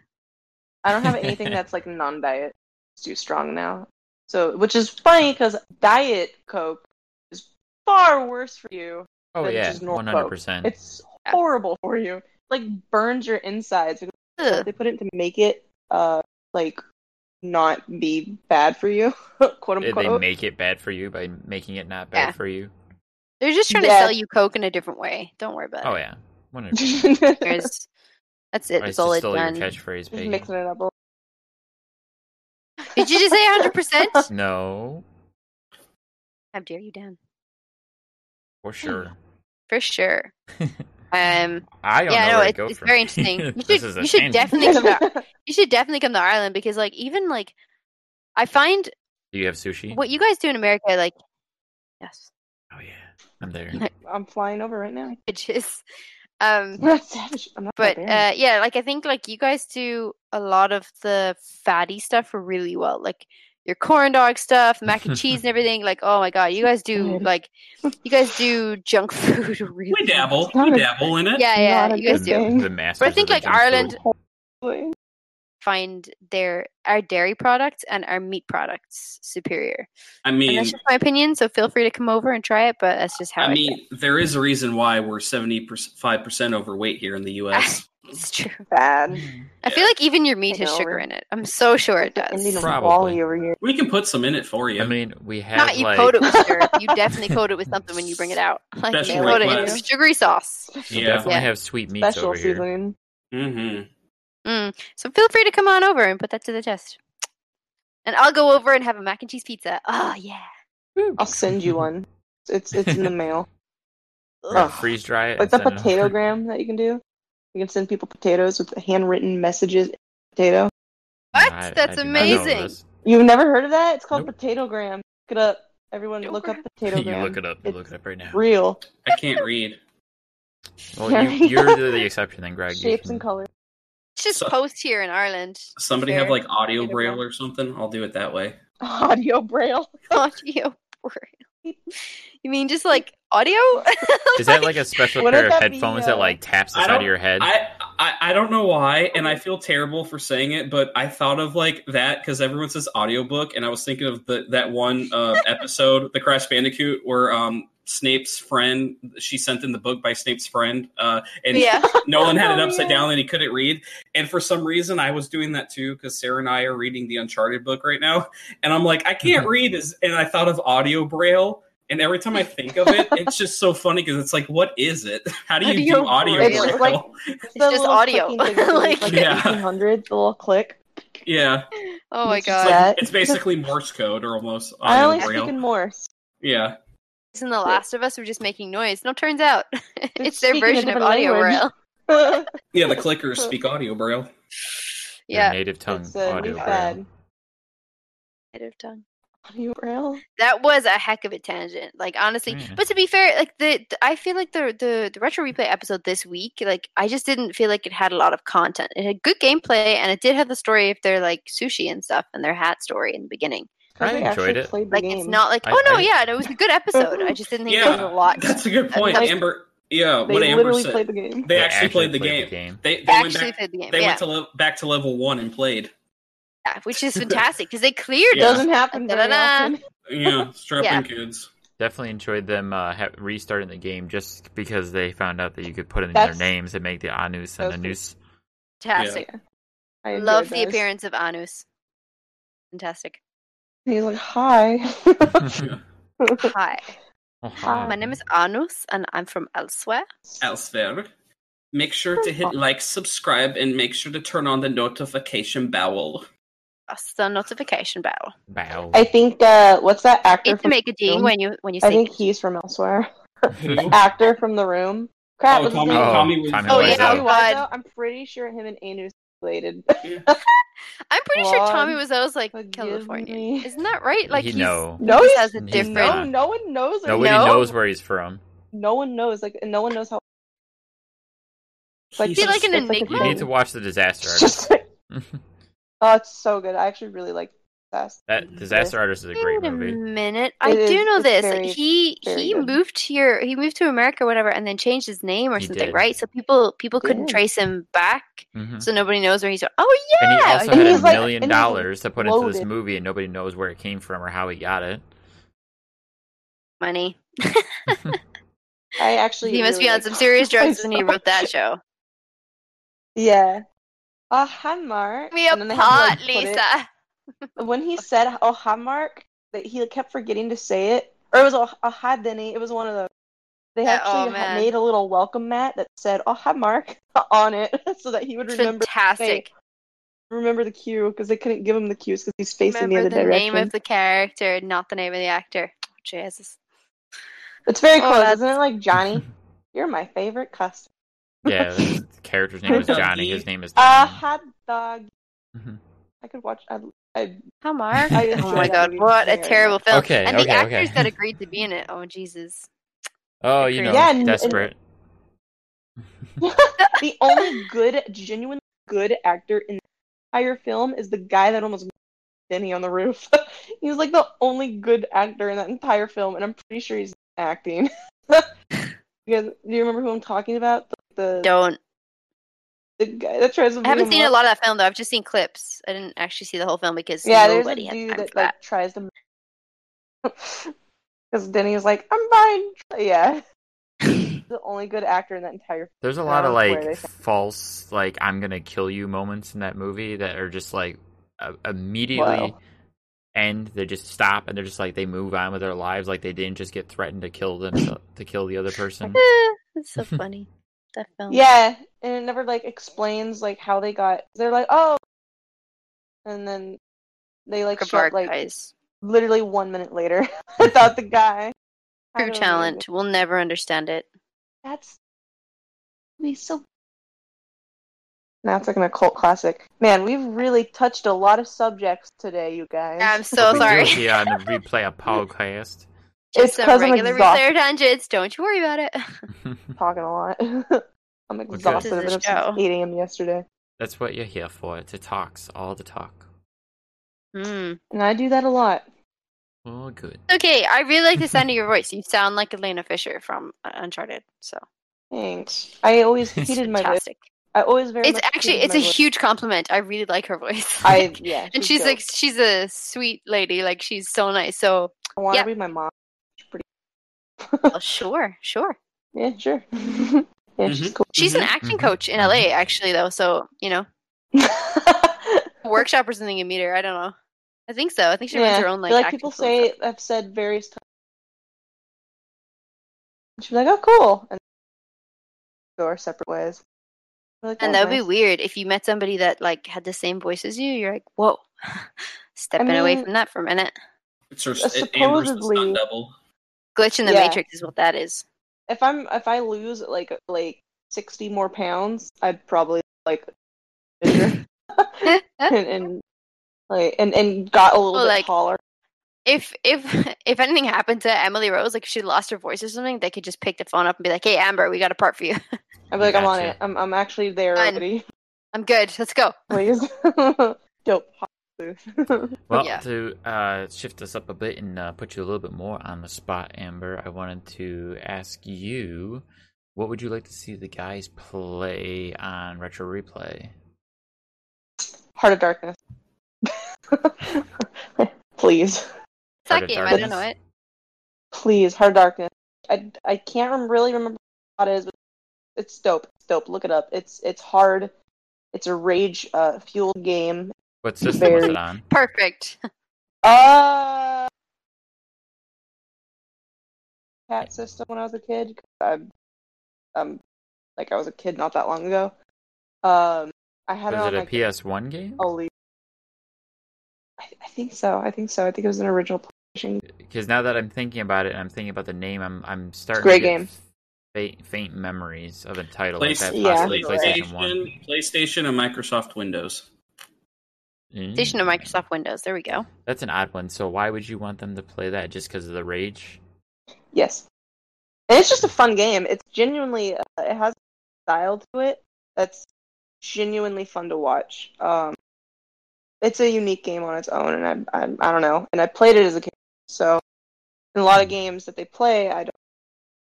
D: I don't have anything that's like non-diet. It's too strong now. So, which is funny because diet Coke is far worse for you.
A: Oh
D: But it's
A: yeah,
D: just normal
A: one
D: Coke.
A: hundred percent.
D: It's horrible for you. Like burns your insides. Because
B: Ugh.
D: They put it to make it uh like not be bad for you, <laughs> quote
A: Did they
D: unquote. <laughs>
A: make it bad for you by making it not bad
B: Yeah.
A: for you?
B: They're just trying
D: Yeah.
B: to sell you coke in a different way. Don't
D: Uh,
B: worry about
A: Oh
B: it.
A: yeah,
D: <laughs>
A: one hundred.
B: There's- that's it.
A: It's
B: That's all
A: just
B: it's
A: still your
B: done.
A: catchphrase,
D: Just
A: Peggy.
D: mixing it up. a
B: Did you just say 100? percent
A: No,
B: How dare you, Dan?
A: for sure.
B: For sure. <laughs> Um.
A: I don't
B: yeah,
A: know
B: no,
A: where to
B: it's,
A: go
B: it's
A: from
B: very
A: here. <laughs>
B: interesting. You
A: this
B: should,
A: is a
B: you should
A: tangent.
B: definitely come to,
D: little.
B: you should definitely come to Ireland because like even like I find
A: Do you have sushi?
B: what you guys do in America like yes <laughs>
A: Oh yeah, I'm there.
D: <laughs> I'm flying over right now. <laughs>
B: bitches um
D: I'm not savage. I'm not
B: but
D: barbarian.
B: uh yeah like I think like you guys do a lot of the fatty stuff really well like your corn dog stuff mac and cheese and everything like oh my god you guys do
D: Good.
B: like you guys do junk <laughs> food really
C: We dabble.
D: Not
C: We
D: a-
C: dabble in it.
B: yeah yeah
D: Not a
B: you guys
D: good
B: do
D: thing.
A: the,
D: But I
A: the masters of
B: think,
A: the
B: like,
A: junk food.
B: Ireland-
D: Hopefully.
B: find their our dairy products and our meat products superior
C: I
B: And
C: mean,
B: that's just my opinion, so feel free to come over and try it, but that's just how I,
C: I mean, there is a reason why we're seventy five percent overweight here in the
B: <laughs>
C: U.S.
B: feel. It's true.
D: Bad.
B: I feel like even your meat
D: I
B: has
D: know,
B: sugar
D: right?
B: in it. I'm so sure it
D: Indian
B: does.
A: Probably.
D: Wally over here.
C: we can put some in it for you.
A: I mean, we have
B: Not you
A: like
B: coat it with sugar. You definitely coat it with something when you bring it out. <laughs> Like you
C: Special
B: coat it in
D: request.
B: some sugary sauce.
A: we
C: Yeah.
A: definitely
B: Yeah.
A: have sweet meats
D: Special
A: over here.
D: seasoning.
C: hmm
B: Mm. So feel free to come on over and put that to the test. And I'll go over and have a mac and cheese pizza. Oh yeah.
A: Woo.
D: I'll send you one. It's it's in the
A: <laughs>
D: mail.
A: We're gonna
D: Ugh.
A: Freeze dry it.
D: Like
A: and
D: the
A: send it
D: potato
A: over.
D: gram that you can do. You can send people potatoes with handwritten messages. Potato.
B: What?
A: I- I
B: That's
A: do not know
B: amazing.
A: this.
D: You've never heard of that? It's called
A: Nope.
D: potato gram. Look it up. Everyone,
B: Potato
D: look up
B: gram.
D: potato
A: <laughs> you
D: gram.
A: look it up. You
D: It's
A: look it up right now.
D: Real
C: I can't read.
A: Well, you,
D: Sorry.
A: you're the, the exception then,
D: <laughs>
A: Greg. You
D: shapes
A: can-
D: and colors.
B: It's just
C: So-
B: post here in Ireland.
C: Somebody
B: Fair.
C: have like audio
B: Either
C: braille
B: one.
C: or something? I'll do it that way.
B: <laughs>
D: Audio braille.
B: <laughs> audio braille. <laughs> You mean just like audio?
A: Is that
B: <laughs>
A: like a special
D: <laughs> Wouldn't
A: pair of
D: that be,
A: headphones
D: uh,
A: that like taps the
C: I
A: side of
C: don't-
A: your head?
C: I, I I don't know why, and I feel terrible for saying it, but I thought of like that because everyone says audiobook, and I was thinking of the that one
B: <laughs>
C: uh, episode, the Crash Bandicoot, where um Snape's friend she sent in the book by Snape's friend, uh, and
B: yeah.
C: Nolan had it
D: Oh,
C: upside
D: yeah.
C: down and he couldn't read. And for some reason, I was doing that too because Sarah and I are reading the Uncharted book right now, and I'm like, I can't read, is and I thought of audio braille. And every time I think of it, it's just so funny because it's like, what is it? <laughs> How do you do
B: Audio
C: audio
B: braille.
C: braille?
D: It's like- It's
B: just audio. <laughs>
D: like,
B: Like-
D: like
C: Yeah.
D: 1800, the little click.
C: <laughs> yeah,
B: Oh my god.
C: It's,
D: It's just
C: like-
D: That-
C: it's basically Morse code or almost
D: I
C: audio
D: only
C: braille.
D: speak in Morse. <laughs>
C: yeah,
B: in The Last of Us were just making noise. No, turns out <laughs> it's their
D: speaking a
B: version of
D: different
B: audio
D: language.
B: braille.
D: it's
C: yeah. The clickers speak audio braille. <laughs>
A: Your
B: Yeah,
A: native tongue
D: a
A: audio
D: new
A: braille.
D: fad.
B: native tongue.
D: Audio braille.
B: That was a heck of a tangent. Like honestly,
A: Yeah.
C: Mm.
B: but to be fair, like the, the- I feel like the the the retro replay episode this week, like I just didn't feel like it had a lot of content. It had good gameplay and it did have the story of their like sushi and stuff and their hat story in the beginning.
D: 'Cause
A: I
D: they
A: enjoyed
D: actually
A: it.
D: Played the
B: Like
D: game.
B: it's not like
A: I-
B: oh no,
A: I-
B: yeah, no, it was a good episode. I just didn't think there was
C: Yeah.
B: a lot.
C: That's a good point,
B: That's-
C: Amber. Yeah,
D: They
C: what Amber
D: literally
C: said.
D: played the game.
C: they, actually played the game. They, they went
B: actually
C: back.
B: played the game.
C: They
B: yeah.
C: went to le- back to level one and played.
B: Yeah, which
C: <laughs>
B: is fantastic because they cleared
D: It
C: Yeah.
B: it.
D: doesn't happen very
B: Da-da-da.
D: often.
C: Yeah, strapping
A: <laughs>
B: Yeah.
C: kids.
A: Definitely enjoyed them uh, ha- restarting the game just because they found out that you could put in
D: That's-
A: their names and make the Anus and
D: That's
A: the Anus.
B: Fantastic.
D: I enjoyed
B: Love the
D: those.
B: appearance of Anus.
D: <laughs>
B: Fantastic.
D: He's like, hi. <laughs>
A: Yeah.
B: Hi,
A: Oh,
D: Hi.
B: my name is Anus, and I'm from elsewhere.
C: Elsewhere. Make sure
B: <laughs>
C: to hit like, subscribe, and make sure to turn on the notification bell.
B: That's the notification bell.
A: Wow.
D: I think, uh, what's that actor
B: It's to
D: from?
B: make a ding when you when you
D: I
B: say.
D: think he's from elsewhere.
B: <laughs>
C: Who?
D: Actor from the room. Crap,
C: Oh,
D: what's his
C: Tommy,
D: name?
A: Oh,
C: Tommy, was-
A: Tommy
B: Oh,
D: Oh,
B: yeah.
D: yeah,
A: Wiseau.
D: Tommy Wiseau. I'm pretty sure him and Anu related. <laughs>
B: I'm pretty sure Tommy
D: Juan,
B: was always like
D: forgive
B: California.
D: me.
B: Isn't that right? Like
A: He
B: he's,
A: know.
D: No,
B: he
D: he's-
B: has a
A: He's
B: different.
D: No,
A: not.
D: no one knows. or
A: Nobody
B: No?
A: knows where he's from.
D: No one knows. Like no one knows how.
B: Is he like an
D: it's
B: enigma?
A: You need to watch the disaster
D: It's
A: artist.
D: just like, oh, it's so good. I actually really like that.
A: <laughs> that disaster artist is a great
B: Wait a
A: movie.
B: minute, I
D: It
B: do
D: is-
B: know
D: it's
B: this.
D: very,
B: he
D: very
B: he
D: good.
B: moved here. He moved to America, or whatever, and then changed his name or
A: He
B: something,
A: did.
B: right? So people people couldn't
D: did.
B: trace him back,
A: hmm
B: so nobody knows where he's. from. Oh yeah,
A: And he also
D: And
A: had a
D: he's like-
A: million
D: and he's
A: dollars to put into this
D: loaded.
A: movie, and nobody knows where it came from or how he got it. <laughs>
B: money.
D: I actually.
B: He must
D: really
B: be on
D: like
B: some
D: <laughs>
B: serious
D: that
B: drugs when he
D: myself.
B: wrote that show.
D: <laughs> Yeah. Oh, hi, Mark.
B: Give me a
D: And then they had
B: pot,
D: to, like, put it-
B: Lisa.
D: When he said "oh hi, Mark," that he kept forgetting to say it, or it was "oh oh, hi, Denny." It was one of those. They
B: Yeah, oh,
D: actually had
B: man.
D: made a little welcome mat that said "oh hi, Mark" <laughs> on it, so that he would remember
B: Fantastic.
D: remember the cue because they couldn't give him the cues because he's facing
B: Remember
D: the
B: the,
D: other direction.
B: name of the character, not the name of the actor. Oh, Jesus.
D: It's very
B: Oh,
D: close,
B: that's-
D: isn't it?
B: <laughs>
D: Like Johnny, you're my favorite customer.
A: yeah, the character's name
D: <laughs>
A: is Johnny. His name is
D: Uh,
A: Tom.
D: hot dog.
A: Mhm.
D: I could watch. I, I
B: How Mark?
D: <laughs> I
A: enjoyed
B: oh my
D: that
B: god,
D: movie
B: what a
D: very
B: terrible film.
A: Okay,
B: and the
A: okay, okay.
B: actors that agreed to be in it. Oh Jesus.
A: Oh, you know,
D: Yeah, and-
A: desperate.
D: the only good, genuine good actor in the entire film is the guy that almost Denny on the roof. <laughs> he was like the only good actor in that entire film, and I'm pretty sure he's acting. <laughs> you guys, do you remember who I'm talking about? The the,
B: Don't
D: the guy that tries to.
B: I
D: beat
B: haven't
D: him
B: seen
D: up.
B: a lot of that film though. I've just seen clips. I didn't actually see the whole film because
D: Yeah, there's a
B: nobody had
D: dude
B: time
D: that,
B: for
A: <laughs>
B: that.
D: like tries to. <laughs> Because Denny was like, "I'm buying." tr-" <laughs> Yeah, the only good actor in that entire.
A: There's a
D: I
A: lot of
D: don't know where
A: like
D: they found-
A: false, like I'm gonna kill you moments in that movie that are just like uh, immediately
D: Wow.
A: end. They just stop and they're just like they move on with their lives, like they didn't just get threatened to kill them to kill the other person.
B: Eh,
A: <laughs>
B: It's so funny. That film.
D: Yeah, and it never like explains like how they got. They're like, "Oh," and then they like
B: Kvar
D: shot like
B: guys.
D: literally one
B: <laughs>
D: minute later <laughs> without the guy. I
B: True
D: don't
B: talent.
D: know.
B: We'll never understand it.
D: That's we so. Now it's like an occult classic. Man, we've really touched a lot of subjects today, you guys.
B: I'm <laughs> so
A: we
B: sorry.
A: do it here on the uh, replay of podcast. <laughs>
B: <laughs> Just
D: It's
B: some
D: 'cause I'm
B: regular
D: exhausted.
B: replayer tangents. Don't you worry about it. <laughs>
D: talking a lot. <laughs> I'm exhausted.
B: This is
D: I've been
B: a
D: up
B: show.
D: since 8 a.m. yesterday.
A: That's what you're here for. To talks, all the talk.
B: Hmm.
D: And I do that a lot.
A: All good.
B: Okay, I really like the sound of your voice. You sound like Elena Fisher from uh, Uncharted. So
D: Thanks. I
B: <laughs>
D: always
A: It's
D: heated my voice.
B: fantastic.
D: I always very
B: It's
D: much
B: actually
D: heated
B: it's a
D: my voice.
B: huge compliment. I really like her voice.
D: I yeah.
B: <laughs> and she's
D: dope.
B: like she's a sweet lady. Like she's so nice.
D: <laughs>
B: So
D: I want to
B: yeah.
D: be my mom. She's pretty.
B: well, sure, sure.
D: yeah, sure. <laughs> yeah, she's cool. <laughs>
B: She's an acting
A: mhm,
D: mm-hmm.
B: coach in LA actually though. So you know, a workshop or something you meet her. I don't know. I think so. I think she runs
D: yeah.
B: her own like,
D: like
B: acting
D: people
B: school and
D: say
B: stuff.
D: I've said various times. She's like, oh, cool, and go our separate ways. I'm like,
B: And
D: "Oh,
B: that would be
D: nice."
B: weird if you met somebody that like had the same voice as you. You're like, whoa, <laughs> stepping away
D: mean-
B: from that for a minute.
C: It's her,
D: Uh,
C: it, Amber's the
D: supposedly-
C: stunt double.
B: Glitch in the
D: Yeah.
B: matrix is what that
D: <laughs>
B: is. <laughs>
D: If I'm if I lose like like sixty more pounds, I'd probably like <laughs> and, and like and and got a little
B: Well,
D: bit
B: like-
D: taller.
B: if if <laughs> if anything happened to Emily Rose, like if she lost her voice or something, they could just pick the phone up and be like, "Hey, Amber, we got a part for you. <laughs>
D: I'd be like, I'm on
A: Gotcha.
D: it. I'm I'm actually there
B: Fine.
D: already.
B: I'm good. Let's go."
D: Please, <laughs> dope.
A: Well,
B: Yeah.
A: to uh, shift us up a bit and uh, put you a little bit more on the spot, Amber, I wanted to ask you what would you like to see the guys play on Retro Replay?
D: <laughs> Heart of Darkness. <laughs> please,
B: It's that
A: Heart of
B: game. I don't know
A: Darkness.
B: it.
D: please, Heart of Darkness. I I can't rem- really remember what it is, but it's dope. It's dope. Look it up. It's it's hard. It's a rage uh, fueled game.
A: What system was it
D: Very-
A: on?
B: Perfect.
D: Uh, cat system when I was a kid. 'cause I'm, um, like I was a kid not that long ago. Um, I had it Oh.
A: Was
D: on
A: it a
D: my
A: PS1 game?
D: Oli. I, I think so. I think so. I think it was an original PlayStation.
A: Because now that I'm thinking about it and I'm thinking about the name, I'm I'm starting to
D: Great
A: get
D: game.
A: faint, faint memories of entitled
C: Place-
A: like that
D: Yeah.
A: possibly PlayStation One.
C: PlayStation, PlayStation, and Microsoft Windows.
A: Mm.
B: Station of Microsoft Windows. There we go.
A: That's an odd one. So why would you want them to play that just because of the rage?
D: Yes. And it's just a fun game. It's genuinely uh, it has style to it that's genuinely fun to watch. Um, it's a unique game on its own, and I, I I don't know. And I played it as a kid, so in a lot of games that they play, I don't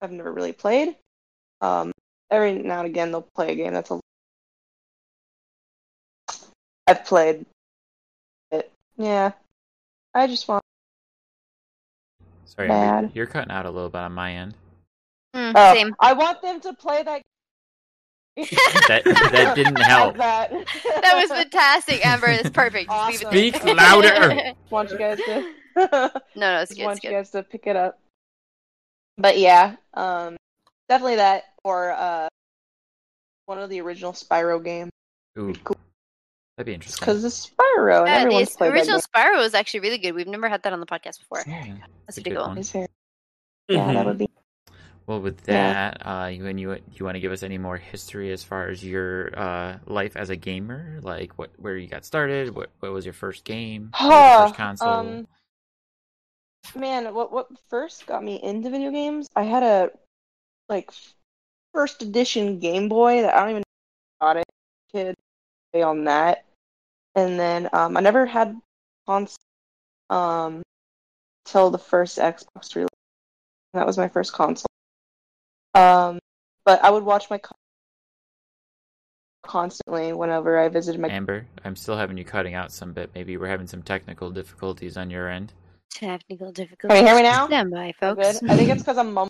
D: I've never really played. Um, every now and again they'll play a game that's a I've played it. Yeah, I just want.
A: Sorry, I'm-
D: Bad.
A: you're cutting out a little bit on my end.
B: Hmm,
D: Oh,
B: Same. <laughs>
D: I want them to play that
A: That <laughs> that
D: <laughs>
A: didn't help.
D: That.
B: That was fantastic, Amber. It's perfect. Just leave it
A: Speak
B: there.
A: louder.
D: <laughs> want you guys to
B: <laughs>
D: <laughs>
B: no, no, it's
D: just
B: good. It's
D: want you
B: good.
D: guys to pick it up. But yeah, um, definitely that or uh, one of the original Spyro games
A: Ooh,
D: cool.
A: that'd be
D: because
A: interesting.
D: it's Spyro and
B: Yeah,
D: everyone's
B: the
D: played
B: original
D: that
B: Spyro was actually really good. We've never had that on the podcast before.
A: Yeah.
B: That's
A: a
B: pretty
A: good
B: cool.
A: one.
D: game. Is there- Yeah,
C: Mm-hmm.
A: Mm-hmm.
D: that would be.
A: Well, with
D: Yeah.
A: that, uh, you and you, you want to give us any more history as far as your uh, life as a gamer, like what where you got started, what what was your first game, what was your first
D: Huh,
A: console?
D: um, Man, what what first got me into video games? I had a like first edition Game Boy that I don't even know got it. Kid, way on that, and then um, I never had console um till the first Xbox release. That was my first console. Um, but I would watch my con- constantly whenever I visited my
A: Amber, I'm still having you cutting out some bit. Maybe we're having some technical difficulties on your end.
B: Technical difficulties.
D: Can you hear me now?
B: Stand by,
D: Good.
B: folks.
D: I think it's because I'm mumbling.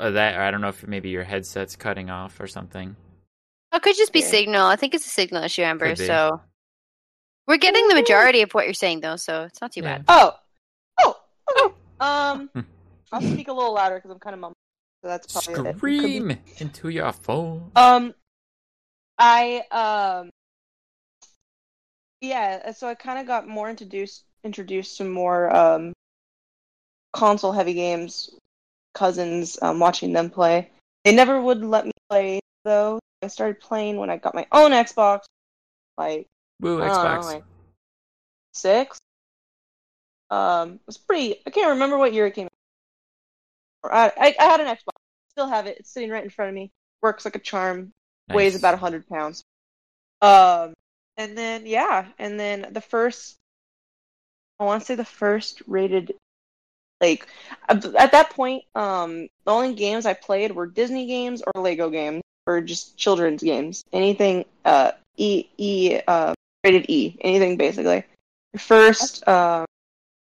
A: Or Uh, that, or I don't know if maybe your headset's cutting off or something.
B: It could just be
D: Yeah.
B: signal. I think it's a signal issue, Amber.
A: Could be.
B: So we're getting the majority of what you're saying, though, so it's not too
A: Yeah. Hmm.
B: bad.
D: Oh, oh, okay. Um, I'll speak a little louder because I'm kind of mumbling. So that's probably it. It could be-
A: Scream into your phone.
D: Um, I um, yeah. uh, So I kind of got more introduced introduced to more um console heavy games. Cousins, um, watching them play. They never would let me play though. I started playing when I got my own Xbox, like
A: Woo,
D: I don't know,
A: Xbox.
D: like six. Um, it was pretty. I can't remember what year it came. out. Or I, I, I had an Xbox. Still have it. It's sitting right in front of me. Works like a charm. Weighs
A: Nice.
D: about hundred pounds. Um, and then yeah, and then the first. I want to say the first rated, like at at that point, um, the only games I played were Disney games or Lego games or just children's games. Anything uh E E uh rated E. Anything basically. The first um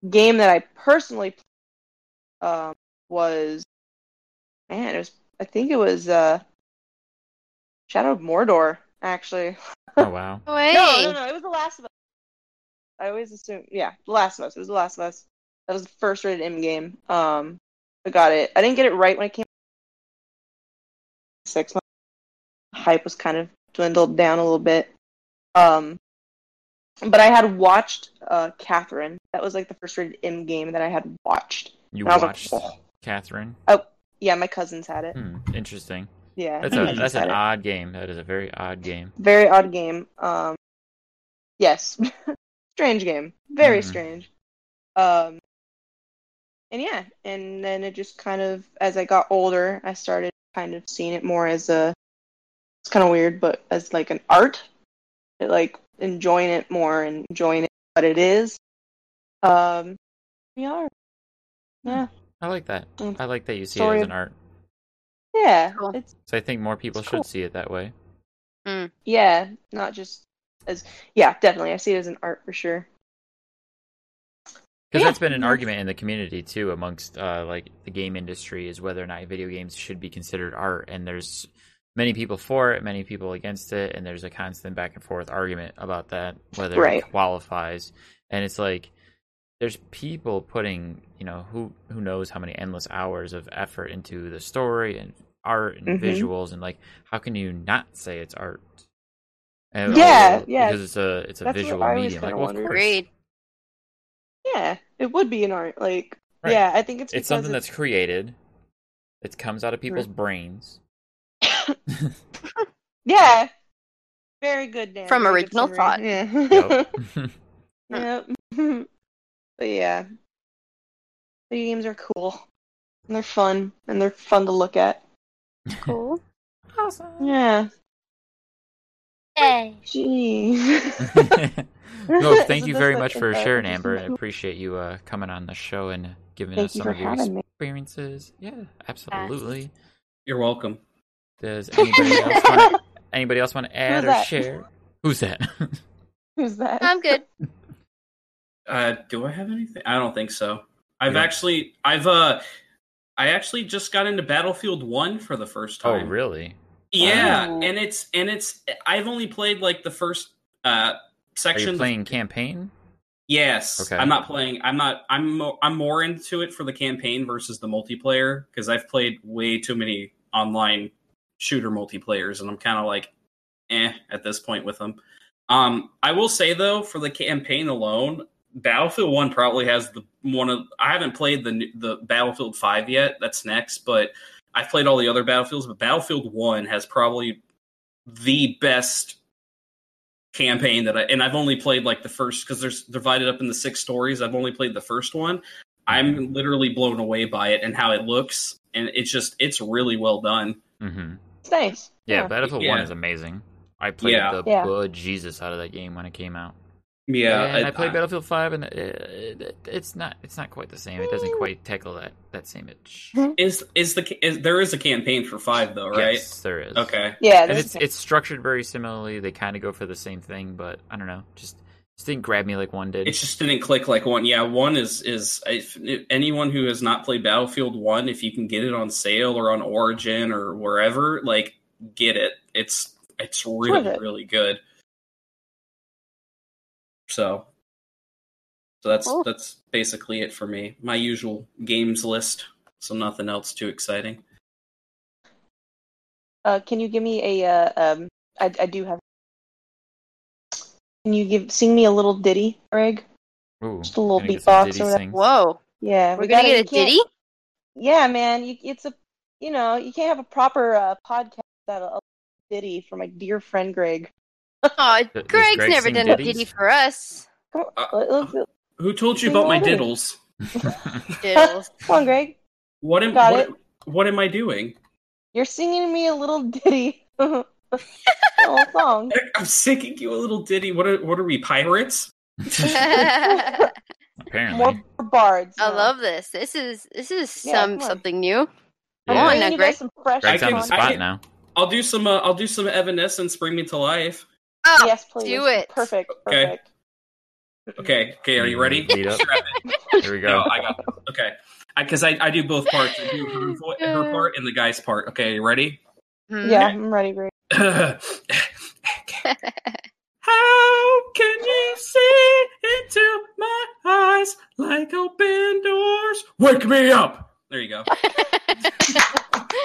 D: game that I personally played um, was man, it was I think it was uh, Shadow of Mordor actually.
A: Oh
D: <laughs>
A: wow.
B: Wait.
D: No, no, no, it was The Last of Us. I always assume, yeah, The Last of Us. It was The Last of Us. That was the first rated M game. Um, I got it. I didn't get it right when it came. Six months. Hype was kind of dwindled down a little bit. Um, but I had watched uh Catherine. That was like the first rated M game that I had watched.
A: You
D: And I was
A: watched
D: like, oh.
A: Catherine.
D: Yeah, my cousins had it.
A: Hmm, interesting.
D: Yeah,
A: That's
D: my
A: a
D: cousins
A: that's
D: had
A: an
D: it.
A: odd game. That is a very odd game.
D: very odd game. Um, yes, <laughs> strange game, very
A: Mhm.
D: strange. Um, and yeah, and then it just kind of, as I got older, I started kind of seeing it more as a. It's kind of weird, but as like an art, It, like enjoying it more and enjoying it what it is. Um, we are, yeah,
A: I like that.
D: Mm.
A: I like that you see
D: Story
A: it as
D: of-
A: an art.
D: yeah,
B: Cool.
D: it's
A: So I think more people
D: It's
A: should
D: cool.
A: see it that way.
D: yeah, not just as yeah, definitely. I see it as an art for sure.
A: Because
D: Yeah.
A: that's been an
D: Yeah.
A: argument in the community too, amongst uh, like the game industry, is whether or not video games should be considered art. And there's many people for it, many people against it, and there's a constant back and forth argument about that whether
D: Right.
A: it qualifies. And it's like there's people putting, you know, who who knows how many endless hours of effort into the story and art and
D: Mhm.
A: visuals, and like how can you not say it's art? And
D: Yeah, yeah.
A: because it's a it's a
D: That's what
A: visual
D: I always
A: medium. Like,
D: kinda
A: well, of
D: wondered.
A: course,
B: Agreed.
D: Yeah, it would be an art. Like,
A: Right.
D: yeah, I think it's
A: it's
D: because
A: something
D: it's-
A: that's created It comes out of people's
D: <laughs>
A: brains.
D: Yeah. Very good, Dan.
B: From
D: Very good
B: original
D: summary.
B: thought.
D: Yeah.
A: Yep.
D: <laughs> Yep. <laughs> but yeah. Video games are cool. And they're fun. And they're fun to look at.
B: Cool.
A: awesome.
D: Yeah.
B: Yay.
A: <laughs>
D: Jeez.
A: <laughs> no, thank you
D: This
A: very
D: is
A: much for
D: interesting.
A: sharing, Amber. I appreciate you uh, coming on the show and giving
D: Thank
A: us
D: you
A: some
D: for
A: of your
D: having me.
A: experiences. Yeah, absolutely.
C: You're welcome.
A: Does
D: <laughs>
A: anybody else want anybody else want to add
D: Who's
A: or
D: that?
A: share? Who's
C: <laughs>
A: that?
C: Oh,
D: Who's that?
B: I'm good.
C: Uh, do I have anything? I don't think so. I've
A: Yeah.
C: actually, I've, uh, I actually just got into Battlefield One for the first
A: oh,
C: time.
A: really?
C: Yeah,
D: Wow.
C: and it's and it's. I've only played like the first uh
A: Are
C: section.
A: you playing campaign?
C: Yes,
A: Okay.
C: I'm not playing. I'm not. I'm. Mo- I'm more into it for the campaign versus the multiplayer because I've played way too many online shooter multiplayers, and I'm kind of like, eh, at this point with them. Um, I will say though, for the campaign alone, Battlefield One probably has the one of. I haven't played the new- the Battlefield Five yet. That's next, but I've played all the other Battlefields. But Battlefield One has probably the best campaign that I and I've only played like the first because there's divided up into six stories. I've only played the first one.
A: Mm-hmm.
C: I'm literally blown away by it and how it looks, and it's just it's really well done.
A: Mm-hmm.
D: It's nice.
A: Yeah, Battlefield One
C: Yeah.
A: is amazing. I played
C: Yeah.
A: the
D: Yeah.
A: blood Jesus out of that game when it came out.
C: Yeah,
A: and I, played Battlefield Five, and it, it, it's not it's not quite the same. It doesn't quite tackle that that same itch.
C: Is is the ca- is, there is a campaign for five though, right?
A: Yes, there is.
C: Okay.
D: Yeah,
A: and
D: there's-
A: it's it's structured very similarly. They kind of go for the same thing, but I don't know. Just just didn't grab me like one did.
C: It just didn't click like one. Yeah, one is is if, if anyone who has not played Battlefield One, if you can get it on sale or on Origin or wherever, like get it. It's it's really
D: it.
C: really good. So, so that's
B: Cool.
C: that's basically it for me. My usual games list. So nothing else too exciting.
D: Uh, can you give me a? Uh, um, I, I do have. Can you give sing me a little ditty, Greg?
A: Ooh,
D: just a little
A: gonna get some
D: beatbox or
A: ditty
D: whatever.
A: sings.
B: Whoa.
D: Yeah,
B: We're
D: we
B: gonna
D: gotta-
B: get a
D: you can't-
B: ditty?
D: Yeah, man, you, it's a you know you can't have a proper uh, podcast without a, a ditty for my dear friend Greg.
B: Oh,
A: does
B: Greg's
A: Greg
B: never
A: sing
B: done
A: ditties?
B: a ditty for
D: <laughs>
B: us.
D: Come on,
C: Uh,
D: let-
B: <laughs>
D: let's-
C: Who told you
D: Sing
C: about my
D: already.
C: diddles?
A: <laughs>
B: Diddles.
D: <laughs> come on, Greg,
C: What am
D: Got
C: what,
D: it.
C: what am I doing? <laughs>
D: you're singing me a little ditty, <laughs> a little
C: <laughs>
D: song.
C: I'm singing you a little ditty. What are what are we pirates?
A: <laughs>
B: <laughs> I
A: Apparently,
D: More for bards. you know.
B: love this. This is this is
D: Yeah,
B: some
D: come on.
B: something new.
D: I'm
B: Come on
D: bringing
B: now,
D: you
B: Greg.
D: guys some fresh
A: Greg's
C: I
A: on
C: can-
A: the
D: content.
A: spot
C: I-
A: now.
C: I'll do some. Uh, I'll do some Evanescence. Bring me to life.
B: Oh,
D: Yes, please.
B: Do it.
D: Perfect.
C: Okay.
D: Perfect.
C: Okay. Okay. Are you ready?
A: Lead Mm, up.
C: Strap
A: Here we
C: in. No,
A: go.
C: I got this. Okay. Because I, I, do both parts. I do her, vo- her part and the guy's part. Okay. You ready?
B: Hmm.
D: Yeah, I'm ready, Greg.
C: How can you see into my eyes like open doors? Wake me up. There you go.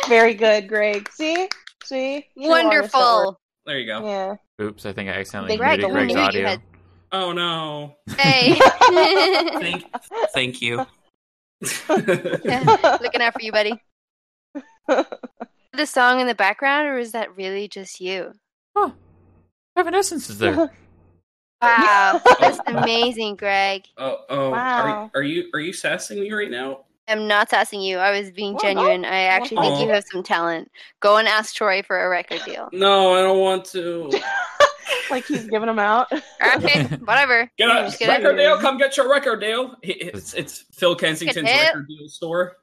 D: Very good, Greg. See, see, You know all this stuff
B: Wonderful.
C: There you go.
D: works. Yeah. <laughs>
A: Oops, I think I accidentally
D: They Greg,
A: muted
D: I
A: Greg's
D: knew you
A: audio.
B: had-
C: Oh no.
D: <laughs>
B: Hey. <laughs>
C: Thank. Thank you. <laughs> Oh,
B: Looking out for you, buddy.
D: <laughs>
B: The song in the background, or is that really just you?
A: Huh. Evanescence is there.
D: <laughs>
B: Wow, that's amazing, Greg.
C: oh oh.
D: Wow.
C: Are, are you are you sassing me right now?
B: I'm not sassing you. I was being
D: Well,
B: genuine. I actually think you
C: Aw.
B: have some talent. Go and ask Troy for a record
C: <laughs>
B: deal.
C: No, I don't
B: <laughs>
C: want to.
D: like he's giving them out.
B: Okay, whatever.
C: Get
D: Yeah,
C: a
D: just
B: get it.
C: record deal. Come get your record deal. He- It's it's Phil Kensington's
B: Get it.
C: record
B: <laughs>
C: deal store.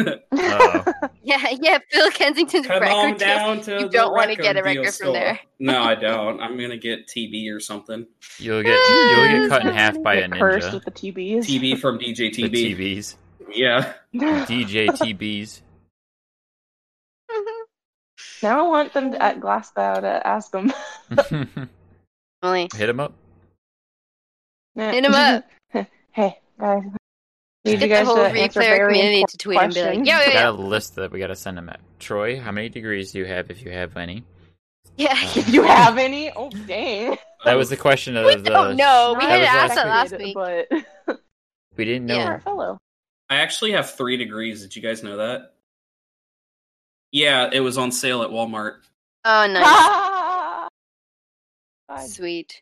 A: Oh,
B: Yeah, yeah. Phil Kensington's
C: Come on
B: record deal.
C: down to
B: You
C: the
B: don't wanna get a
C: deal
B: record from
C: store.
B: there.
C: <laughs> No, I don't. I'm gonna get TB or
B: <laughs>
C: something.
A: you'll get you'll get cut in half by
D: Get
A: a
D: cursed
A: ninja.
D: with the TBs.
C: TB from DJ
A: The
C: TB.
A: TVs,
C: Yeah.
D: <laughs>
A: DJ TBs.
D: Now I want them to, at Glassbow to ask <laughs> them.
A: <laughs>
B: Emily,
A: Hit him up.
B: Oh, Hit 'em up.
D: <laughs> hey guys, need
B: get
D: you
B: the
D: guys
B: whole
D: to answer
B: replayer
D: very
B: community
D: important
B: to tweet and be like,
D: question.
B: "Yo,
A: We
B: yo,
A: got a
B: yo,
A: list that we got to send him at. Troy, how many degrees do you have if you have any?
B: <laughs> yeah."
D: If you have any, oh dang.
A: That was the question of the.
B: don't know. We
D: Not
B: had
A: that was
B: asked that
A: last
B: last
D: expected,
B: week.
D: but <laughs>
A: We didn't know.
D: you're a fellow.
C: I actually have three degrees. Did you guys know that? Yeah, it was on sale at Walmart.
B: Oh, nice.
D: <laughs> Ah! God,
B: Sweet.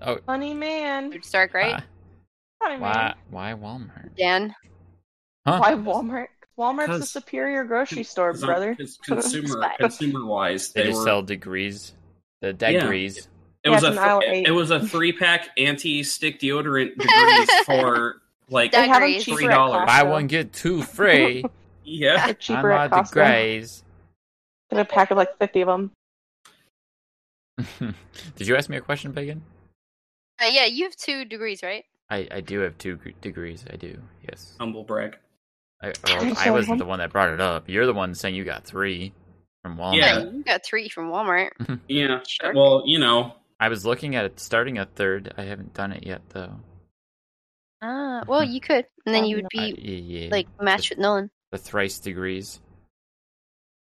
A: Oh,
D: funny man.
B: Dude Stark, right?
D: Funny
A: Why?
D: man.
A: Why Walmart?
B: Dan.
A: Huh?
D: Why Walmart? Walmart's a
C: 'Cause-
D: superior grocery store,
C: Because I'm-
D: brother.
B: <laughs>
C: because Consumer,
B: Spy.
C: consumer wise,
A: They,
C: they,
A: just
C: were.
A: sell degrees. The
C: Yeah.
A: degrees.
C: it was
D: Yeah,
C: a
D: from aisle
C: fr-
D: eight.
C: it
B: <laughs>
C: was a three pack anti stick deodorant degrees for like
D: They have them
B: Degrees.
D: cheaper at
C: $3.
D: Costco.
A: Buy one get two
B: <laughs>
A: free.
C: yeah.
D: They're cheaper
A: I'm
D: at
A: on
D: Costco.
A: degrees. <laughs>
D: Get a pack of like fifty of them.
A: Did you ask me a question, Megan?
B: Uh, yeah, you have two degrees, right?
A: I, I do have two gr- degrees. I do. Yes.
C: Humble brag.
A: I,
D: I'm
A: well, I
D: sorry,
A: wasn't
D: what?
A: the one that brought it up. You're the one saying you got three from Walmart.
C: Yeah.
B: You got three from Walmart.
C: Yeah.
B: Sure.
C: Well, you know,
A: I was looking at starting a third. I haven't done it yet, though.
B: Ah, well, you could, and then you would
A: I-
B: be
A: yeah,
B: like matched with Nolan.
A: the thrice degrees.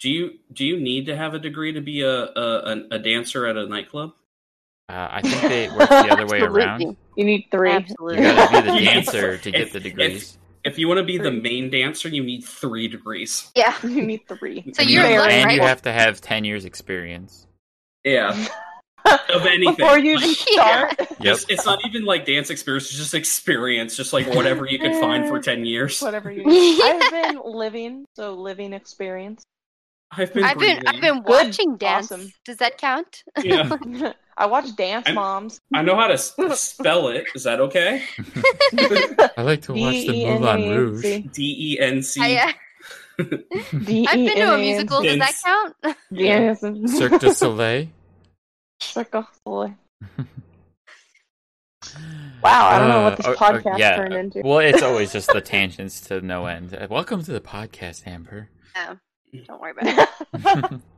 C: do you do you need to have a degree to be a a, a, a dancer at a nightclub?
A: Uh, I think they
D: <laughs>
A: work the other way around.
B: Absolutely.
D: You need three.
A: You
B: Absolutely.
A: gotta
D: <laughs>
A: be the
C: Yeah.
A: dancer to get
C: If-
A: the
C: if-
A: degrees.
C: If you want to be the main dancer, you need three degrees.
B: Yeah. <laughs>
D: You need three.
B: So you're
D: Very
B: in luck,
A: and you
B: right?
A: have to have ten years
D: <laughs>
A: experience.
C: Yeah. Of anything.
D: Before you even
B: Yeah.
D: start.
A: Yep.
C: It's, it's not even like dance experience, it's just experience, just like whatever you could find
B: <laughs>
C: for 10 years.
D: <laughs> Whatever you need. I've been living, so living experience.
C: <laughs>
D: <laughs>
C: I've been
B: I've been I've
C: breathing.
B: been watching dance.
D: Awesome.
B: Does that count?
C: Yeah.
D: I watch Dance
C: I'm-
D: Moms.
C: I know how to s-
B: <laughs>
C: spell it. Is that okay?
A: I like to watch
D: E
A: the Moulin Rouge.
C: D E N C.
B: I,
C: <laughs>
B: uh,
D: D-E-N-A-N-C.
B: I've been to a musical. Does that
C: Dance.
D: <laughs>
B: count?
D: Yes.
A: Cirque
D: <laughs>
A: du Soleil.
D: Circle. Wow, I don't know what this
A: Uh, oh, oh,
D: podcast
A: yeah.
D: turned into.
A: Well, it's always just
D: <laughs>
A: the tangents to no end. Uh, Welcome to the podcast, Amber.
B: Don't worry about it.
D: I <laughs>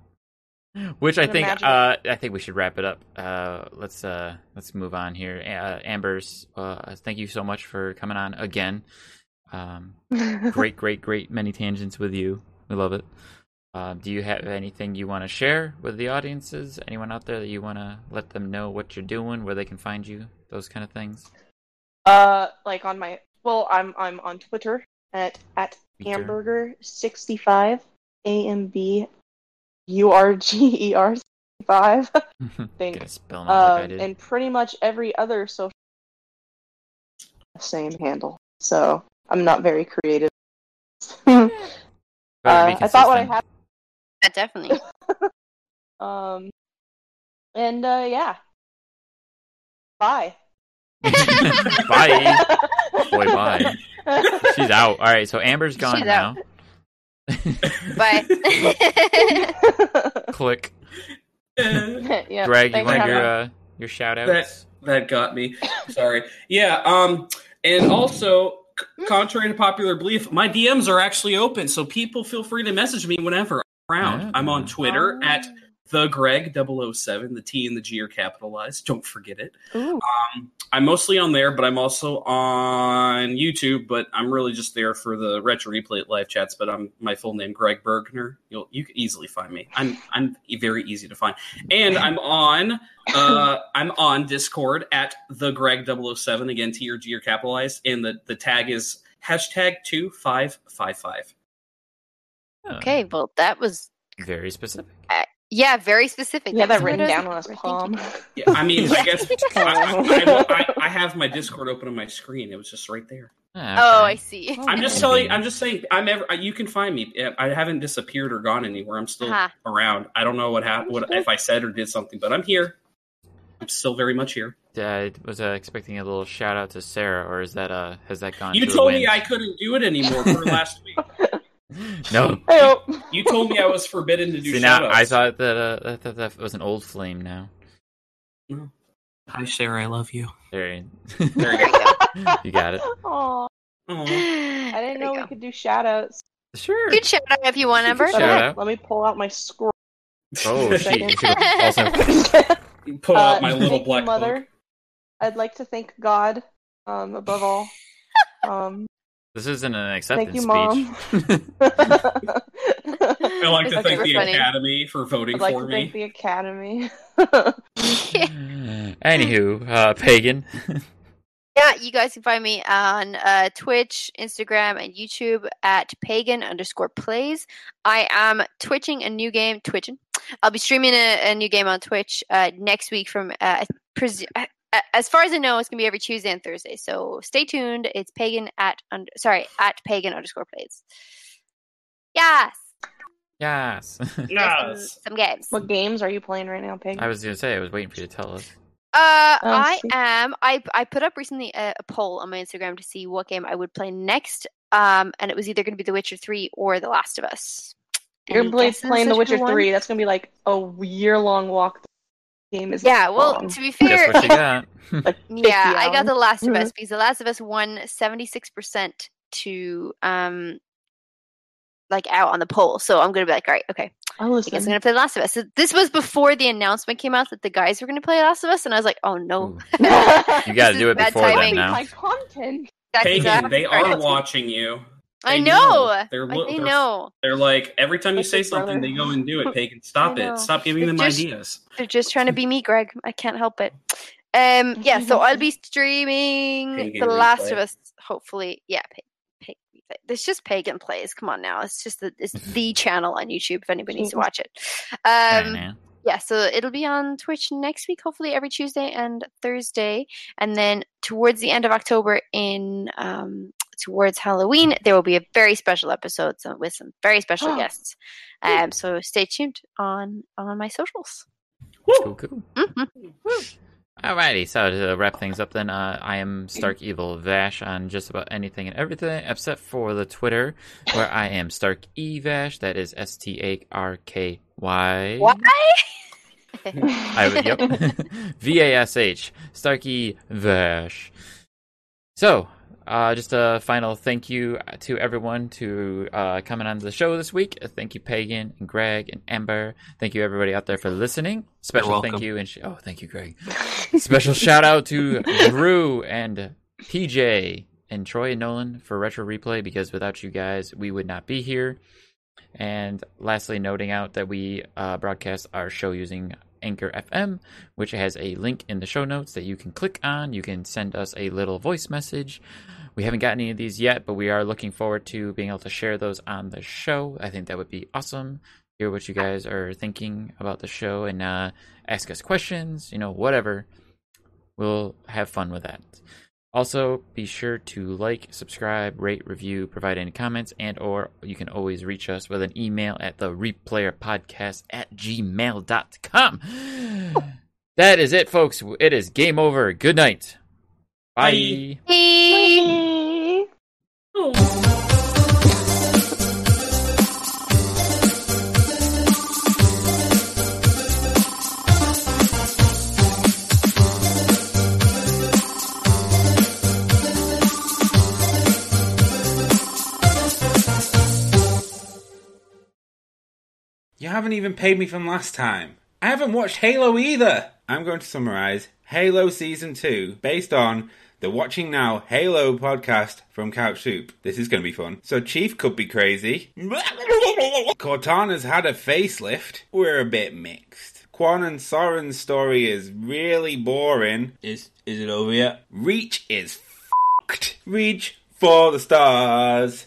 A: <laughs> Which I
D: An
A: think
D: imaginary-
A: uh, I think we should wrap it up. Uh, let's uh, let's move on here. Uh, Amber's, uh, thank you so much for coming on again.
D: <laughs>
A: Um, <laughs> great, great, great many tangents with you. We love it. Uh, do you have anything you want to share with the audiences? Anyone out there that you want to let them know what you're doing, where they can find you, those kind of things?
D: uh, like on my well, I'm I'm on Twitter at at
A: Peter? <laughs>
D: hamburger sixty five a m b u r g e r sixty five. <laughs> think,
A: Gotta spell 'em out like I
D: Um,
A: did.
D: and pretty much every other social same handle. So I'm not very creative. <laughs> uh,
A: Better be
D: I thought what I
A: consistent.
D: had.
B: Yeah, definitely.
D: Um, and uh, yeah. Bye.
A: <laughs>
D: <laughs>
A: <laughs> bye. Boy, bye. She's out. All right, so Amber's gone
B: She's
A: now.
B: out.
C: <laughs>
B: But <laughs>
A: Click.
C: Eh,
D: yeah,
A: Greg, you
D: thanks
A: want
D: for
A: your
D: having me.
A: uh, your shout outs?
C: That- that got me. Sorry. Yeah. Um. And also, c- contrary to popular belief, my DMs are actually open, so people feel free to message me whenever I'm around.
A: Yeah.
C: I'm on Twitter
B: Oh.
C: at the Greg 007. The T and the G are capitalized. Don't forget it.
D: Ooh.
C: Um, I'm mostly on there, but I'm also on YouTube. But I'm really just there for the retro replay live chats. But I'm my full name Greg Bergner. You'll you can easily find me. I'm I'm very easy to find, and I'm on uh, I'm on Discord at the Greg 007 again. T or G are capitalized, and the the tag is hashtag two five five five.
B: okay, well that was
A: Oh, Very specific.
B: yeah, very specific.
D: Yeah,
B: That was what
D: that written
B: I was
D: down on his
B: looking for.
D: palm.
C: Yeah, I mean, I guess I, I, I, I have my Discord open on my screen. It was just right there.
A: Ah,
B: Oh, I see.
D: Oh,
C: I'm
D: okay. <laughs>
C: just telling. I'm just saying. I'm ever. You can find me. I haven't disappeared or gone anywhere. I'm still
B: Uh-huh.
C: around. I don't know what happened. What if I said or did something, but I'm here. I'm still very much here.
A: I was uh, expecting a little shout out to Sarah, or is that uh has that gone?
C: You
A: to
C: told
A: the
C: me I couldn't do it anymore for last week.
A: wind? <gasps> no.
D: Hey,
C: <laughs> You told me I was forbidden to do.
A: See now, I
C: shout-outs.
A: thought that uh, I thought that was an old flame. Now,
C: Hi, Sarah. I love you.
A: there, you- <laughs>
C: <laughs> There you
B: <laughs> There
D: <laughs>
B: you go.
A: you got it.
B: <laughs>
D: Aw,
C: Aw.
D: I
B: I
D: didn't know we could do shout outs.
A: Sure.
B: Good shout out if you want, Amber.
A: Shout out.
D: Let me pull out
B: <laughs>
D: my scroll.
A: <laughs>
C: <laughs>
A: Oh, she,
D: Second.
A: she could also
C: Pull out
D: Uh,
C: my little
D: thank you,
C: black
D: mother.
C: book.
D: I'd like to thank God um, above
B: <laughs>
D: all.
C: <laughs>
D: Um,
A: This isn't an acceptance
D: you, Mom.
A: speech. <laughs>
D: I'd
C: I like to
B: Okay,
C: thank
B: we're
C: the
B: funny.
C: Academy for voting
D: like
C: for
D: to
C: me.
D: thank the Academy.
B: <laughs>
A: Anywho, uh, pagan.
B: yeah, you guys can find me on uh, Twitch, Instagram, and YouTube at pagan underscore plays. I am twitching a new game, twitching. I'll be streaming a, a new game on Twitch uh, next week from, uh, I presu- I- I- as far as I know, it's going to be every Tuesday and Thursday. So stay tuned. It's pagan at, under, sorry, at pagan underscore plays. Yes.
A: Yes. <laughs>
B: There's
C: Yes.
B: Some, some games.
D: What games are you playing right now, Peg?
A: I was going to say, I was waiting for you to tell us.
B: Uh,
D: Oh,
B: I
D: see.
B: am. I I put up recently a, a poll on my Instagram to see what game I would play next. Um, and it was either going to be The Witcher Three or The Last of Us.
D: You're
B: Any
D: play-
B: guesses
D: playing The
B: as to
D: Witcher
B: one?
D: Three. That's gonna be like a year long walk. Game is
B: Yeah. Well,
D: long.
B: to be
A: Guess
B: fair,
A: what you got? <laughs>
B: yeah, I got
D: hours.
B: The Last of
D: Mhm.
B: Us because The Last of Us won seventy six percent to um, like out on the poll. So I'm going to be like, all right, okay,
D: I'll
B: I guess I'm <laughs>
D: listen.
B: going to play The Last of Us. So this was before the announcement came out that the guys were going to play Last of Us, and I was like, oh no,
A: Ooh,
D: That's
A: you got to
B: This is
A: do it
B: bad
A: before then
B: timing.
A: now.
D: my content.
B: that's
C: Pagan, they
B: All right,
C: are
B: let's go.
C: watching you.
B: I
C: They
B: know.
C: They're,
B: I
C: lo-
B: they
C: they're,
B: know.
C: they're like, every time you
D: That's
C: say
D: his
C: something,
D: brother.
C: they go and do it, Pagan. Stop
B: <laughs> I know.
C: it. Stop giving
B: It's
C: them
B: just-
C: ideas.
B: They're just trying to be me, Greg. I can't help it. Um, yeah, so I'll be streaming
C: Pagan
B: The Last of
C: replay.
B: Us. Hopefully, yeah. Pa- pa- replay. There's just pagan plays. Come on now, it's just the, it's
C: <laughs>
B: the channel on YouTube if anybody needs to watch it.
A: Hey,
B: Um,
A: man.
B: yeah, so it'll be on Twitch next week, hopefully every Tuesday and Thursday, and then towards the end of October, in um, towards Halloween, there will be a very special episode so, with some very special guests. Um, so stay tuned on on my socials.
A: Cool, cool.
B: Mhm.
A: Alrighty, so to wrap things up, then uh, I am Stark Evil Vash on just about anything and everything except for the Twitter, where I am Stark E Vash. That is S T A R K Y.
B: Why?
A: I would,
B: <laughs>
D: <laughs>
A: yep. V A S H. Starkey Vash. So, uh, just a final thank you to everyone to uh, coming on the show this week. Uh, Thank you, Pagan and Greg and Amber. Thank you, everybody out there, for listening. Special
C: welcome.
A: thank you and sh- oh, thank you, Greg. Special shout out to Drew and PJ and Troy and Nolan for retro replay because without you guys, we would not be here. And lastly, noting out that we uh, broadcast our show using Anchor FM, which has a link in the show notes that you can click on. You can send us a little voice message. We haven't got any of these yet, but we are looking forward to being able to share those on the show. I think that would be awesome. Hear what you guys are thinking about the show and uh, ask us questions, you know, whatever. We'll have fun with that. Also, be sure to like, subscribe, rate, review, provide any comments, and or you can always reach us with an email at the replayerpodcast at gmail.com. That is it, folks. It is game over. Good night. Bye.
C: Bye.
B: Hey.
D: Bye.
E: You haven't even paid me from last time. I haven't watched Halo either. I'm going to summarize Halo Season 2 based on the Watching Now Halo podcast from Couch Soup. This is going to be fun. So, Chief could be <laughs> crazy. Cortana's had a facelift. We're a bit mixed. Quan and Soren's story is really boring. Is is it over yet? Reach is fucked. Reach for the stars.